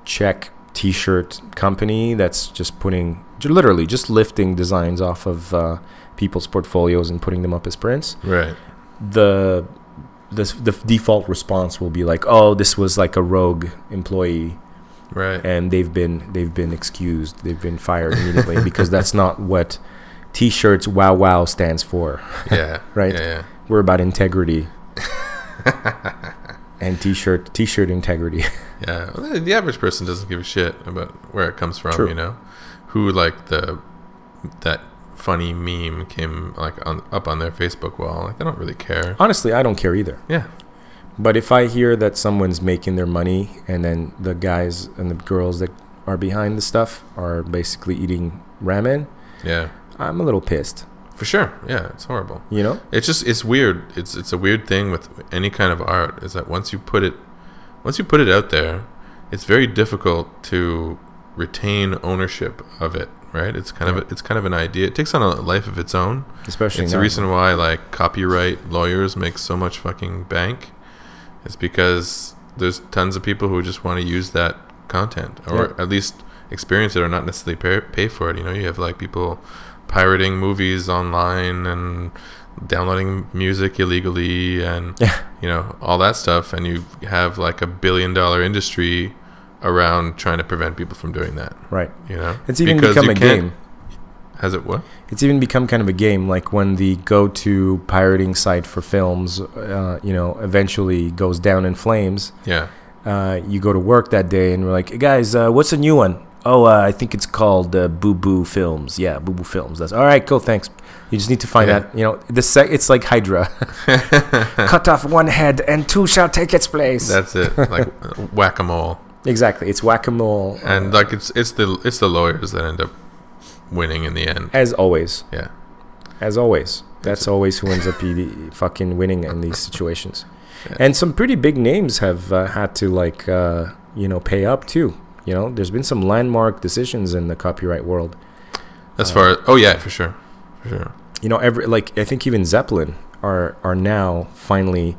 Speaker 1: Czech t shirt company that's just putting, j- literally just lifting designs off of uh, people's portfolios and putting them up as prints,
Speaker 2: Right.
Speaker 1: the, the, the default response will be like, oh, this was like a rogue employee
Speaker 2: Right.
Speaker 1: and they've been they've been excused they've been fired immediately because that's not what t-shirts wow wow stands for
Speaker 2: yeah.
Speaker 1: right.
Speaker 2: Yeah, yeah.
Speaker 1: we're about integrity and t-shirt t-shirt integrity
Speaker 2: Yeah, well, the- the average person doesn't give a shit about where it comes from,
Speaker 1: True.
Speaker 2: you know. Who like the that funny meme came like on, up on their Facebook wall? Like they don't really care.
Speaker 1: honestly i don't care either
Speaker 2: Yeah,
Speaker 1: but if i hear that someone's making their money and then the guys and the girls that are behind the stuff are basically eating ramen
Speaker 2: yeah,
Speaker 1: i'm a little pissed
Speaker 2: for sure. Yeah, it's horrible.
Speaker 1: you know
Speaker 2: It's just it's weird. It's it's a weird thing with any kind of art is that once you put it once you put it out there, it's very difficult to retain ownership of it. Right? It's kind of a, it's kind of an idea. It takes on a life of its own.
Speaker 1: especially
Speaker 2: It's
Speaker 1: now.
Speaker 2: the reason why like copyright lawyers make so much fucking bank. It's because there's tons of people who just want to use that content or
Speaker 1: Yeah.
Speaker 2: at least experience it or not necessarily pay, pay for it. You know, you have like people pirating movies online and downloading music illegally and you know all that stuff and you have like a billion dollar industry around trying to prevent people from doing that
Speaker 1: right
Speaker 2: you know
Speaker 1: it's even
Speaker 2: Because
Speaker 1: become
Speaker 2: you
Speaker 1: a
Speaker 2: can't-
Speaker 1: game
Speaker 2: has it what
Speaker 1: it's even become kind of a game like when the go-to pirating site for films uh, you know eventually goes down in flames
Speaker 2: yeah
Speaker 1: uh, you go to work that day and we're like hey guys uh, what's a new one oh uh, i think it's called uh, boo boo films yeah boo boo films that's all right cool thanks you just need to find
Speaker 2: Yeah.
Speaker 1: that you know the sec- it's like hydra cut off one head and two shall take its place
Speaker 2: That's it, like whack-a-mole,
Speaker 1: exactly it's whack-a-mole uh,
Speaker 2: and like it's it's the it's the lawyers that end up winning in the end.
Speaker 1: as always
Speaker 2: Yeah,
Speaker 1: As always, that's always who ends up PD fucking winning in these situations. And some pretty big names have uh, had to like uh, you know pay up too. You know, there's been some landmark decisions in the copyright world.
Speaker 2: as far as oh yeah, for sure, for sure.
Speaker 1: You know, every like I think even Zeppelin are are now finally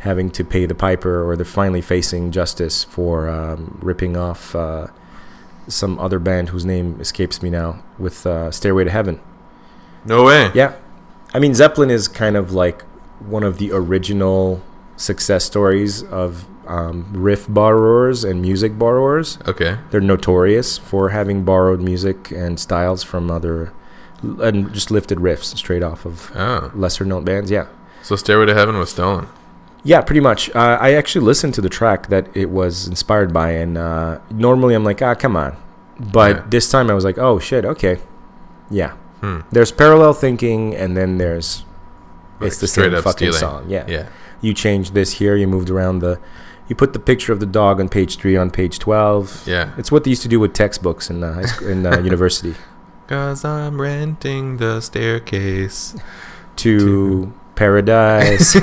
Speaker 1: having to pay the piper, or they're finally facing justice for um, ripping off uh, some other band whose name escapes me now with uh, Stairway to Heaven.
Speaker 2: No way.
Speaker 1: Yeah. I mean, Zeppelin is kind of like one of the original success stories of um, riff borrowers and music borrowers.
Speaker 2: Okay.
Speaker 1: They're notorious for having borrowed music and styles from other, and just lifted riffs straight off of
Speaker 2: Oh,
Speaker 1: lesser known bands. Yeah.
Speaker 2: so Stairway to Heaven was stolen.
Speaker 1: Yeah, pretty much. Uh, I actually listened to the track that it was inspired by, and uh, normally I'm like, ah, come on. But
Speaker 2: Yeah. Hmm.
Speaker 1: this time I was like, oh shit, okay, yeah. There's parallel thinking, and then there's
Speaker 2: Like,
Speaker 1: it's the
Speaker 2: straight
Speaker 1: same
Speaker 2: up
Speaker 1: fucking
Speaker 2: stealing.
Speaker 1: song. Yeah.
Speaker 2: Yeah.
Speaker 1: you changed this here, you moved around the, you put the picture of the dog on page three on page twelve.
Speaker 2: Yeah.
Speaker 1: it's what they used to do with textbooks in uh, high school, in uh, university
Speaker 2: Cause I'm renting the staircase.
Speaker 1: to paradise.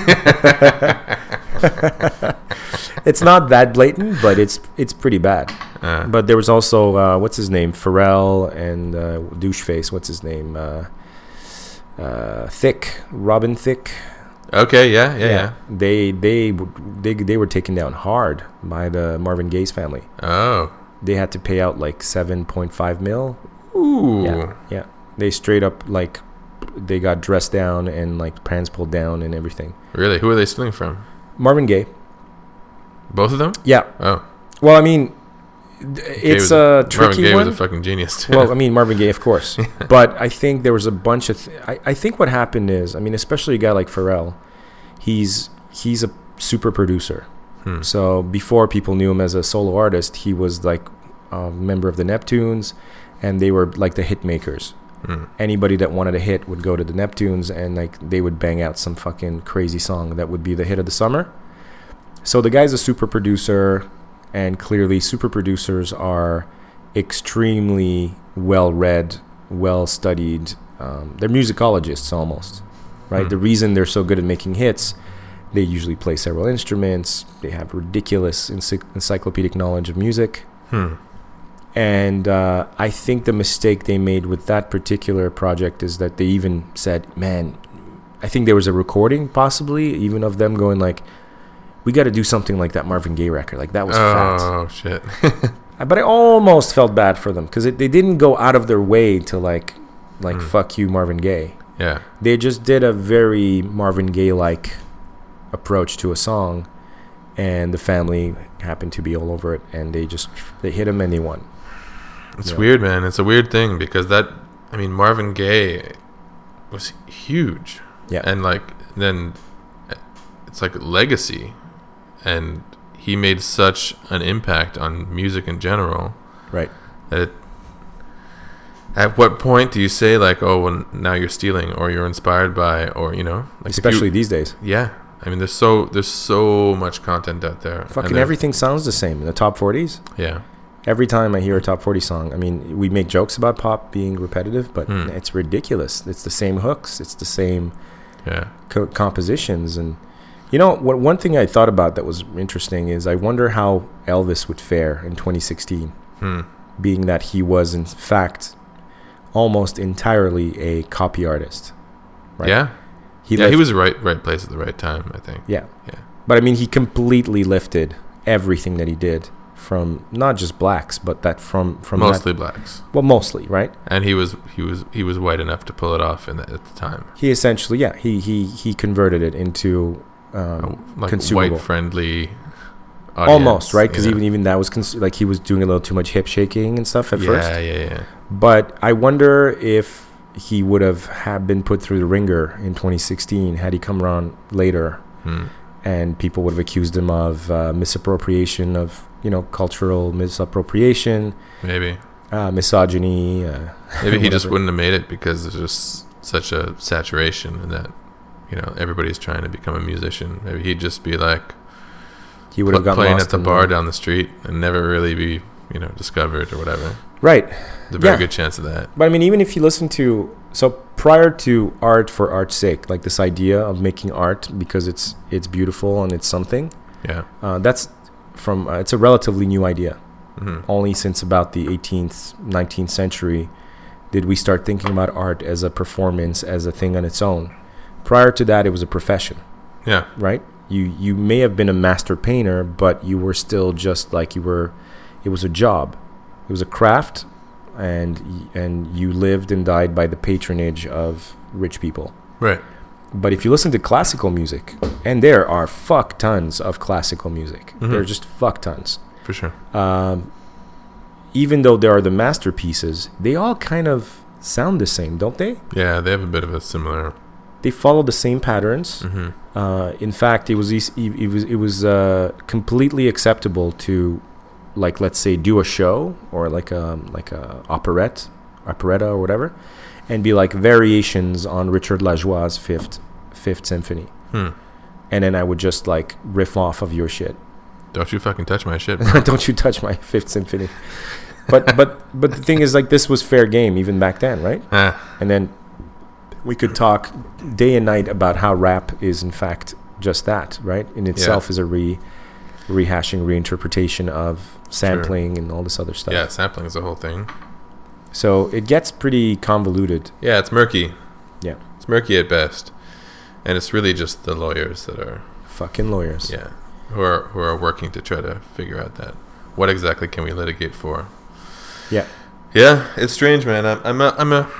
Speaker 1: it's not that blatant, but it's it's pretty bad. But there was also uh, what's his name, Pharrell and uh, doucheface. What's his name? Uh, uh, Thick, Robin Thick.
Speaker 2: Okay, yeah, yeah, yeah.
Speaker 1: They they w- they they were taken down hard by the Marvin Gaye's family.
Speaker 2: Oh.
Speaker 1: They had to pay out like seven point five mil.
Speaker 2: Ooh.
Speaker 1: Yeah, yeah. They straight up like they got dressed down and like pants pulled down and everything.
Speaker 2: Really? Who are they stealing from?
Speaker 1: Marvin Gaye.
Speaker 2: Both of them?
Speaker 1: Yeah.
Speaker 2: Oh.
Speaker 1: Well, I mean, d-
Speaker 2: Gaye
Speaker 1: it's
Speaker 2: was
Speaker 1: a
Speaker 2: Marvin
Speaker 1: tricky
Speaker 2: Gaye
Speaker 1: one.
Speaker 2: was a fucking genius. Too.
Speaker 1: well, I mean Marvin Gaye, of course, but I think there was a bunch of. Th- I, I think what happened is, I mean, especially a guy like Pharrell, he's he's a super producer.
Speaker 2: Hmm.
Speaker 1: So before people knew him as a solo artist, he was like a member of the Neptunes, and they were like the hit makers.
Speaker 2: Hmm.
Speaker 1: Anybody that wanted a hit would go to the Neptunes, and like they would bang out some fucking crazy song that would be the hit of the summer. So the guy's a super producer, and clearly, super producers are extremely well read, well studied. Um, they're musicologists almost, right? The reason they're so good at making hits, they usually play several instruments, they have ridiculous ency- encyclopedic knowledge of music. And uh, I think the mistake they made with that particular project is that they even said, man, I think there was a recording possibly, even of them going like, we got to do something like that Marvin Gaye record. Like that was fat.
Speaker 2: oh shit.
Speaker 1: Uh, but I almost felt bad for them because they didn't go out of their way to like, like fuck you, Marvin Gaye.
Speaker 2: yeah.
Speaker 1: They just did a very Marvin Gaye-like approach to a song, and the family happened to be all over it, and they just they hit him and they won.
Speaker 2: It's weird, man. It's a weird thing because that I mean Marvin Gaye was huge.
Speaker 1: Yeah.
Speaker 2: And like then it's like legacy and he made such an impact on music in general
Speaker 1: Right.
Speaker 2: that it, at what point do you say like oh well now you're stealing or you're inspired by or you know like if you-
Speaker 1: Especially these days,
Speaker 2: yeah I mean there's so there's so much content out there and
Speaker 1: fucking
Speaker 2: there-
Speaker 1: everything sounds the same in the top forties.
Speaker 2: yeah
Speaker 1: Every time I hear a top forty song, I mean, we make jokes about pop being repetitive, but it's ridiculous. It's the same hooks. It's the same.
Speaker 2: yeah
Speaker 1: co- compositions and you know what one thing I thought about that was interesting is I wonder how Elvis would fare in 2016
Speaker 2: Hmm.
Speaker 1: being that he was in fact almost entirely a copy artist Right.
Speaker 2: yeah
Speaker 1: he
Speaker 2: yeah he
Speaker 1: left-
Speaker 2: was right right place at the right time I think
Speaker 1: yeah
Speaker 2: yeah
Speaker 1: but I mean he completely lifted everything that he did from not just blacks but that from from that-
Speaker 2: mostly blacks
Speaker 1: well mostly right
Speaker 2: and he was he was he was white enough to pull it off in the, at the time
Speaker 1: he essentially yeah he he he converted it into um,
Speaker 2: like
Speaker 1: consumable
Speaker 2: white friendly Oh,
Speaker 1: almost right because even even that was cons- like he was doing a little too much hip shaking and stuff at
Speaker 2: yeah
Speaker 1: first
Speaker 2: yeah yeah
Speaker 1: but i wonder if he would have have been put through the ringer in 2016 had he come around later
Speaker 2: Hmm.
Speaker 1: and people would have accused him of uh, misappropriation of you know cultural misappropriation
Speaker 2: maybe
Speaker 1: uh, misogyny uh,
Speaker 2: maybe he just
Speaker 1: whatever.
Speaker 2: wouldn't have made it because there's just such a saturation in that you know everybody's trying to become a musician maybe he'd just be like
Speaker 1: he would have
Speaker 2: pl-
Speaker 1: gotten
Speaker 2: playing
Speaker 1: lost
Speaker 2: at the
Speaker 1: in
Speaker 2: bar down the street and never really be you know discovered or whatever
Speaker 1: right
Speaker 2: there's a very
Speaker 1: Yeah.
Speaker 2: good chance of that
Speaker 1: But I mean, even if you listen to so prior to art for art's sake, like this idea of making art because it's it's beautiful and it's something.
Speaker 2: yeah
Speaker 1: Uh, that's from uh, it's a relatively new idea. Only since about the 18th, 19th century did we start thinking about art as a performance, as a thing on its own. Prior to that, it was a profession,
Speaker 2: yeah
Speaker 1: right? You you may have been a master painter, but you were still just like you were. It was a job. It was a craft, and y- and you lived and died by the patronage of rich people.
Speaker 2: right
Speaker 1: But if you listen to classical music, and there are fuck tons of classical music, there are just fuck tons.
Speaker 2: for sure
Speaker 1: Even though there are the masterpieces, they all kind of sound the same, don't they?
Speaker 2: yeah they have a bit of a similar
Speaker 1: They follow the same patterns. Uh, in fact, it was eas- e, it it was it was uh, completely acceptable to, like, let's say, do a show or like a like a operette, operetta or whatever, and be like variations on Richard Lajoie's fifth fifth symphony. And then I would just like riff off of your shit.
Speaker 2: don't you fucking touch my shit bro.
Speaker 1: Don't you touch my fifth symphony. But but but the thing is like this was fair game even back then, right?
Speaker 2: Ah,
Speaker 1: And then we could talk day and night about how rap is in fact just that, right? In itself is a re rehashing, reinterpretation of sampling and all this other stuff.
Speaker 2: Yeah, sampling's the whole thing.
Speaker 1: So it gets pretty convoluted.
Speaker 2: Yeah, it's murky.
Speaker 1: Yeah.
Speaker 2: It's murky at best, and it's really just the lawyers that are
Speaker 1: Fucking lawyers.
Speaker 2: yeah who are who are working to try to figure out that what exactly can we litigate for.
Speaker 1: Yeah.
Speaker 2: Yeah, it's strange, man. I'm I'm a, I'm a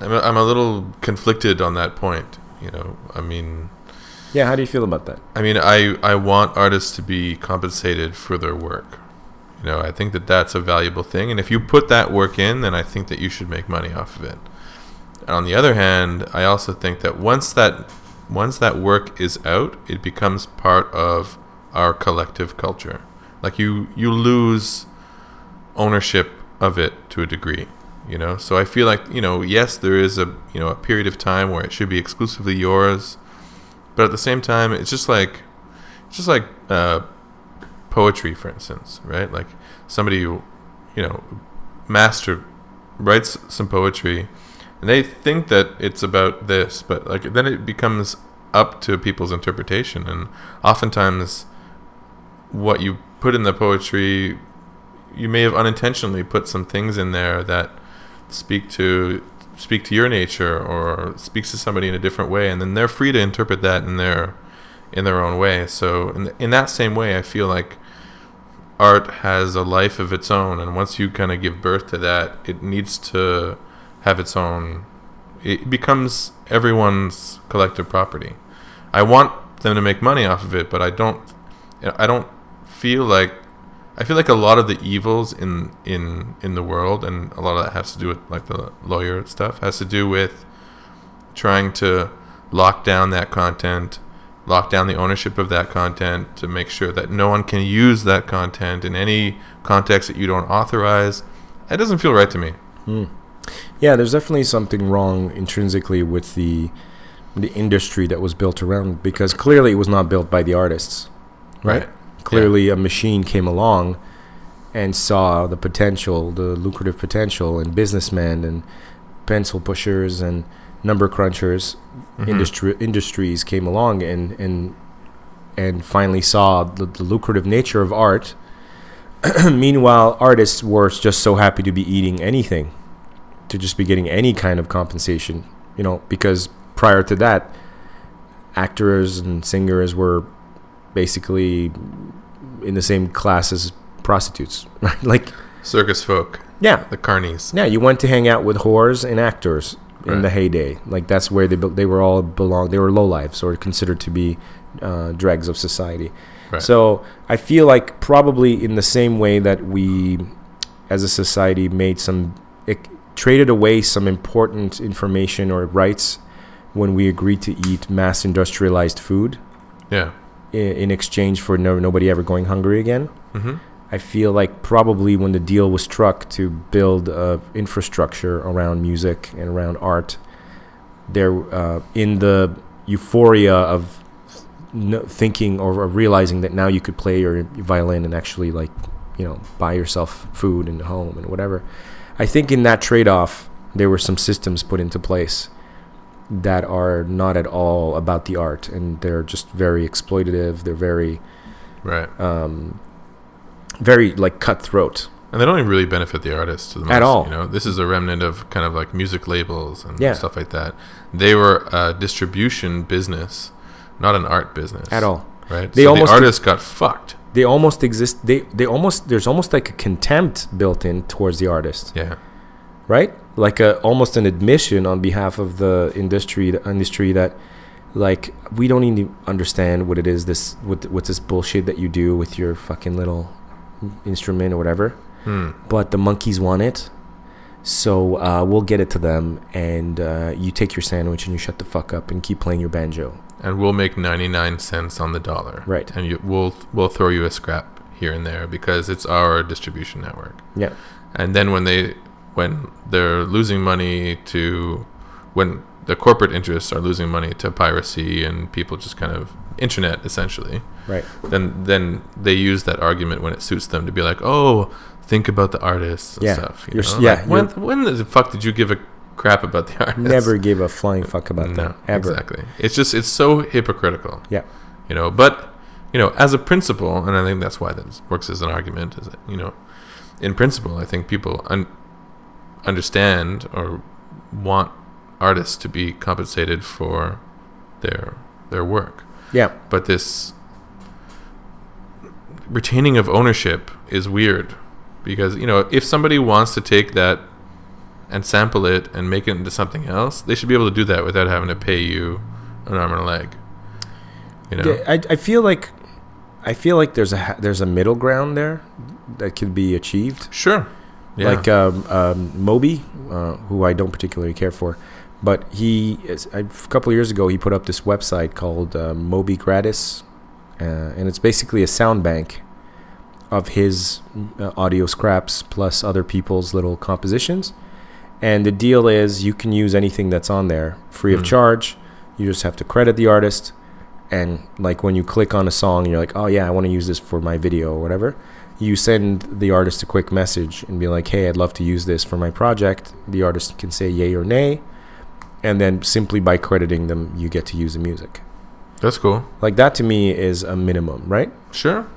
Speaker 2: I'm a, I'm a little conflicted on that point. You know, I mean,
Speaker 1: Yeah, how do you feel about that?
Speaker 2: I mean, I I want artists to be compensated for their work. You know, I think that that's a valuable thing, and if you put that work in, then I think that you should make money off of it. On the other hand, I also think that once that once that work is out, it becomes part of our collective culture. Like you you lose ownership of it to a degree, you know? So I feel like, you know, yes, there is a, you know, a period of time where it should be exclusively yours, but at the same time, it's just like it's just like uh, poetry, for instance, right? Like somebody who, you know, master writes some poetry, and they think that it's about this, but like then it becomes up to people's interpretation, and oftentimes, what you put in the poetry, you may have unintentionally put some things in there that speak to speak to your nature or speaks to somebody in a different way and then they're free to interpret that in their in their own way so in, in that same way i feel like art has a life of its own and once you kind of give birth to that it needs to have its own it becomes everyone's collective property i want them to make money off of it but i don't i don't feel like I feel like a lot of the evils in in in the world, and a lot of that has to do with like the lawyer stuff, has to do with trying to lock down that content, lock down the ownership of that content, to make sure that no one can use that content in any context that you don't authorize. It doesn't feel right to me.
Speaker 1: Yeah, there's definitely something wrong intrinsically with the the industry that was built around because clearly it was not built by the artists, right?
Speaker 2: Right.
Speaker 1: Clearly a machine came along and saw the potential, the lucrative potential and businessmen and pencil pushers and number crunchers industri- industries came along and and and finally saw the, the lucrative nature of art. Meanwhile, artists were just so happy to be eating anything to just be getting any kind of compensation, you know, because prior to that, actors and singers were basically in the same class as prostitutes, right? Like,
Speaker 2: Circus folk,
Speaker 1: yeah,
Speaker 2: the carnies.
Speaker 1: yeah, you went to hang out with whores and actors in
Speaker 2: Right.
Speaker 1: the heyday. Like, that's where they be- they were all belong. They were lowlives or considered to be uh, dregs of society.
Speaker 2: Right.
Speaker 1: So I feel like probably in the same way that we, as a society, made some it, traded away some important information or rights when we agreed to eat mass industrialized food
Speaker 2: Yeah,
Speaker 1: in, in exchange for no, nobody ever going hungry again.
Speaker 2: Mhm.
Speaker 1: I feel like probably when the deal was struck to build uh, infrastructure around music and around art, there uh, in the euphoria of no, thinking or, or realizing that now you could play your violin and actually like you know buy yourself food and home and whatever. I think in that trade-off, there were some systems put into place that are not at all about the art and they're just very exploitative they're very
Speaker 2: right.
Speaker 1: very like cutthroat
Speaker 2: and they don't really benefit the artists to the
Speaker 1: At
Speaker 2: most,
Speaker 1: all.
Speaker 2: You know, this is a remnant of kind of like music labels and
Speaker 1: Yeah.
Speaker 2: stuff like that. They were a distribution business, not an art business
Speaker 1: at all
Speaker 2: Right?
Speaker 1: They
Speaker 2: so
Speaker 1: almost-
Speaker 2: the artists got fucked.
Speaker 1: they almost exist they they almost there's almost like a contempt built in towards the artist
Speaker 2: Yeah,
Speaker 1: right like a almost an admission on behalf of the industry the industry that like we don't even understand what it is this what what's this bullshit that you do with your fucking little instrument or whatever
Speaker 2: Hmm.
Speaker 1: but the monkeys want it so uh, we'll get it to them and uh, you take your sandwich and you shut the fuck up and keep playing your banjo
Speaker 2: and we'll make ninety nine cents on the dollar.
Speaker 1: Right.
Speaker 2: and you, we'll we'll throw you a scrap here and there because it's our distribution network.
Speaker 1: yeah
Speaker 2: and then when they when they're losing money to when the corporate interests are losing money to piracy and people just kind of internet essentially
Speaker 1: right
Speaker 2: then then they use that argument when it suits them to be like oh think about the artists and
Speaker 1: Yeah,
Speaker 2: stuff
Speaker 1: you're
Speaker 2: you
Speaker 1: s-
Speaker 2: know?
Speaker 1: yeah,
Speaker 2: Like, when when the fuck did you give a crap about the artist.
Speaker 1: Never give a flying fuck about
Speaker 2: No,
Speaker 1: that ever.
Speaker 2: exactly. It's just it's so hypocritical.
Speaker 1: Yeah.
Speaker 2: you know but you know as a principle and i think that's why that works as an argument is that you know in principle i think people un- understand or want artists to be compensated for their their work
Speaker 1: Yeah.
Speaker 2: but this retaining of ownership is weird because you know if somebody wants to take that and sample it and make it into something else they should be able to do that without having to pay you an arm and a leg you know
Speaker 1: Yeah, I, I feel like I feel like there's a ha- there's a middle ground there that could be achieved.
Speaker 2: Sure. Yeah.
Speaker 1: Like um, um, Moby, uh, who I don't particularly care for, but he is- I- a couple years ago he put up this website called uh, Moby Gratis, uh, and it's basically a sound bank of his uh, audio scraps plus other people's little compositions. And the deal is you can use anything that's on there free of charge. You just have to credit the artist. And like when you click on a song, you're like, oh yeah, I want to use this for my video or whatever. You send the artist a quick message and be like, hey, I'd love to use this for my project. The artist can say yay or nay. And then simply by crediting them, you get to use the music.
Speaker 2: that's cool.
Speaker 1: Like that to me is a minimum, right?
Speaker 2: Sure.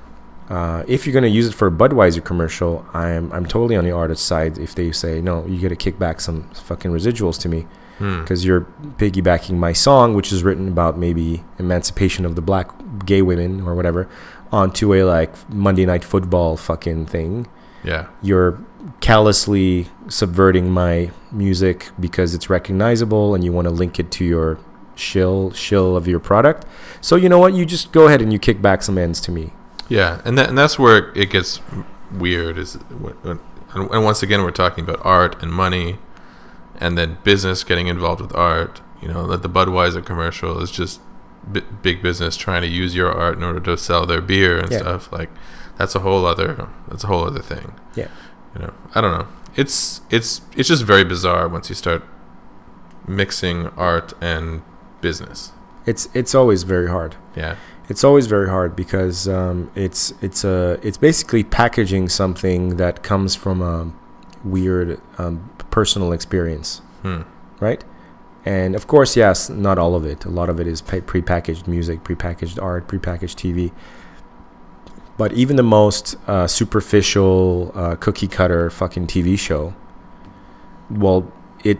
Speaker 1: Uh, if you're going to use it for a Budweiser commercial, I'm I'm totally on the artist side. If they say no, you got to kick back some fucking residuals to me because you're piggybacking my song, which is written about maybe emancipation of the black gay women or whatever, onto a like Monday Night Football fucking thing.
Speaker 2: Yeah.
Speaker 1: You're callously subverting my music because it's recognizable and you want to link it to your shill shill of your product. So you know what? You just go ahead and you kick back some ends to me.
Speaker 2: Yeah. And that and that's where it gets weird is when, when, and and once again we're talking about art and money and then business getting involved with art, you know, that the Budweiser commercial is just b- big business trying to use your art in order to sell their beer and
Speaker 1: Yeah.
Speaker 2: stuff like that's a whole other that's a whole other thing.
Speaker 1: Yeah.
Speaker 2: you know i don't know it's it's it's just very bizarre once you start mixing art and business
Speaker 1: It's it's always very hard.
Speaker 2: yeah
Speaker 1: It's always very hard because um, it's it's a it's basically packaging something that comes from a weird um, personal experience,
Speaker 2: Hmm.
Speaker 1: right? And of course, yes, not all of it. A lot of it is pa- prepackaged music, prepackaged art, prepackaged TV. But even the most uh, superficial, uh, cookie cutter fucking TV show, well, it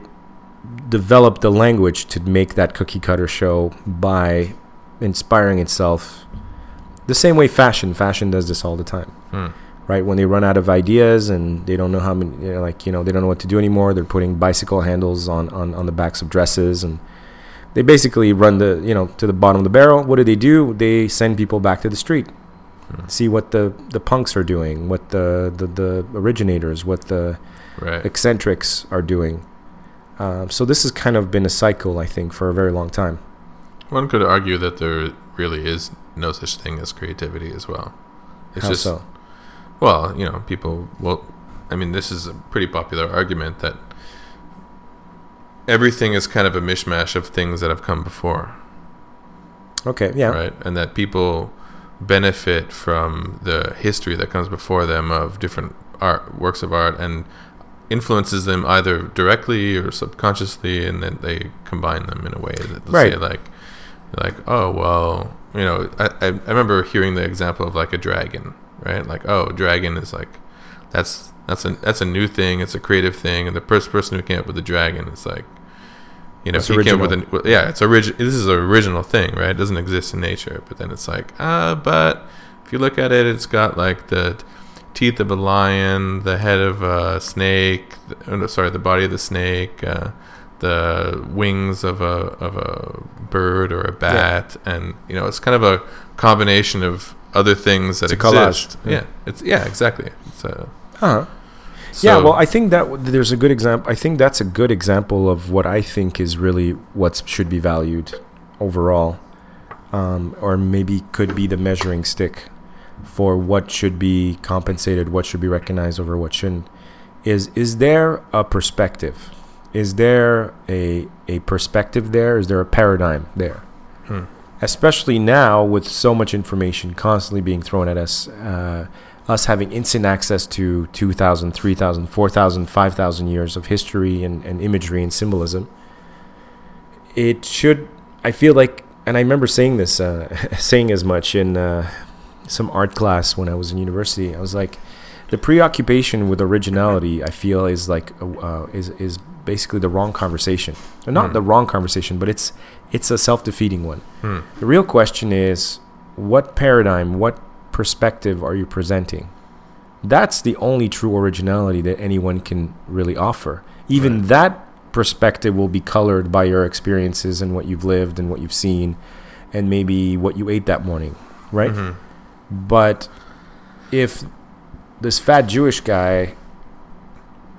Speaker 1: developed the language to make that cookie cutter show by inspiring itself the same way fashion fashion does this all the time
Speaker 2: Hmm.
Speaker 1: right when they run out of ideas and they don't know how many they're like you know they don't know what to do anymore they're putting bicycle handles on on, on the backs of dresses and they basically run the you know to the bottom of the barrel what do they do they send people back to the street
Speaker 2: Hmm.
Speaker 1: see what the the punks are doing what the the, the originators what the
Speaker 2: right
Speaker 1: eccentrics are doing um, so this has kind of been a cycle i think for a very long time
Speaker 2: one could argue that there really is no such thing as creativity as well it's
Speaker 1: how
Speaker 2: just
Speaker 1: so
Speaker 2: well you know people well i mean this is a pretty popular argument that everything is kind of a mishmash of things that have come before
Speaker 1: okay yeah
Speaker 2: right? And that people benefit from the history that comes before them of different art works of art and influences them either directly or subconsciously, and then they combine them in a way that let's say
Speaker 1: Right.
Speaker 2: like like oh well you know I, I I remember hearing the example of like a dragon right like oh dragon is like that's that's a that's a new thing it's a creative thing and the first person who came up with the dragon is like you know
Speaker 1: It's
Speaker 2: he came up
Speaker 1: original.
Speaker 2: with an yeah it's origi- this is an original thing right it doesn't exist in nature but then it's like ah but if you look at it it's got like the teeth of a lion the head of a snake th- oh, no, sorry the body of the snake uh, the wings of a of a bird or a bat and you know it's kind of a combination of other things that
Speaker 1: It's a collage.
Speaker 2: exist yeah. it's yeah exactly it's a,
Speaker 1: Uh-huh.
Speaker 2: so,
Speaker 1: yeah, well, I think that w- there's a good example. I think that's a good example of what I think is really what should be valued overall, um, or maybe could be the measuring stick for what should be compensated, what should be recognized over what shouldn't. Is is there a perspective? Is there a a perspective there? Is there a paradigm there? especially now with so much information constantly being thrown at us. Uh, us having instant access to 2,000, 3,000, 4,000, 5,000 years of history and, and imagery and symbolism, it should, I feel like, and I remember saying this, uh, saying as much in uh, some art class when I was in university. I was like, the preoccupation with originality, I feel, is like uh, is is basically the wrong conversation. Or not the wrong conversation, but it's it's a self defeating one. The real question is, what paradigm, what perspective are you presenting? That's the only true originality that anyone can really offer. Even that perspective will be colored by your experiences and what you've lived and what you've seen, and maybe what you ate that morning, right? But if this fat Jewish guy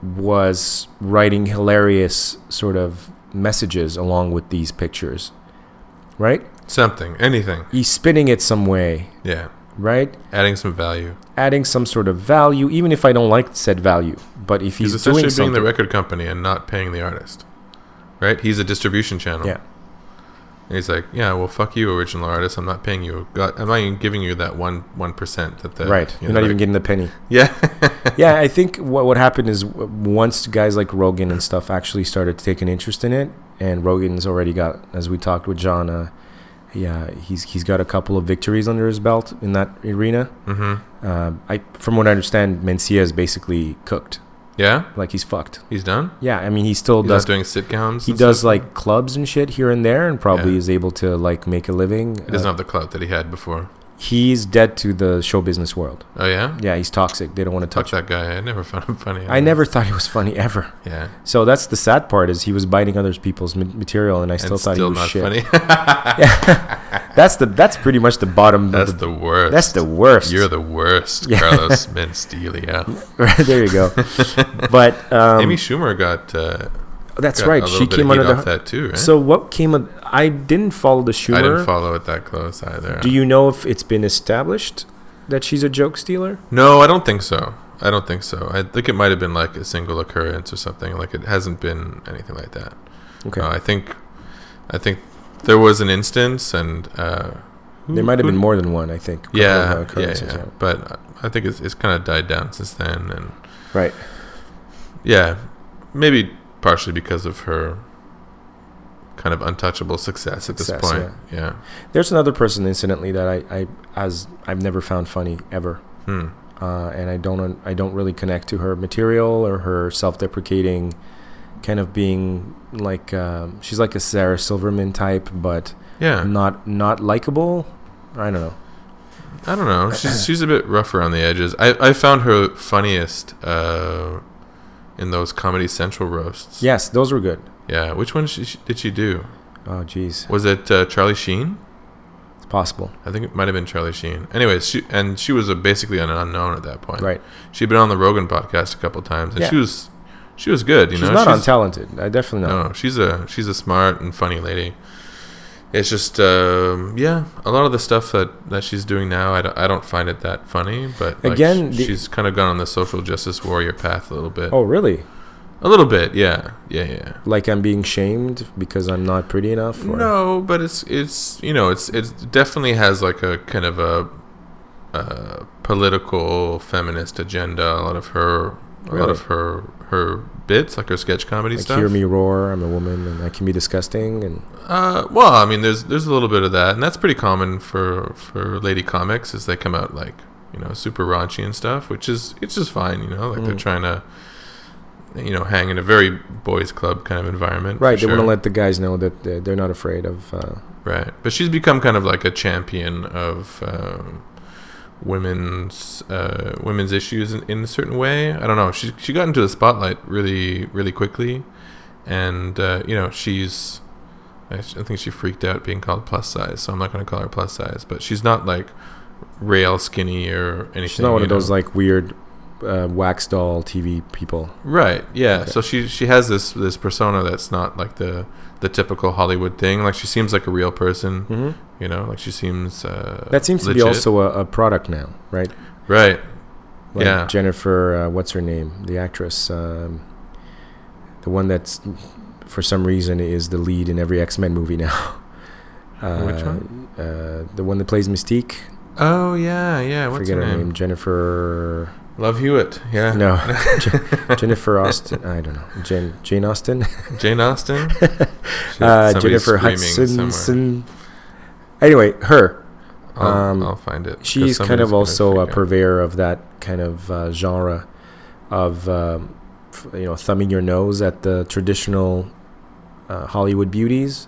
Speaker 1: was writing hilarious sort of messages along with these pictures, right?
Speaker 2: Something, anything.
Speaker 1: He's spinning it some way,
Speaker 2: Yeah.
Speaker 1: right?
Speaker 2: Adding some value.
Speaker 1: Adding some sort of value, even if I don't like said value. But if he's,
Speaker 2: He's,
Speaker 1: doing
Speaker 2: essentially being
Speaker 1: something,
Speaker 2: the record company and not paying the artist. Right? He's a distribution channel.
Speaker 1: yeah,
Speaker 2: And he's like, yeah, well, fuck you, original artist. I'm not paying you. God, I'm not even giving you that one one percent that the
Speaker 1: right.
Speaker 2: you
Speaker 1: You're
Speaker 2: know,
Speaker 1: not even
Speaker 2: like-
Speaker 1: getting the penny.
Speaker 2: yeah.
Speaker 1: yeah, I think what what happened is w- once guys like Rogan and stuff actually started to take an interest in it, and Rogan's already got, as we talked with John, uh, yeah, he's he's got a couple of victories under his belt in that arena. Mm-hmm. Um, I, from what I understand, Mencia is basically cooked,
Speaker 2: yeah,
Speaker 1: like he's fucked.
Speaker 2: he's done.
Speaker 1: Yeah, I mean, he still
Speaker 2: He's
Speaker 1: does
Speaker 2: not doing sitcoms.
Speaker 1: he
Speaker 2: and
Speaker 1: does
Speaker 2: stuff?
Speaker 1: like clubs and shit here and there and probably
Speaker 2: Yeah.
Speaker 1: is able to like make a living
Speaker 2: He doesn't
Speaker 1: Uh,
Speaker 2: have the clout that he had before.
Speaker 1: he's dead to the show business world
Speaker 2: Oh yeah,
Speaker 1: yeah he's toxic they don't want to
Speaker 2: fuck
Speaker 1: touch him
Speaker 2: that guy. I never found him funny.
Speaker 1: i never thought he was funny ever
Speaker 2: Yeah,
Speaker 1: so that's the sad part is he was biting other people's ma- material and i still
Speaker 2: and
Speaker 1: thought
Speaker 2: still
Speaker 1: he was
Speaker 2: not
Speaker 1: shit
Speaker 2: funny.
Speaker 1: that's the that's pretty much the bottom
Speaker 2: That's
Speaker 1: that's,
Speaker 2: the worst.
Speaker 1: that's the worst Um,
Speaker 2: You're the worst, Carlos Mencia.
Speaker 1: Right, there you go but um,
Speaker 2: Amy Schumer got. Uh,
Speaker 1: that's
Speaker 2: got
Speaker 1: right
Speaker 2: A
Speaker 1: she
Speaker 2: little bit of
Speaker 1: came
Speaker 2: heat
Speaker 1: under the
Speaker 2: off that too. Right?
Speaker 1: so what came of, i didn't follow the Schumer.
Speaker 2: I didn't follow it that close either.
Speaker 1: do you know if it's been established that she's a joke stealer
Speaker 2: No, I don't think so. I don't think so. I think it might have been like a single occurrence or something. Like it hasn't been anything like that.
Speaker 1: okay
Speaker 2: Uh, I think, I think there was an instance, and uh,
Speaker 1: There might have been more than one, I think. couple of, uh,
Speaker 2: yeah, yeah,
Speaker 1: occurrences,
Speaker 2: yeah. But I think it's it's kind of died down since then, and
Speaker 1: Right.
Speaker 2: yeah, maybe partially because of her kind of untouchable success at this
Speaker 1: Success,
Speaker 2: point. Yeah.
Speaker 1: There's another person, incidentally, that I, I as I've never found funny ever,
Speaker 2: Hmm.
Speaker 1: uh, and I don't I don't really connect to her material or her self-deprecating, kind of being like um, she's like a Sarah Silverman type, but
Speaker 2: Yeah.
Speaker 1: not not likable. I don't know.
Speaker 2: I don't know. She's she's a bit rough around the edges. I, I found her funniest uh, in those Comedy Central roasts.
Speaker 1: Yes, those were good.
Speaker 2: Yeah. Which one she, she, did she do?
Speaker 1: Oh, jeez,
Speaker 2: Was it uh, Charlie Sheen?
Speaker 1: it's possible.
Speaker 2: I think it might have been Charlie Sheen. Anyways, she and she was a, basically an unknown at that point.
Speaker 1: Right.
Speaker 2: She'd been on the Rogan podcast a couple times, and
Speaker 1: Yeah.
Speaker 2: she was she was good. You
Speaker 1: She's
Speaker 2: know,
Speaker 1: not untalented. I definitely know.
Speaker 2: No, she's a she's a smart and funny lady. It's just um, yeah, a lot of the stuff that, that she's doing now, I don't, I don't find it that funny. But like,
Speaker 1: Again,
Speaker 2: sh-
Speaker 1: the-
Speaker 2: she's kind of gone on the social justice warrior path a little bit.
Speaker 1: Oh, really?
Speaker 2: A little bit, yeah, yeah, yeah.
Speaker 1: Like I'm being shamed because I'm not pretty enough? Or?
Speaker 2: No, but it's it's you know it's it definitely has like a kind of a, uh political feminist agenda. A lot of her, a lot
Speaker 1: Really?
Speaker 2: of her her bits, like her sketch comedy
Speaker 1: Like,
Speaker 2: stuff.
Speaker 1: hear me roar. I'm a woman, and I can be disgusting. And
Speaker 2: Uh, well, I mean, there's there's a little bit of that, and that's pretty common for for lady comics, is they come out like you know super raunchy and stuff, which is it's just fine, you know, like they're
Speaker 1: Mm.
Speaker 2: trying to you know hang in a very boys club kind of environment, for
Speaker 1: Right, they want
Speaker 2: sure.
Speaker 1: to let the guys know that they're, they're not afraid of. Uh,
Speaker 2: right. But she's become kind of like a champion of um, women's uh, women's issues in, in a certain way. I don't know. She she got into the spotlight really really quickly, and uh, you know she's. I s- I think she freaked out being called plus size, so I'm not going to call her plus size. But she's not like rail skinny or anything.
Speaker 1: she's not one
Speaker 2: you
Speaker 1: of those
Speaker 2: know?
Speaker 1: like weird uh, wax doll TV people.
Speaker 2: Right. Yeah. So she she has this this persona that's not like the the typical Hollywood thing. Like she seems like a real person. You know, like she seems. Uh,
Speaker 1: That seems to be
Speaker 2: Mm-hmm. legit.
Speaker 1: also a, a product now, right?
Speaker 2: right.
Speaker 1: Like
Speaker 2: Yeah.
Speaker 1: Jennifer, uh, what's her name? The actress, um, the one that's for some reason is the lead in every X Men movie now. Uh,
Speaker 2: Which one?
Speaker 1: Uh, the one that plays Mystique.
Speaker 2: Oh yeah, yeah. What's
Speaker 1: forget
Speaker 2: her name?
Speaker 1: Jennifer.
Speaker 2: Love Hewitt. Yeah.
Speaker 1: No, Je- Jennifer Austin. I don't know. Jen, Jane Austen.
Speaker 2: Jane Austen. Shit,
Speaker 1: Uh,
Speaker 2: somebody's
Speaker 1: Jennifer
Speaker 2: screaming somewhere.
Speaker 1: Hudson. Anyway, her.
Speaker 2: I'll,
Speaker 1: um,
Speaker 2: I'll find it. 'cause
Speaker 1: She's kind
Speaker 2: somebody's
Speaker 1: of
Speaker 2: gonna
Speaker 1: also a
Speaker 2: freak out.
Speaker 1: purveyor of that kind of uh, genre of um, f- you know thumbing your nose at the traditional uh, Hollywood beauties.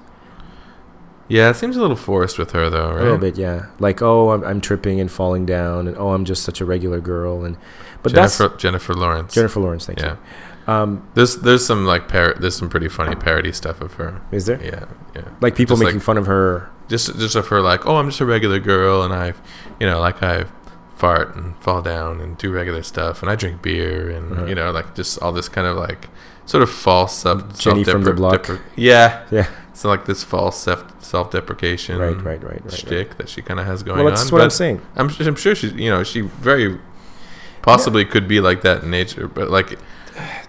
Speaker 2: Yeah, it seems a little forced with her though, right?
Speaker 1: A little bit, yeah. Like, oh, I'm, I'm tripping and falling down, and oh, I'm just such a regular girl, and but
Speaker 2: Jennifer Jennifer Lawrence.
Speaker 1: that's Jennifer Lawrence. Thank
Speaker 2: Yeah.
Speaker 1: you. Um,
Speaker 2: There's there's some like par- there's some pretty funny parody stuff of her.
Speaker 1: is there
Speaker 2: Yeah, yeah.
Speaker 1: like people
Speaker 2: Just like-
Speaker 1: making fun of her?
Speaker 2: Just just of her like, oh, I'm just a regular girl, and I, you know, like I fart and fall down and do regular stuff, and I drink beer, and
Speaker 1: Uh-huh.
Speaker 2: you know, like just all this kind of like sort of false self.
Speaker 1: Jenny from the
Speaker 2: self-depre-
Speaker 1: block.
Speaker 2: depre- yeah.
Speaker 1: Yeah,
Speaker 2: So like this false self self deprecation.
Speaker 1: right, right, right, right. right.
Speaker 2: Shtick that she kind of has going
Speaker 1: Well, that's
Speaker 2: on.
Speaker 1: what I'm
Speaker 2: but-
Speaker 1: saying.
Speaker 2: I'm, su- I'm sure she, you know, she very possibly could be like that in nature, but like it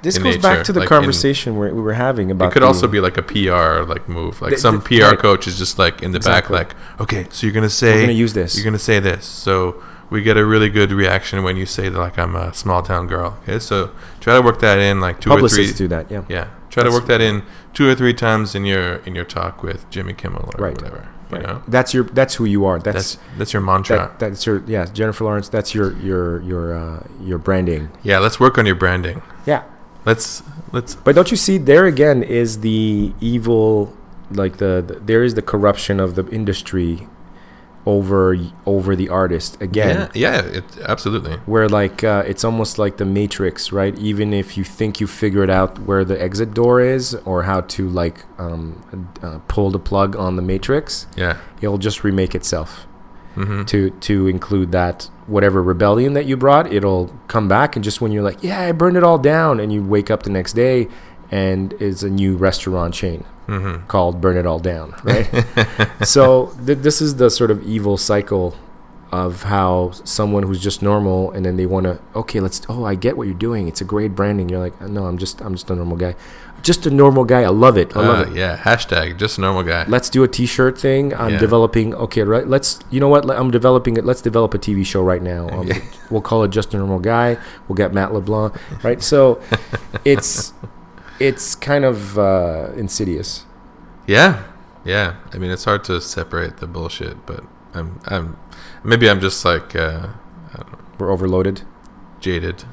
Speaker 1: This
Speaker 2: in
Speaker 1: goes back
Speaker 2: nature,
Speaker 1: to the
Speaker 2: like in-
Speaker 1: conversation where we were having about.
Speaker 2: could
Speaker 1: the-
Speaker 2: also be like a PR like move. Like
Speaker 1: Th-
Speaker 2: some
Speaker 1: th-
Speaker 2: PR
Speaker 1: right.
Speaker 2: coach is just like in the
Speaker 1: Exactly.
Speaker 2: back, like, okay, so you're gonna say
Speaker 1: gonna use this."
Speaker 2: You're gonna say this. So we get a really good reaction when you say that, like, I'm a small town girl. Okay, so try to work that in like two or three.
Speaker 1: publicists do that. Yeah,
Speaker 2: Yeah, try
Speaker 1: That's-
Speaker 2: to work that in two or three times in your in your talk with Jimmy Kimmel or
Speaker 1: Right.
Speaker 2: whatever. You
Speaker 1: Right.
Speaker 2: know,
Speaker 1: that's your. That's who you are. That's.
Speaker 2: that's that's your mantra.
Speaker 1: that, that's your yeah Jennifer Lawrence. That's your your your uh, your branding.
Speaker 2: yeah, let's work on your branding.
Speaker 1: Yeah,
Speaker 2: Let's let's
Speaker 1: But don't you see there again is the evil like the, the there is the corruption of the industry over over the artist again.
Speaker 2: Yeah, yeah, it, absolutely.
Speaker 1: Where like uh, it's almost like the Matrix, right? Even if you think you figured out where the exit door is or how to like um, uh, pull the plug on the Matrix,
Speaker 2: Yeah,
Speaker 1: it'll just remake itself
Speaker 2: hmm
Speaker 1: to to include that whatever rebellion that you brought it'll come back and just when you're like yeah i burned it all down and you wake up the next day and it's a new restaurant chain called burn it all down right so th- this is the sort of evil cycle of how someone who's just normal and then they want to okay let's oh i get what you're doing it's a great branding you're like no i'm just i'm just a normal guy just a normal guy i love it i love it
Speaker 2: Uh, yeah. Hashtag just a normal guy.
Speaker 1: let's do a t-shirt thing i'm
Speaker 2: Yeah.
Speaker 1: developing okay right let's you know what Let- i'm developing it let's develop a tv show right now um, we'll call it just a normal guy we'll get matt leblanc right so it's it's kind of uh, insidious
Speaker 2: yeah, yeah. I mean, it's hard to separate the bullshit, but I'm I'm maybe I'm just like uh,
Speaker 1: we're overloaded
Speaker 2: jaded.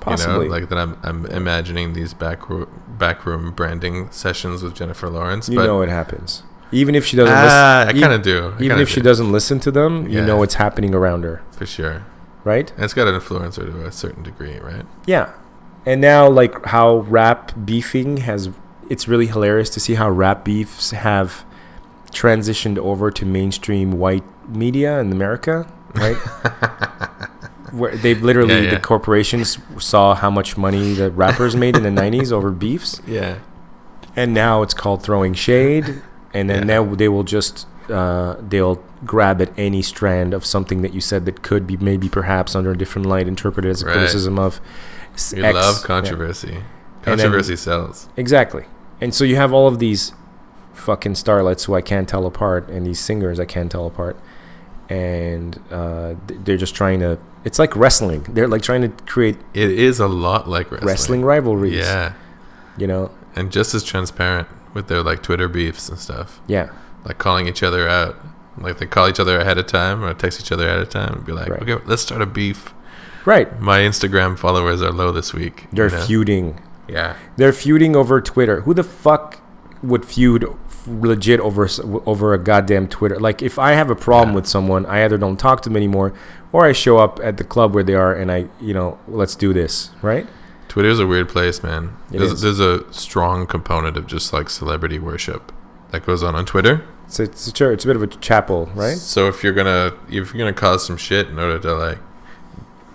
Speaker 1: possibly
Speaker 2: You know, like that I'm I'm imagining these back ro- backroom branding sessions with Jennifer Lawrence.
Speaker 1: you
Speaker 2: but
Speaker 1: know it happens even if she doesn't
Speaker 2: Ah, I
Speaker 1: listen
Speaker 2: kind of do. I
Speaker 1: even
Speaker 2: kinda
Speaker 1: if she
Speaker 2: do,
Speaker 1: doesn't listen to them you
Speaker 2: Yeah.
Speaker 1: know it's happening around her
Speaker 2: for sure.
Speaker 1: right
Speaker 2: And it's got to influence her to a certain degree, right?
Speaker 1: Yeah. And now like how rap beefing has it's really hilarious to see how rap beefs have transitioned over to mainstream white media in America, right? Where they've literally
Speaker 2: Yeah, yeah.
Speaker 1: the corporations saw how much money the rappers made in the 90s over beefs
Speaker 2: Yeah.
Speaker 1: and now it's called throwing shade and then now they will just uh, they'll grab at any strand of something that you said that could be maybe perhaps under a different light interpreted as a
Speaker 2: Right.
Speaker 1: criticism of s-
Speaker 2: We
Speaker 1: X.
Speaker 2: love
Speaker 1: Yeah.
Speaker 2: controversy.
Speaker 1: then-
Speaker 2: Controversy sells.
Speaker 1: exactly and so you have all of these fucking starlets who i can't tell apart and these singers i can't tell apart and uh, th- they're just trying to it's like wrestling they're like trying to create
Speaker 2: It is a lot like wrestling.
Speaker 1: wrestling rivalries
Speaker 2: Yeah.
Speaker 1: you know
Speaker 2: and just as transparent with their like Twitter beefs and stuff,
Speaker 1: yeah
Speaker 2: like calling each other out. Like they call each other ahead of time or text each other ahead of time and be like,
Speaker 1: Right.
Speaker 2: "Okay, let's start a beef."
Speaker 1: right
Speaker 2: My Instagram followers are low this week.
Speaker 1: they're
Speaker 2: you know?
Speaker 1: feuding
Speaker 2: Yeah,
Speaker 1: They're feuding over Twitter. Who the fuck would feud f- legit over s- over a goddamn Twitter? Like, if I have a problem with someone, I either don't talk to them anymore, or I show up at the club where they are and I, you know, let's do this, right?
Speaker 2: Twitter's a weird place, man.
Speaker 1: It
Speaker 2: There's,
Speaker 1: is.
Speaker 2: there's a strong component of just like celebrity worship that goes on on Twitter.
Speaker 1: It's it's a church. It's a bit of a chapel, right?
Speaker 2: So if you're gonna if you're gonna cause some shit in order to like,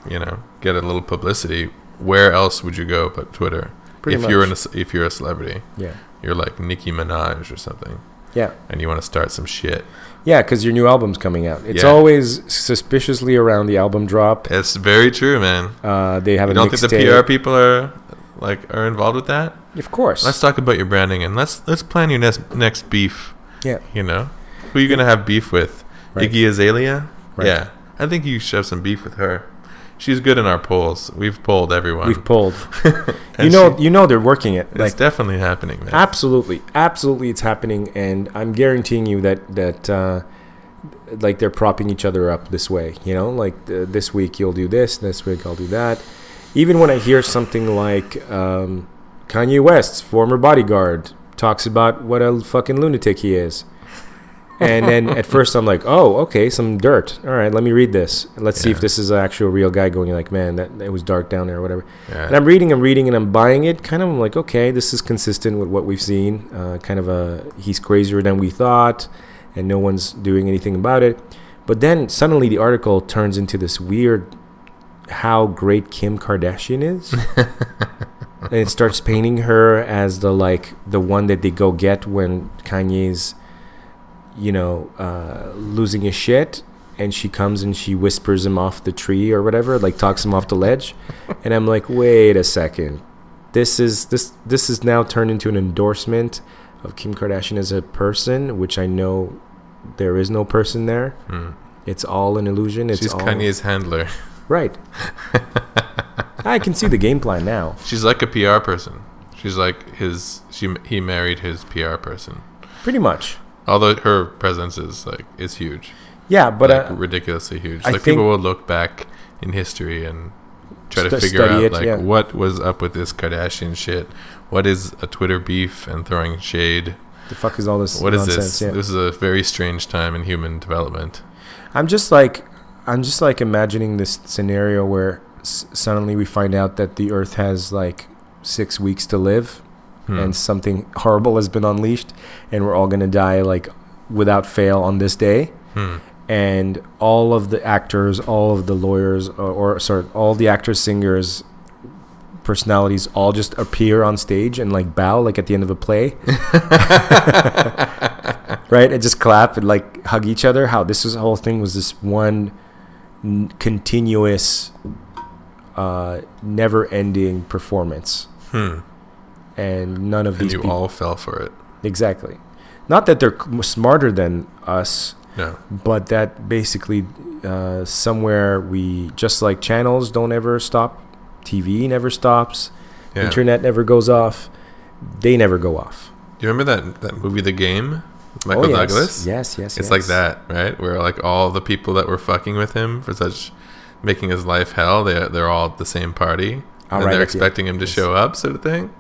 Speaker 2: you know, get a little publicity, where else would you go but Twitter?
Speaker 1: Pretty
Speaker 2: if you're
Speaker 1: much.
Speaker 2: in a, ce- if you're a celebrity,
Speaker 1: Yeah,
Speaker 2: you're like Nicki Minaj or something,
Speaker 1: yeah,
Speaker 2: and you want to start some shit.
Speaker 1: yeah. Because your new album's coming out. It's
Speaker 2: Yeah.
Speaker 1: always suspiciously around the album drop.
Speaker 2: It's very true, man.
Speaker 1: Uh, they have
Speaker 2: You
Speaker 1: a
Speaker 2: don't think the
Speaker 1: mixtape.
Speaker 2: PR people are like are involved with that?
Speaker 1: Of course.
Speaker 2: Let's talk about your branding and let's let's plan your next next beef.
Speaker 1: yeah.
Speaker 2: You know, who are you gonna have beef with?
Speaker 1: Right.
Speaker 2: Iggy Azalea?
Speaker 1: Right.
Speaker 2: Yeah, I think you should have some beef with her. She's good in our polls. We've polled everyone.
Speaker 1: We've pulled. you
Speaker 2: And
Speaker 1: know,
Speaker 2: she-
Speaker 1: you know they're working it.
Speaker 2: it's
Speaker 1: Like
Speaker 2: definitely happening, man.
Speaker 1: absolutely, absolutely, it's happening, and I'm guaranteeing you that that uh, like they're propping each other up this way. You know, like uh, this week you'll do this, next week I'll do that. Even when I hear something like um, Kanye West's former bodyguard talks about what a fucking lunatic he is. and then at first I'm like, oh, okay, some dirt. All right, let me read this. Let's see if this is an actual real guy going. Like, man, that it was dark down there, or whatever.
Speaker 2: Yeah.
Speaker 1: And I'm reading, I'm reading, and I'm buying it. Kind of, I'm like, okay, this is consistent with what we've seen. Uh, kind of a he's crazier than we thought, and no one's doing anything about it. But then suddenly the article turns into this weird how great Kim Kardashian is. and it starts painting her as the like the one that they go get when Kanye's you know, uh, losing his shit. And she comes and she whispers him off the tree or whatever, like talks him off the ledge. And I'm like, wait a second, this is this this is now turned into an endorsement of Kim Kardashian as a person, which I know there is no person there. It's all an illusion. It's
Speaker 2: She's
Speaker 1: all
Speaker 2: Kanye's handler.
Speaker 1: right. I can see the game plan now.
Speaker 2: She's like a PR person. She's like his. She he married his PR person.
Speaker 1: Pretty much,
Speaker 2: Although her presence is like is huge,
Speaker 1: yeah. But
Speaker 2: like
Speaker 1: uh,
Speaker 2: ridiculously huge.
Speaker 1: I
Speaker 2: like people
Speaker 1: think-
Speaker 2: will look back in history and try to
Speaker 1: Stu-
Speaker 2: figure
Speaker 1: study
Speaker 2: out
Speaker 1: it,
Speaker 2: like
Speaker 1: yeah.
Speaker 2: what was up with this Kardashian shit. What is a Twitter beef and throwing shade?
Speaker 1: the fuck is all this?
Speaker 2: What is
Speaker 1: nonsense?
Speaker 2: this?
Speaker 1: Yeah.
Speaker 2: This is a very strange time in human development.
Speaker 1: I'm just like I'm just like imagining this scenario where s- suddenly we find out that the Earth has like six weeks to live,
Speaker 2: Hmm.
Speaker 1: and something horrible has been unleashed, and we're all gonna die like without fail on this day.
Speaker 2: Hmm.
Speaker 1: And all of the actors, all of the lawyers, or, or sorry, all the actors, singers, personalities, all just appear on stage and like bow, like at the end of a play right? And just clap and like hug each other. How this was, whole thing was this one n- continuous, uh, never-ending performance, and none of
Speaker 2: Hmm. And
Speaker 1: these
Speaker 2: you
Speaker 1: people
Speaker 2: all fell for it.
Speaker 1: exactly. Not that they're c- smarter than us,
Speaker 2: No.
Speaker 1: but that basically uh, somewhere we just like channels don't ever stop, TV never stops,
Speaker 2: Yeah.
Speaker 1: internet never goes off, they never go off.
Speaker 2: Do you remember that that movie The Game? Michael
Speaker 1: Oh, yes.
Speaker 2: Douglas?
Speaker 1: Yes, yes,
Speaker 2: It's like
Speaker 1: yes.
Speaker 2: that, right? Where like all the people that were fucking with him for such making his life hell, they they're all at the same party.
Speaker 1: All
Speaker 2: and
Speaker 1: right,
Speaker 2: they're
Speaker 1: at the-
Speaker 2: expecting him to show up, sort of thing.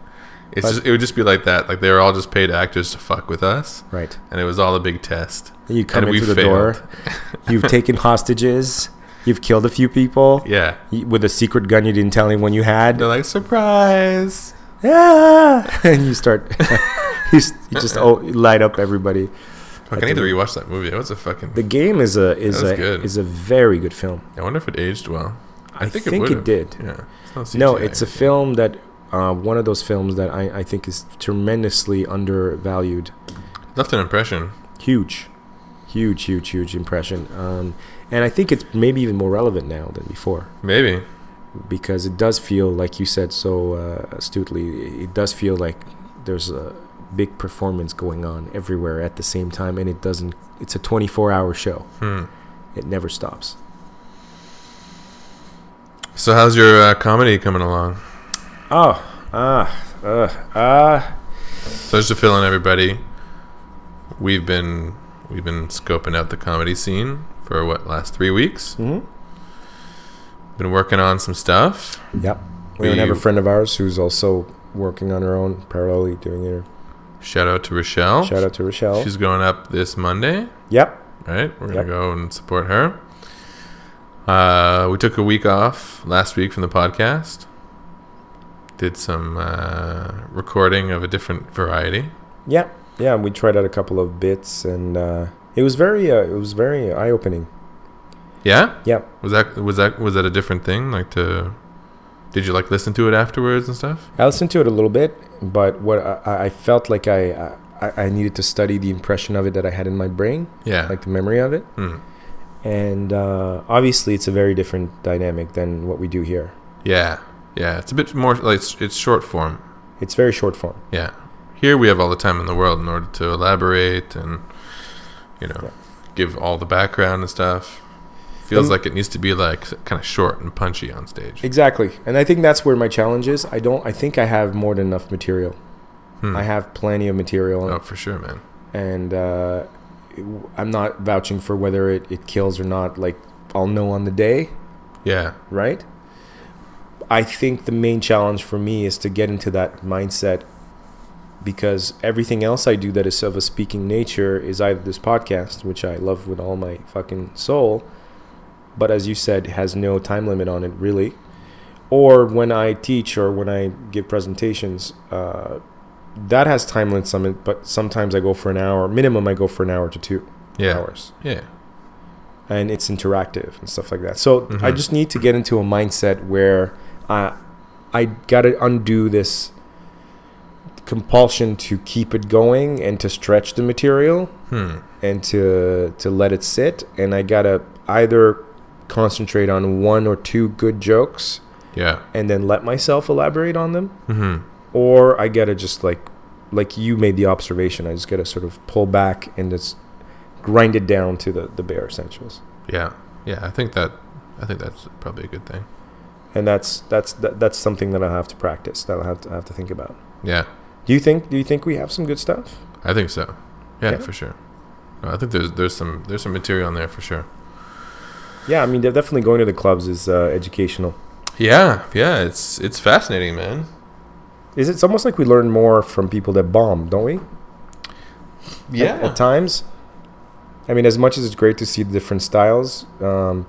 Speaker 2: It's
Speaker 1: But-
Speaker 2: just it would just be like that. Like they were all just paid actors to fuck with us.
Speaker 1: Right.
Speaker 2: And it was all a big test.
Speaker 1: And you come
Speaker 2: And we
Speaker 1: into the
Speaker 2: failed.
Speaker 1: door. You've taken hostages. You've killed a few people.
Speaker 2: Yeah.
Speaker 1: You- With a secret gun you didn't tell anyone you had.
Speaker 2: They're like, surprise.
Speaker 1: Ah! And you start. you, s- you just oh, light up everybody.
Speaker 2: Fuck, I need to rewatch that movie. That was a fucking
Speaker 1: The game is a is
Speaker 2: That was
Speaker 1: a
Speaker 2: good.
Speaker 1: is a very good film.
Speaker 2: I wonder if it aged well. I,
Speaker 1: I
Speaker 2: think,
Speaker 1: think it
Speaker 2: it would.
Speaker 1: did.
Speaker 2: Yeah. It's not
Speaker 1: No,
Speaker 2: CGI.
Speaker 1: it's a film that uh, one of those films that I, I think is tremendously undervalued.
Speaker 2: left an impression.
Speaker 1: Huge, huge, huge, huge impression. Um, and I think it's maybe even more relevant now than before.
Speaker 2: Maybe.
Speaker 1: because it does feel like you said so uh, astutely it does feel like there's a big performance going on everywhere at the same time and it doesn't it's a 24 hour show it never stops
Speaker 2: So how's your uh, comedy coming along?
Speaker 1: oh ah uh, ah
Speaker 2: So just to fill in everybody, we've been we've been scoping out the comedy scene for what last three weeks. Mm-hmm. Been working on some stuff.
Speaker 1: yep we don't have a
Speaker 2: We-
Speaker 1: friend of ours who's also working on her own parallelly doing her
Speaker 2: Shout out to Rochelle.
Speaker 1: shout out to rochelle
Speaker 2: She's going up this Monday.
Speaker 1: yep
Speaker 2: Right, we're gonna
Speaker 1: Yep.
Speaker 2: go and support her. Uh, we took a week off last week from the podcast. Did some uh, recording of a different variety.
Speaker 1: yeah yeah we tried out a couple of bits and uh, it was very uh, it was very eye-opening
Speaker 2: Yeah.
Speaker 1: yep
Speaker 2: Was that was that was that a different thing? Like to did you like listen to it afterwards and stuff?
Speaker 1: I listened to it a little bit, but what I, I- I felt like I, I I needed to study the impression of it that I had in my brain,
Speaker 2: Yeah.
Speaker 1: like the memory of it.
Speaker 2: Mm.
Speaker 1: And uh, obviously, it's a very different dynamic than what we do here.
Speaker 2: yeah. Yeah. It's a bit more like it's, it's short form.
Speaker 1: It's very short form.
Speaker 2: Yeah. Here we have all the time in the world in order to elaborate and you know give all the background and stuff. feels like it needs to be like kind of short and punchy on stage.
Speaker 1: Exactly. And I think that's where my challenge is. I don't I think I have more than enough material. I have plenty of material
Speaker 2: Oh, for sure, man.
Speaker 1: and uh, I'm not vouching for whether it, it kills or not. Like I'll know on the day,
Speaker 2: Yeah,
Speaker 1: right? I think the main challenge for me is to get into that mindset because everything else I do that is of a speaking nature is either this podcast, which I love with all my fucking soul, but as you said, has no time limit on it really. Or when I teach or when I give presentations, uh, that has time limits on it, but sometimes I go for an hour. Minimum, I go for an hour to two
Speaker 2: yeah,
Speaker 1: hours
Speaker 2: yeah.
Speaker 1: and it's interactive and stuff like that. So I just need to get into a mindset where I I got to undo this compulsion to keep it going and to stretch the material and to to let it sit and I got to either concentrate on one or two good jokes
Speaker 2: Yeah.
Speaker 1: and then let myself elaborate on them or i gotta just like like you made the observation i just gotta sort of pull back and just grind it down to the the bare essentials
Speaker 2: Yeah. Yeah. I think that I think that's probably a good thing.
Speaker 1: and that's that's that, that's something that i'll have to practice that i'll have to, I have to think about
Speaker 2: Yeah.
Speaker 1: do you think do you think we have some good stuff
Speaker 2: I think so. Yeah,
Speaker 1: Yeah.
Speaker 2: for sure. No, I think there's there's some there's some material in there for sure.
Speaker 1: yeah i mean de- definitely going to the clubs is uh, educational
Speaker 2: Yeah, yeah, it's it's fascinating, man.
Speaker 1: is it's almost like we learn more from people that bomb don't we at, at times. I mean, as much as it's great to see the different styles, um,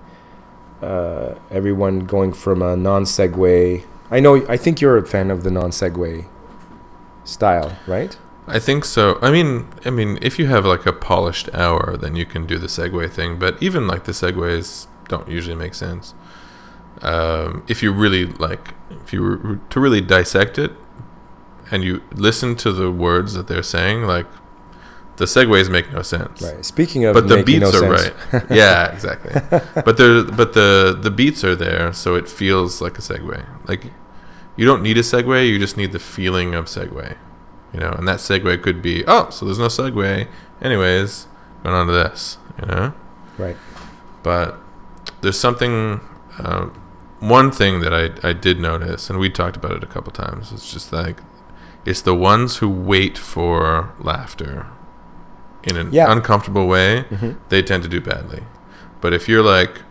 Speaker 1: uh, everyone going from a non segue. I know. I think you're a fan of the non segue style, right?
Speaker 2: I think so. I mean, I mean, if you have like a polished hour, then you can do the segue thing. But even like the segues don't usually make sense. Um, if you really like, if you were to really dissect it, and you listen to the words that they're saying, like the segues make no sense.
Speaker 1: Right. Speaking of,
Speaker 2: but the
Speaker 1: making
Speaker 2: beats
Speaker 1: no
Speaker 2: are
Speaker 1: sense,
Speaker 2: right. yeah, exactly. But the but the the beats are there, so it feels like a segue. Like you don't need a segue, you just need the feeling of segue. You know, and that segue could be oh, so there's no segue. Anyways, going on to this. You know,
Speaker 1: Right.
Speaker 2: but there's something. Uh, one thing that I, I did notice, and we talked about it a couple times, it's just like it's the ones who wait for laughter in an
Speaker 1: Yeah.
Speaker 2: uncomfortable way, they tend to do badly. But if you're like,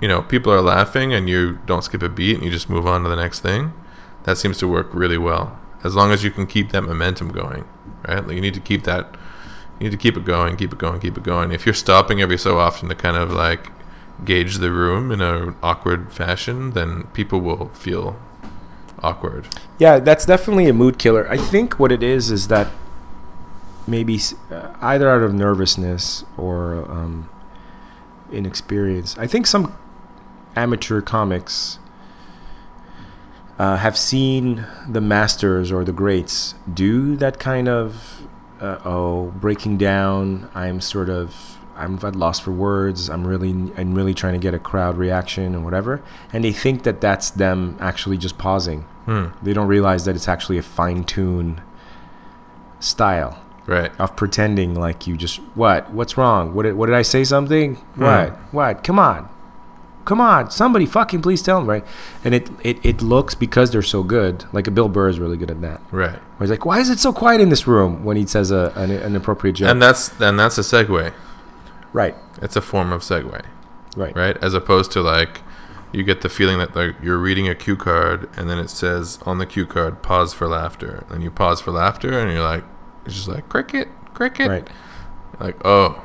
Speaker 2: you know, people are laughing and you don't skip a beat and you just move on to the next thing, that seems to work really well. As long as you can keep that momentum going, right? Like you need to keep that, you need to keep it going, keep it going, keep it going. If you're stopping every so often to kind of like gauge the room in an awkward fashion, then people will feel awkward.
Speaker 1: Yeah, that's definitely a mood killer. I think what it is is that maybe s- uh, either out of nervousness or um, inexperience. I think some amateur comics uh, have seen the masters or the greats do that kind of uh, oh breaking down. I'm sort of I'm at loss for words. I'm really I'm really trying to get a crowd reaction and whatever, and they think that that's them actually just pausing. They don't realize that it's actually a fine tune style
Speaker 2: Right.
Speaker 1: of pretending like you just what what's wrong what did, what did i say something
Speaker 2: Hmm.
Speaker 1: what what come on come on somebody fucking please tell them right and it, it it looks because they're so good like a bill burr is really good at that
Speaker 2: Right.
Speaker 1: where he's like why is it so quiet in this room when he says a, an, an appropriate joke
Speaker 2: And that's and that's a segue.
Speaker 1: right
Speaker 2: It's a form of segue.
Speaker 1: right
Speaker 2: right? As opposed to like, you get the feeling that like you're reading a cue card and then it says on the cue card, pause for laughter. And you pause for laughter and you're like, it's just like cricket, cricket.
Speaker 1: right
Speaker 2: Like, oh.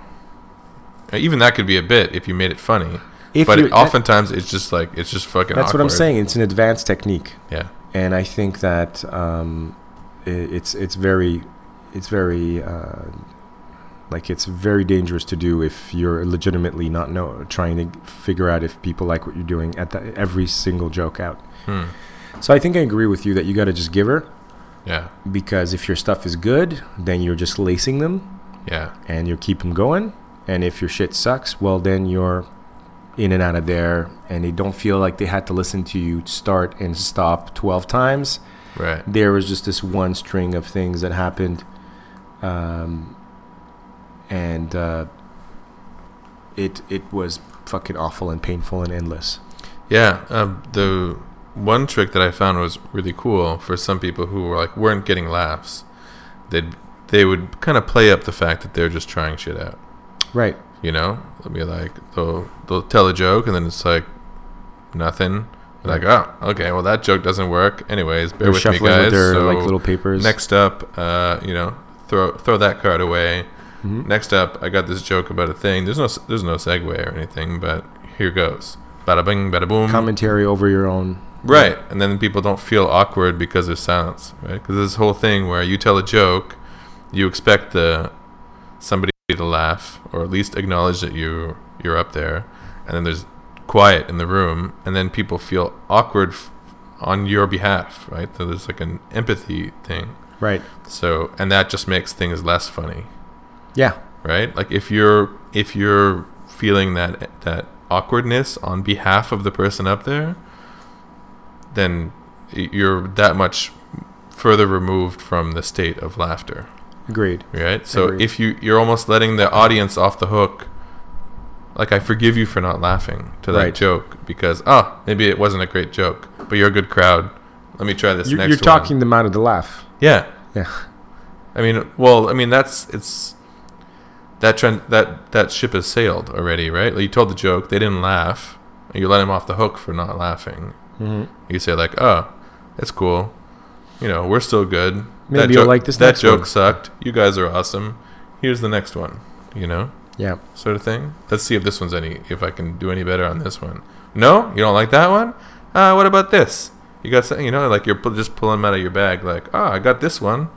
Speaker 2: Even that could be a bit if you made it funny.
Speaker 1: If
Speaker 2: but
Speaker 1: you-
Speaker 2: it, oftentimes it's just like, it's just fucking
Speaker 1: that's what i'm
Speaker 2: awkward.
Speaker 1: saying it's an advanced technique
Speaker 2: Yeah.
Speaker 1: and I think that um, i it's it's very it's very uh, like it's very dangerous to do if you're legitimately not know trying to figure out if people like what you're doing at the, every single joke out. So I think I agree with you that you got to just give her
Speaker 2: Yeah.
Speaker 1: because if your stuff is good, then you're just lacing them
Speaker 2: Yeah.
Speaker 1: and you keep them going. And if your shit sucks, well then you're in and out of there, and they don't feel like they had to listen to you start and stop twelve times
Speaker 2: Right.
Speaker 1: there was just this one string of things that happened um, and uh, it it was fucking awful and painful and endless.
Speaker 2: Yeah, um, the one trick that I found was really cool for some people who were like weren't getting laughs. They'd they would kind of play up the fact that they're just trying shit out.
Speaker 1: Right.
Speaker 2: You know, they'll be like they'll they'll tell a joke and then it's like nothing. They're like oh okay, well that joke doesn't work. Anyways, bear
Speaker 1: They're
Speaker 2: with me
Speaker 1: shuffling
Speaker 2: guys.
Speaker 1: with their
Speaker 2: So
Speaker 1: like little papers.
Speaker 2: next up, uh, you know, throw throw that card away.
Speaker 1: Mm-hmm.
Speaker 2: Next up, I got this joke about a thing. There's no s- there's no segue or anything, but here goes. Bada bing, bada boom.
Speaker 1: commentary over your own.
Speaker 2: Right, and then people don't feel awkward because there's silence, right? Because this whole thing where you tell a joke, you expect the somebody to laugh or at least acknowledge that you you're up there, and then there's quiet in the room, and then people feel awkward f- on your behalf, right? So there's like an empathy thing.
Speaker 1: Right.
Speaker 2: So, and that just makes things less funny,
Speaker 1: Yeah.
Speaker 2: right? Like if you're if you're feeling that that awkwardness on behalf of the person up there, then y- you're that much further removed from the state of laughter,
Speaker 1: Agreed.
Speaker 2: right? So
Speaker 1: Agreed.
Speaker 2: if you you're almost letting the audience off the hook, like I forgive you for not laughing to that
Speaker 1: Right.
Speaker 2: joke because ah maybe it wasn't a great joke, but you're a good crowd. Let me try this
Speaker 1: You're,
Speaker 2: next.
Speaker 1: you're
Speaker 2: one.
Speaker 1: talking them out of the laugh.
Speaker 2: yeah.
Speaker 1: Yeah.
Speaker 2: I mean, well, I mean that's it's that trend that that ship has sailed already, right? Like you told the joke, they didn't laugh, and you let them off the hook for not laughing.
Speaker 1: Mm-hmm.
Speaker 2: You say like, "Oh, that's cool. You know, we're still good. that
Speaker 1: Maybe you'll like this
Speaker 2: That
Speaker 1: next
Speaker 2: joke
Speaker 1: one."
Speaker 2: sucked. You guys are awesome. Here's the next one. You know,
Speaker 1: Yeah.
Speaker 2: sort of thing. Let's see if this one's any. If I can do any better on this one. No, you don't like that one. Uh, what about this? You got something, you know, like you're pu- just pulling them out of your bag, like, oh, I got this one.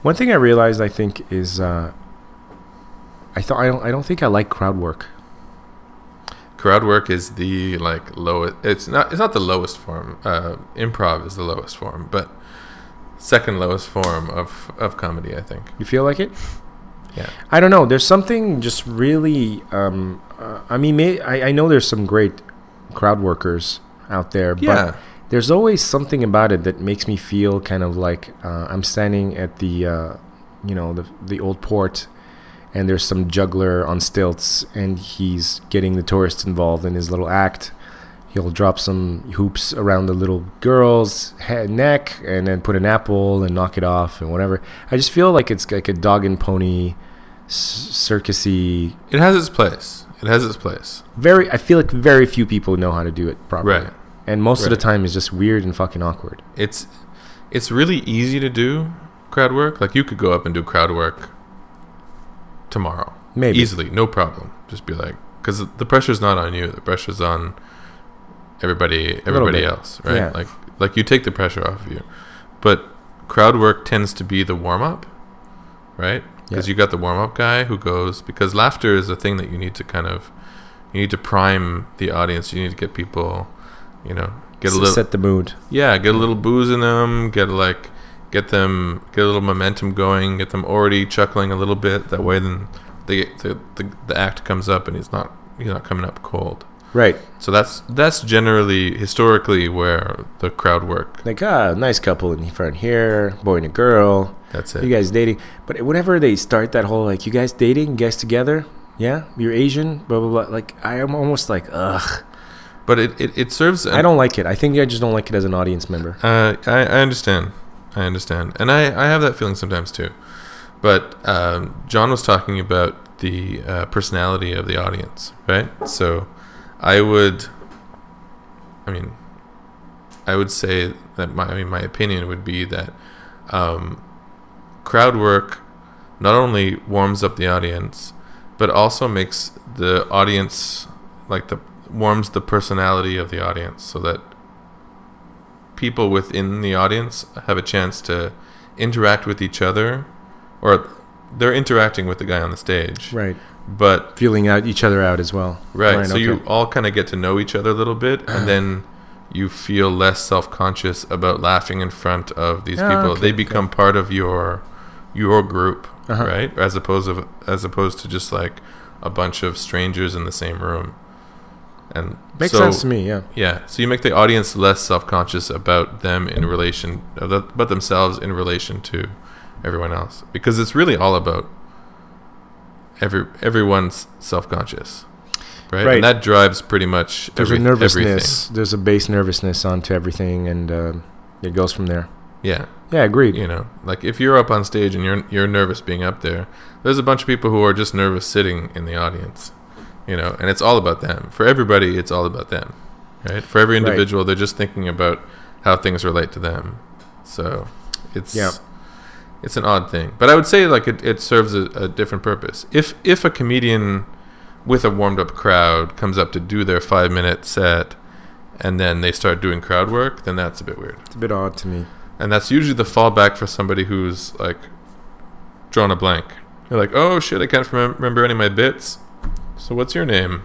Speaker 1: One thing I realized, I think, is uh, I thought I don't. I don't think I like crowd work.
Speaker 2: crowd work is the like lowest it's not it's not the lowest form uh, improv is the lowest form but second lowest form of of comedy i think
Speaker 1: You feel like it?
Speaker 2: Yeah.
Speaker 1: I don't know. There's something just really. Um, uh, I mean, may, I, I know there's some great crowd workers out there,
Speaker 2: Yeah.
Speaker 1: but there's always something about it that makes me feel kind of like uh, I'm standing at the, uh, you know, the the old port, and there's some juggler on stilts, and he's getting the tourists involved in his little act. He'll drop some hoops around the little girl's head, neck and then put an apple and knock it off and whatever. I just feel like it's like a dog and pony, s- circusy.
Speaker 2: it has its place it has its place
Speaker 1: Very, I feel like very few people know how to do it properly.
Speaker 2: Right.
Speaker 1: And most of the
Speaker 2: Right.
Speaker 1: time, it's just weird and fucking awkward.
Speaker 2: it's it's really easy to do crowd work like you could go up and do crowd work tomorrow
Speaker 1: Maybe.
Speaker 2: easily no problem just be like because the pressure's not on you the pressure's on everybody everybody
Speaker 1: bit.
Speaker 2: else right
Speaker 1: Yeah.
Speaker 2: like like you take the pressure off of you but crowd work tends to be the warm-up right because
Speaker 1: Yeah.
Speaker 2: you got the warm-up guy who goes because laughter is a thing that you need to kind of you need to prime the audience you need to get people you know get a
Speaker 1: S-
Speaker 2: little
Speaker 1: set the mood.
Speaker 2: yeah, get a little booze in them. Get like, get them, get a little momentum going. Get them already chuckling a little bit. That way, then the the, the, the act comes up and he's not he's not coming up cold.
Speaker 1: Right.
Speaker 2: So that's that's generally historically where the crowd work.
Speaker 1: Like, ah, nice couple in front here, boy and a girl.
Speaker 2: That's it.
Speaker 1: You guys dating. But whenever they start that whole, like, you guys dating, you guys together, yeah, you're Asian, blah, blah, blah. Like, I am almost like, ugh.
Speaker 2: But it, it, it serves.
Speaker 1: I don't like it. I think I just don't like it as an audience member.
Speaker 2: Uh, I, I understand. I understand. And I, I have that feeling sometimes too. But um, John was talking about the uh, personality of the audience, right? So I would, I mean, I would say that my, I mean, my opinion would be that um, crowd work not only warms up the audience, but also makes the audience like the warms the personality of the audience so that people within the audience have a chance to interact with each other or they're interacting with the guy on the stage
Speaker 1: Right.
Speaker 2: but
Speaker 1: Feeling out each other out as well.
Speaker 2: right, so
Speaker 1: okay.
Speaker 2: you all kind of get to know each other a little bit and then you feel less self-conscious about laughing in front of these
Speaker 1: Ah,
Speaker 2: people
Speaker 1: okay,
Speaker 2: they become part of your your group
Speaker 1: Uh-huh.
Speaker 2: right as opposed of as opposed to just like a bunch of strangers in the same room and
Speaker 1: Makes
Speaker 2: so-
Speaker 1: sense to me, yeah.
Speaker 2: yeah, so you make the audience less self-conscious about them in relation uh, about themselves in relation to everyone else because it's really all about every everyone's self-conscious. right?
Speaker 1: Right.
Speaker 2: And that drives pretty much
Speaker 1: There's
Speaker 2: every-
Speaker 1: a
Speaker 2: everything.
Speaker 1: nervousness. There's a base nervousness onto everything, and uh, it goes from there.
Speaker 2: Yeah,
Speaker 1: Yeah, agreed.
Speaker 2: you know, like if you're up on stage and you're you're nervous being up there, there's a bunch of people who are just nervous sitting in the audience, you know, and it's all about them. For everybody, it's all about them, right? For every individual, they're just thinking about how things relate to them. So, it's
Speaker 1: Yeah.
Speaker 2: it's an odd thing, but I would say like it, it serves a, a different purpose. If if a comedian with a warmed up crowd comes up to do their five minute set, and then they start doing crowd work, then that's a bit weird
Speaker 1: It's a bit odd to me.
Speaker 2: and that's usually the fallback for somebody who's like drawn a blank. You're like, oh shit, I can't remem- remember any of my bits. So what's your name?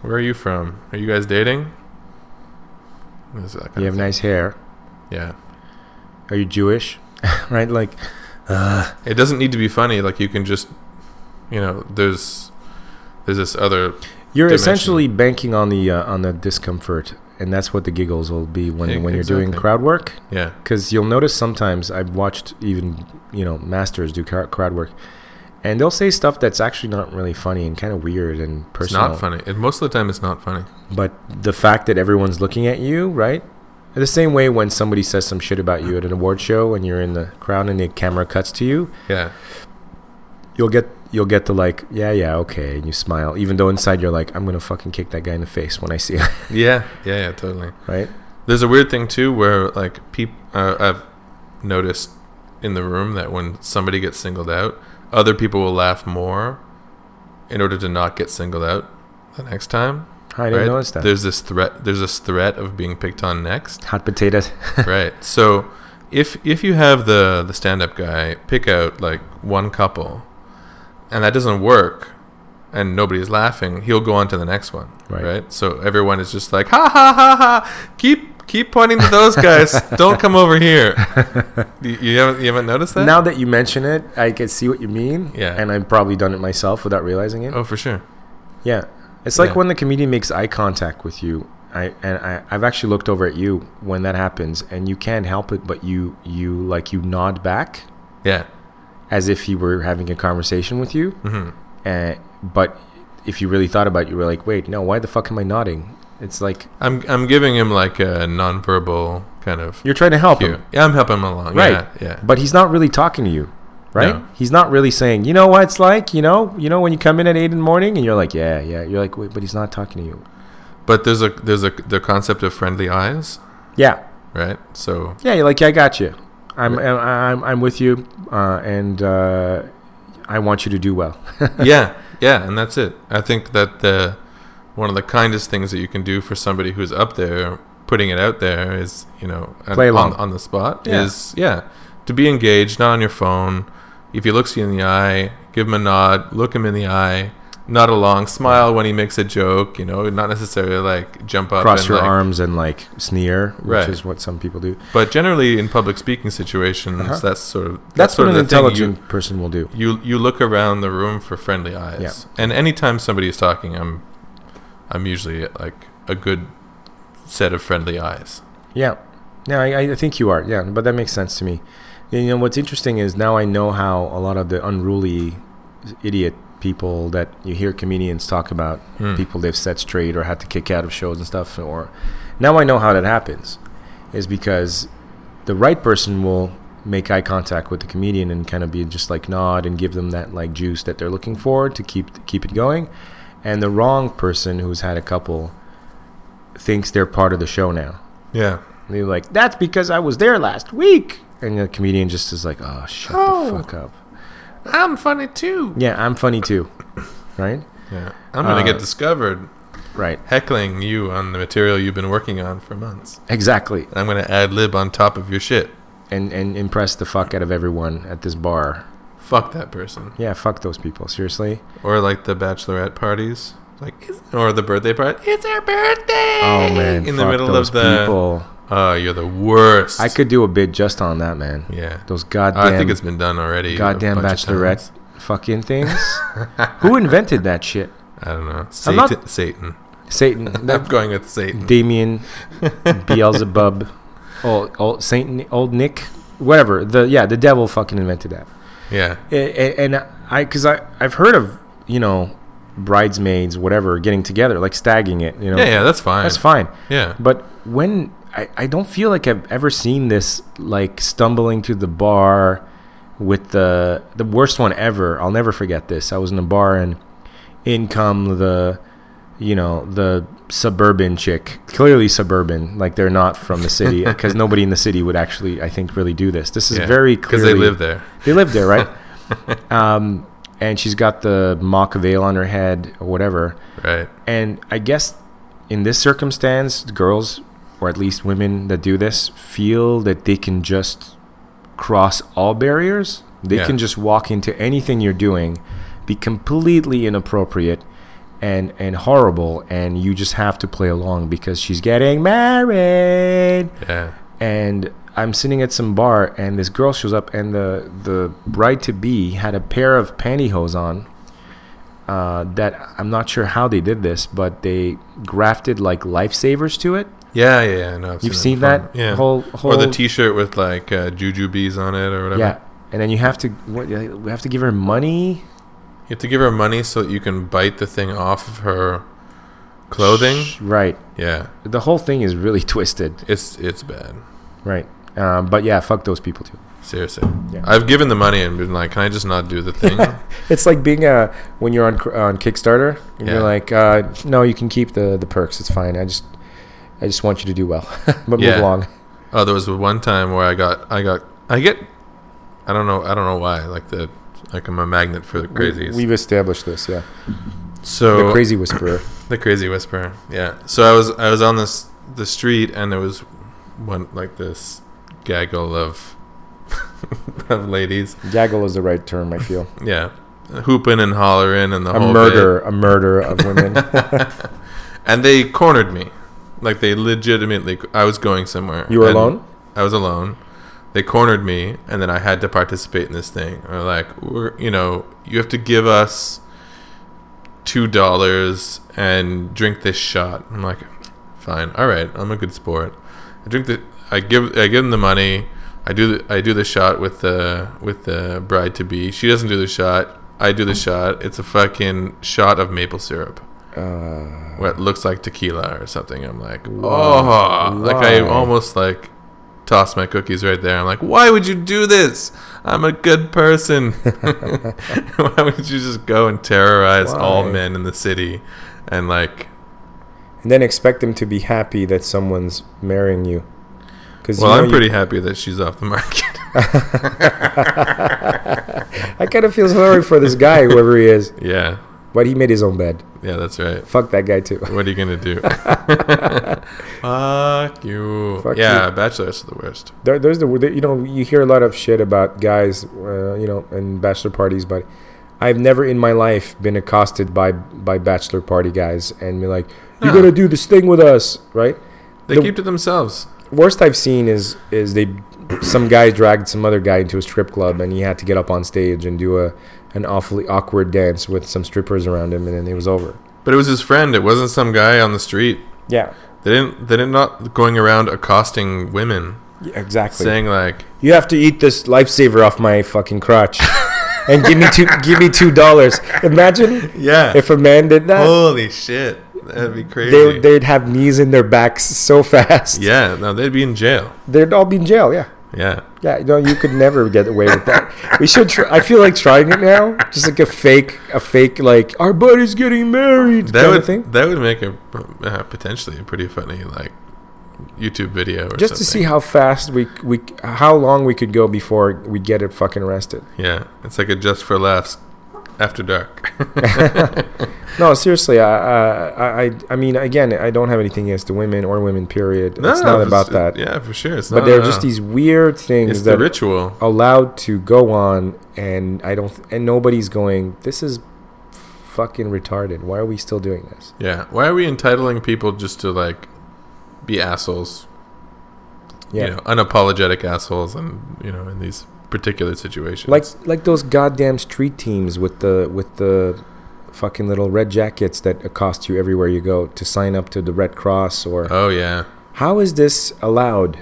Speaker 2: Where are you from? Are you guys dating? Is that kind
Speaker 1: You
Speaker 2: of
Speaker 1: have
Speaker 2: thing.
Speaker 1: nice hair.
Speaker 2: yeah.
Speaker 1: Are you Jewish? right? Like,
Speaker 2: It doesn't need to be funny. Like you can just, you know, there's there's this other
Speaker 1: You're
Speaker 2: dimension.
Speaker 1: essentially banking on the uh, on the discomfort, and that's what the giggles will be when
Speaker 2: E-
Speaker 1: when you're doing
Speaker 2: exactly.
Speaker 1: crowd work.
Speaker 2: yeah
Speaker 1: Because you'll notice sometimes I've watched even you know masters do crowd crowd work, and they'll say stuff that's actually not really funny and kind of weird and
Speaker 2: it's
Speaker 1: personal.
Speaker 2: not funny. And most of the time, it's not funny.
Speaker 1: But the fact that everyone's looking at you, right? The same way when somebody says some shit about you at an award show and you're in the crowd and the camera cuts to you,
Speaker 2: Yeah.
Speaker 1: you'll get you'll get the like, yeah, yeah, okay, and you smile, even though inside you're like, I'm gonna fucking kick that guy in the face when I see him,
Speaker 2: Yeah. Yeah. Yeah. Totally.
Speaker 1: right?
Speaker 2: There's a weird thing too, where like people, uh, I've noticed in the room that when somebody gets singled out, other people will laugh more in order to not get singled out the next time.
Speaker 1: I didn't
Speaker 2: right?
Speaker 1: notice that.
Speaker 2: There's this threat. There's this threat of being picked on next.
Speaker 1: Hot potatoes.
Speaker 2: right. So if if you have the the stand up guy pick out like one couple, and that doesn't work, and nobody is laughing, he'll go on to the next one.
Speaker 1: Right.
Speaker 2: Right. So everyone is just like ha ha ha ha. Keep keep pointing to those guys. Don't come over here. you, you haven't you haven't noticed that?
Speaker 1: now that you mention it, I can see what you mean.
Speaker 2: Yeah.
Speaker 1: And I've probably done it myself without realizing it.
Speaker 2: Oh, for sure.
Speaker 1: Yeah. It's like
Speaker 2: Yeah.
Speaker 1: when the comedian makes eye contact with you. I and I, I've actually looked over at you when that happens and you can't help it but you you like you nod back
Speaker 2: Yeah.
Speaker 1: as if he were having a conversation with
Speaker 2: Hmm.
Speaker 1: you.
Speaker 2: Mm-hmm.
Speaker 1: Uh, but if you really thought about it, you were like, wait, no, why the fuck am I nodding? It's like
Speaker 2: I'm I'm giving him like a nonverbal kind of.
Speaker 1: you're trying to help
Speaker 2: cue.
Speaker 1: him.
Speaker 2: Yeah, I'm helping him along.
Speaker 1: Right.
Speaker 2: Yeah. yeah.
Speaker 1: But he's not really talking to you. Right?
Speaker 2: No.
Speaker 1: He's not really saying, you know what it's like, you know, you know when you come in at eight in the morning and you're like, Yeah, yeah. You're like, wait, but he's not talking to you.
Speaker 2: But there's a there's a the concept of friendly eyes,
Speaker 1: Yeah.
Speaker 2: right? So
Speaker 1: Yeah, you're like, yeah, I got you. I'm,
Speaker 2: Right.
Speaker 1: I'm, I'm, I'm with you, uh, and uh, I want you to do well.
Speaker 2: yeah, yeah, and that's it. I think that the one of the kindest things that you can do for somebody who's up there, putting it out there, is you know, and
Speaker 1: Play along.
Speaker 2: on, on the spot.
Speaker 1: Yeah.
Speaker 2: Is yeah, to be engaged, not on your phone. If he looks you in the eye, give him a nod. Look him in the eye. Not a long smile when he makes a joke. You know, not necessarily like jump up
Speaker 1: Cross
Speaker 2: and
Speaker 1: your
Speaker 2: like,
Speaker 1: arms and like sneer, which
Speaker 2: Right.
Speaker 1: is what some people do.
Speaker 2: But generally, in public speaking situations,
Speaker 1: Uh-huh.
Speaker 2: that's sort of
Speaker 1: That's,
Speaker 2: sort
Speaker 1: what an
Speaker 2: of the thing you-
Speaker 1: intelligent person will do.
Speaker 2: you you look around the room for friendly eyes.
Speaker 1: Yeah.
Speaker 2: And anytime somebody is talking, I'm I'm usually at, like a good set of friendly eyes.
Speaker 1: Yeah, yeah, I, I think you are. Yeah, but that makes sense to me. And, you know, what's interesting is now I know how a lot of the unruly idiot people that you hear comedians talk about,
Speaker 2: Hmm.
Speaker 1: people they've set straight or had to kick out of shows and stuff, or now I know how that happens, is because the right person will make eye contact with the comedian and kind of be just like nod and give them that like juice that they're looking for to keep keep it going, and the wrong person who's had a couple thinks they're part of the show now.
Speaker 2: Yeah.
Speaker 1: And they're like, that's because I was there last week. And the comedian just is like, oh, shut the
Speaker 2: Oh.
Speaker 1: fuck up.
Speaker 2: I'm funny too.
Speaker 1: Yeah, I'm funny too. Right?
Speaker 2: Yeah. I'm gonna
Speaker 1: Uh,
Speaker 2: get discovered
Speaker 1: Right.
Speaker 2: heckling you on the material you've been working on for months.
Speaker 1: Exactly.
Speaker 2: And I'm gonna ad lib on top of your shit.
Speaker 1: And and impress the fuck out of everyone at this bar.
Speaker 2: Fuck that person.
Speaker 1: Yeah, fuck those people. Seriously.
Speaker 2: Or like the bachelorette parties. Like it's- or the birthday party. It's her birthday.
Speaker 1: Oh man.
Speaker 2: In the
Speaker 1: fuck
Speaker 2: middle
Speaker 1: those
Speaker 2: of the
Speaker 1: people.
Speaker 2: Oh, you're the worst.
Speaker 1: I could do a bid just on that, man.
Speaker 2: Yeah.
Speaker 1: Those goddamn
Speaker 2: I think it's been done already. a
Speaker 1: goddamn
Speaker 2: bunch of
Speaker 1: bachelorette
Speaker 2: times.
Speaker 1: fucking things. Who invented that shit?
Speaker 2: I don't know. Satan.
Speaker 1: I'm not-
Speaker 2: Satan.
Speaker 1: Satan.
Speaker 2: I'm going with Satan.
Speaker 1: Damien, Beelzebub, old, old Saint, old Nick, whatever. The yeah, the devil fucking invented that.
Speaker 2: yeah.
Speaker 1: A- a- And I, because I, I've heard of you know bridesmaids, whatever, getting together, like stagging it. You know,
Speaker 2: Yeah, yeah, that's fine.
Speaker 1: that's fine.
Speaker 2: Yeah.
Speaker 1: But when I, I don't feel like I've ever seen this like stumbling to the bar with the the worst one ever. I'll never forget this. I was in a bar and in come the you know the suburban chick clearly suburban like they're not from the city because nobody in the city would actually i think really do this this is
Speaker 2: Yeah,
Speaker 1: very
Speaker 2: 'cause
Speaker 1: clearly
Speaker 2: they live there.
Speaker 1: they live there right um, and she's got the mock veil on her head or whatever
Speaker 2: Right.
Speaker 1: and I guess in this circumstance, girls, or at least women that do this, feel that they can just cross all barriers. They
Speaker 2: Yeah.
Speaker 1: can just walk into anything you're doing, be completely inappropriate and and horrible, and you just have to play along because she's getting married
Speaker 2: Yeah.
Speaker 1: and I'm sitting at some bar, and this girl shows up, and the the bride to be had a pair of pantyhose on. Uh, that I'm not sure how they did this, but they grafted like lifesavers to it.
Speaker 2: Yeah, yeah, yeah. No, I've
Speaker 1: You've seen
Speaker 2: it before.
Speaker 1: that whole-
Speaker 2: or the
Speaker 1: whole-
Speaker 2: T-shirt with like uh, juju bees on it or whatever.
Speaker 1: Yeah, and then you have to what, we have to give her money.
Speaker 2: You have to give her money so that you can bite the thing off of her clothing.
Speaker 1: Right,
Speaker 2: Yeah,
Speaker 1: the whole thing is really twisted.
Speaker 2: it's it's bad.
Speaker 1: Right, um, but yeah, fuck those people too.
Speaker 2: Seriously,
Speaker 1: Yeah.
Speaker 2: I've given the money and been like, "Can I just not do the thing?"
Speaker 1: It's like being a when you're on on Kickstarter, and
Speaker 2: Yeah.
Speaker 1: you're like, uh, no, you can keep the the perks. It's fine. I just I just want you to do well, but move
Speaker 2: Yeah.
Speaker 1: along.
Speaker 2: oh, there was one time where I got, I got, I get, I don't know, I don't know why. Like the, like I'm a magnet for the crazies.
Speaker 1: We've established this, yeah.
Speaker 2: so
Speaker 1: The crazy whisperer.
Speaker 2: The crazy whisperer. Yeah. So I was I was on this the street and there was one like this gaggle of of ladies.
Speaker 1: Gaggle is the right term, I feel.
Speaker 2: Yeah. Hooping and hollering and the
Speaker 1: A
Speaker 2: whole
Speaker 1: murder, a murder of women.
Speaker 2: bit. And they cornered me. Like they legitimately I was going somewhere.
Speaker 1: You were
Speaker 2: and
Speaker 1: alone?
Speaker 2: I was alone. They cornered me and then I had to participate in this thing. Or like we're you know, you have to give us two dollars and drink this shot. I'm like, fine, all right, I'm a good sport. I drink the, I give, I give them the money. I do, the, I do the shot with the with the bride to be. She doesn't do the shot. I do the shot. It's a fucking shot of maple syrup.
Speaker 1: Uh,
Speaker 2: what looks like tequila or something. I'm like, oh, like I
Speaker 1: Why?
Speaker 2: almost like tossed my cookies right there. I'm like, why would you do this? I'm a good person. why would you just go and terrorize all
Speaker 1: Why?
Speaker 2: men in the city and like
Speaker 1: and then expect them to be happy that someone's marrying you. Cause
Speaker 2: Well,
Speaker 1: you know
Speaker 2: I'm
Speaker 1: you-
Speaker 2: pretty happy that she's off the market.
Speaker 1: I kind of feel sorry for this guy, whoever he is.
Speaker 2: yeah,
Speaker 1: But he made his own bed.
Speaker 2: yeah, that's right.
Speaker 1: Fuck that guy too.
Speaker 2: What are you gonna do? Fuck you.
Speaker 1: Fuck
Speaker 2: yeah,
Speaker 1: you.
Speaker 2: bachelors are the worst.
Speaker 1: There, there's the you know you hear a lot of shit about guys, uh, you know, and bachelor parties, but I've never in my life been accosted by by bachelor party guys and be like, "You gotta do this thing with us," right?
Speaker 2: They
Speaker 1: The-
Speaker 2: keep to themselves.
Speaker 1: worst I've seen is is they some guy dragged some other guy into a strip club and he had to get up on stage and do a an awfully awkward dance with some strippers around him and then it was over.
Speaker 2: But it was his friend. It wasn't some guy on the street.
Speaker 1: Yeah.
Speaker 2: They didn't. They didn't not going around accosting women,
Speaker 1: Exactly.
Speaker 2: saying like,
Speaker 1: You have to eat this lifesaver off my fucking crotch. and give me two give me two dollars. Imagine
Speaker 2: "Yeah,
Speaker 1: if a man did that.
Speaker 2: holy shit, that'd be
Speaker 1: They,
Speaker 2: crazy."
Speaker 1: they'd have knees in their backs so fast.
Speaker 2: yeah, no, they'd be in jail.
Speaker 1: They'd all be in jail, yeah.
Speaker 2: Yeah,
Speaker 1: Yeah, no, you could never get away with that. We should. Try, I feel like trying it now, just like a fake, a fake, like our buddy's getting married
Speaker 2: that
Speaker 1: kind
Speaker 2: would
Speaker 1: of thing,
Speaker 2: that would make a uh, potentially a pretty funny like YouTube video or
Speaker 1: just to see
Speaker 2: something.
Speaker 1: how fast we we how long we could go before we'd get it fucking arrested.
Speaker 2: Yeah, it's like a just for laughs after dark.
Speaker 1: No, seriously, I I I, I mean, again, I don't have anything against the women or women. Period. it's not about that.
Speaker 2: Yeah, for sure. It's
Speaker 1: but
Speaker 2: not,
Speaker 1: there are
Speaker 2: no.
Speaker 1: just these weird things
Speaker 2: It's
Speaker 1: that Oh.
Speaker 2: the ritual.
Speaker 1: allowed to go on, and I don't, and nobody's going. This is fucking retarded. Why are we still doing this?
Speaker 2: Yeah. Why are we entitling people just to like be assholes?
Speaker 1: Yeah.
Speaker 2: You know, unapologetic assholes, and you know, in these particular situations.
Speaker 1: like like those goddamn street teams with the with the fucking little red jackets that accost you everywhere you go to sign up to the Red Cross or
Speaker 2: oh yeah,
Speaker 1: how is this allowed?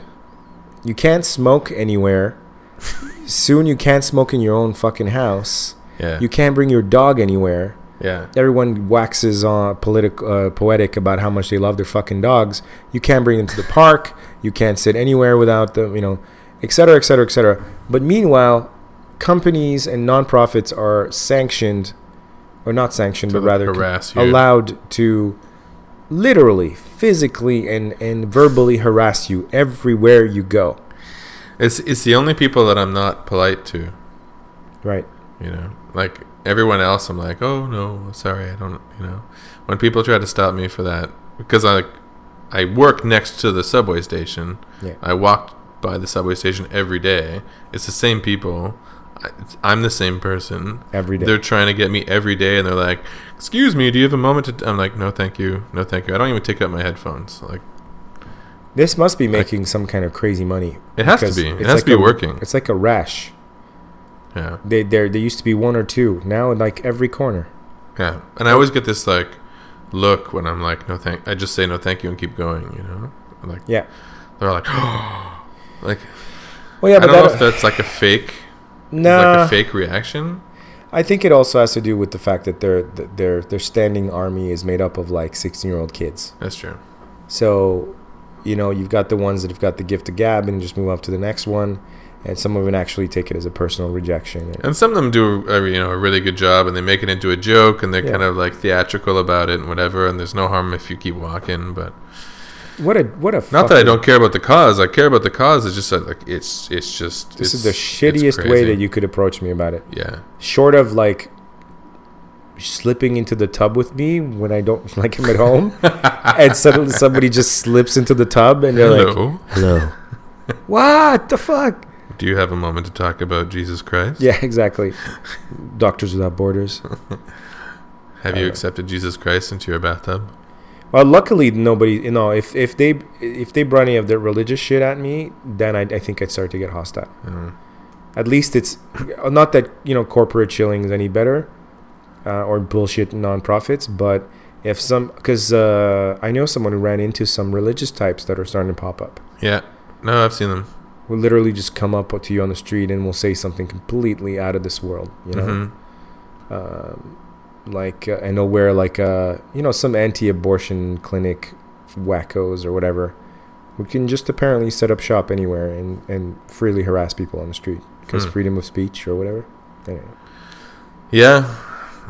Speaker 1: You can't smoke anywhere. Soon you can't smoke in your own fucking house.
Speaker 2: yeah.
Speaker 1: You can't bring your dog anywhere.
Speaker 2: Yeah.
Speaker 1: Everyone waxes on politic, uh, poetic about how much they love their fucking dogs. You can't bring them to the park. You can't sit anywhere without them. You know, et cetera, et cetera, et cetera. But meanwhile, companies and nonprofits are sanctioned, or not sanctioned, but rather
Speaker 2: harass you.
Speaker 1: allowed to literally, physically, and and verbally harass you everywhere you go.
Speaker 2: It's it's the only people that I'm not polite to.
Speaker 1: Right.
Speaker 2: You know, like everyone else, I'm like, oh no, sorry, I don't. You know, when people try to stop me for that, because I I work next to the subway station.
Speaker 1: Yeah.
Speaker 2: I walk by the subway station every day. It's the same people. I, it's- I'm the same person
Speaker 1: Every day.
Speaker 2: They're trying to get me every day, and they're like, "Excuse me, do you have a moment to?" T-? I'm like, "No, thank you, no, thank you. I don't even take out my headphones. Like,
Speaker 1: This must be making some kind of crazy money.
Speaker 2: It has to
Speaker 1: because
Speaker 2: be. It
Speaker 1: it's
Speaker 2: has
Speaker 1: like
Speaker 2: to be
Speaker 1: a-
Speaker 2: working.
Speaker 1: It's like a rash.
Speaker 2: Yeah,
Speaker 1: They there there used to be one or two. Now like every corner.
Speaker 2: yeah. And I always get this like look when I'm like, "No, thank." I just say no, thank you, and keep going. You know, like
Speaker 1: Yeah.
Speaker 2: they're like, like
Speaker 1: Well, yeah,
Speaker 2: I
Speaker 1: but
Speaker 2: don't know
Speaker 1: that,
Speaker 2: if that's like a fake,
Speaker 1: nah,
Speaker 2: like a fake reaction.
Speaker 1: I think it also has to do with the fact that their that their their standing army is made up of like sixteen year old kids.
Speaker 2: That's true.
Speaker 1: So, you know, you've got the ones that have got the gift of gab and just move up to the next one, and some of them actually take it as a personal rejection.
Speaker 2: And some of them do, a, a, you know, a really good job, and they make it into a joke, and they're
Speaker 1: Yeah.
Speaker 2: kind of like theatrical about it and whatever. And there's no harm if you keep walking, but
Speaker 1: What a what a
Speaker 2: not that I don't care about the cause. I care about the cause. It's just that, like it's it's just
Speaker 1: This
Speaker 2: it's-
Speaker 1: is the
Speaker 2: it's
Speaker 1: shittiest way
Speaker 2: crazy.
Speaker 1: that you could approach me about it.
Speaker 2: yeah
Speaker 1: short of like slipping into the tub with me when I don't like him at home, and suddenly somebody just slips into the tub and they're like,
Speaker 2: hello.
Speaker 1: "Hello, what the fuck?"
Speaker 2: Do you have a moment to talk about Jesus Christ?
Speaker 1: Yeah, exactly. Doctors Without Borders.
Speaker 2: Have you accepted Jesus Christ into your bathtub?
Speaker 1: Well, luckily nobody. You know, if if they if they brought any of their religious shit at me, then I, I think I'd start to get hostile.
Speaker 2: Mm.
Speaker 1: At least it's not that you know corporate shilling is any better, uh, or bullshit nonprofits. But if some, because uh, I know someone who ran into some religious types that are starting to pop up.
Speaker 2: Yeah. No, I've seen them.
Speaker 1: Will literally just come up to you on the street and will say something completely out of this world. You know.
Speaker 2: Mhm.
Speaker 1: um, like uh, and they'll wear like uh, you know some anti-abortion clinic wackos or whatever who can just apparently set up shop anywhere and, and freely harass people on the street because
Speaker 2: Hmm.
Speaker 1: freedom of speech or whatever anyway,
Speaker 2: Yeah,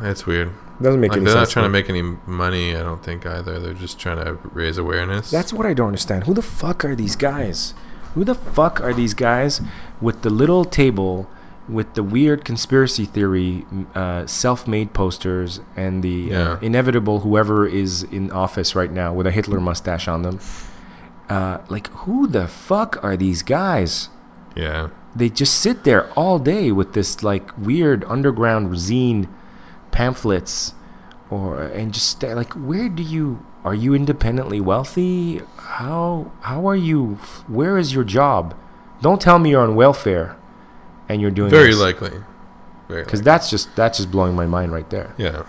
Speaker 2: that's weird.
Speaker 1: doesn't make
Speaker 2: Like,
Speaker 1: any
Speaker 2: they're not
Speaker 1: sense
Speaker 2: trying to
Speaker 1: me.
Speaker 2: make any money, I don't think either. They're just trying to raise awareness.
Speaker 1: that's what i don't understand who the fuck are these guys who the fuck are these guys with the little table with the weird conspiracy theory uh, self-made posters and the
Speaker 2: Yeah.
Speaker 1: uh, inevitable whoever is in office right now with a hitler mustache on them uh, like who the fuck are these guys
Speaker 2: yeah.
Speaker 1: they just sit there all day with this like weird underground zine pamphlets or and just sta- like where do you are you independently wealthy how how are you where is your job don't tell me you're on welfare and you're doing
Speaker 2: Very likely. Very
Speaker 1: because
Speaker 2: likely.
Speaker 1: that's just that's just blowing my mind right there
Speaker 2: Yeah.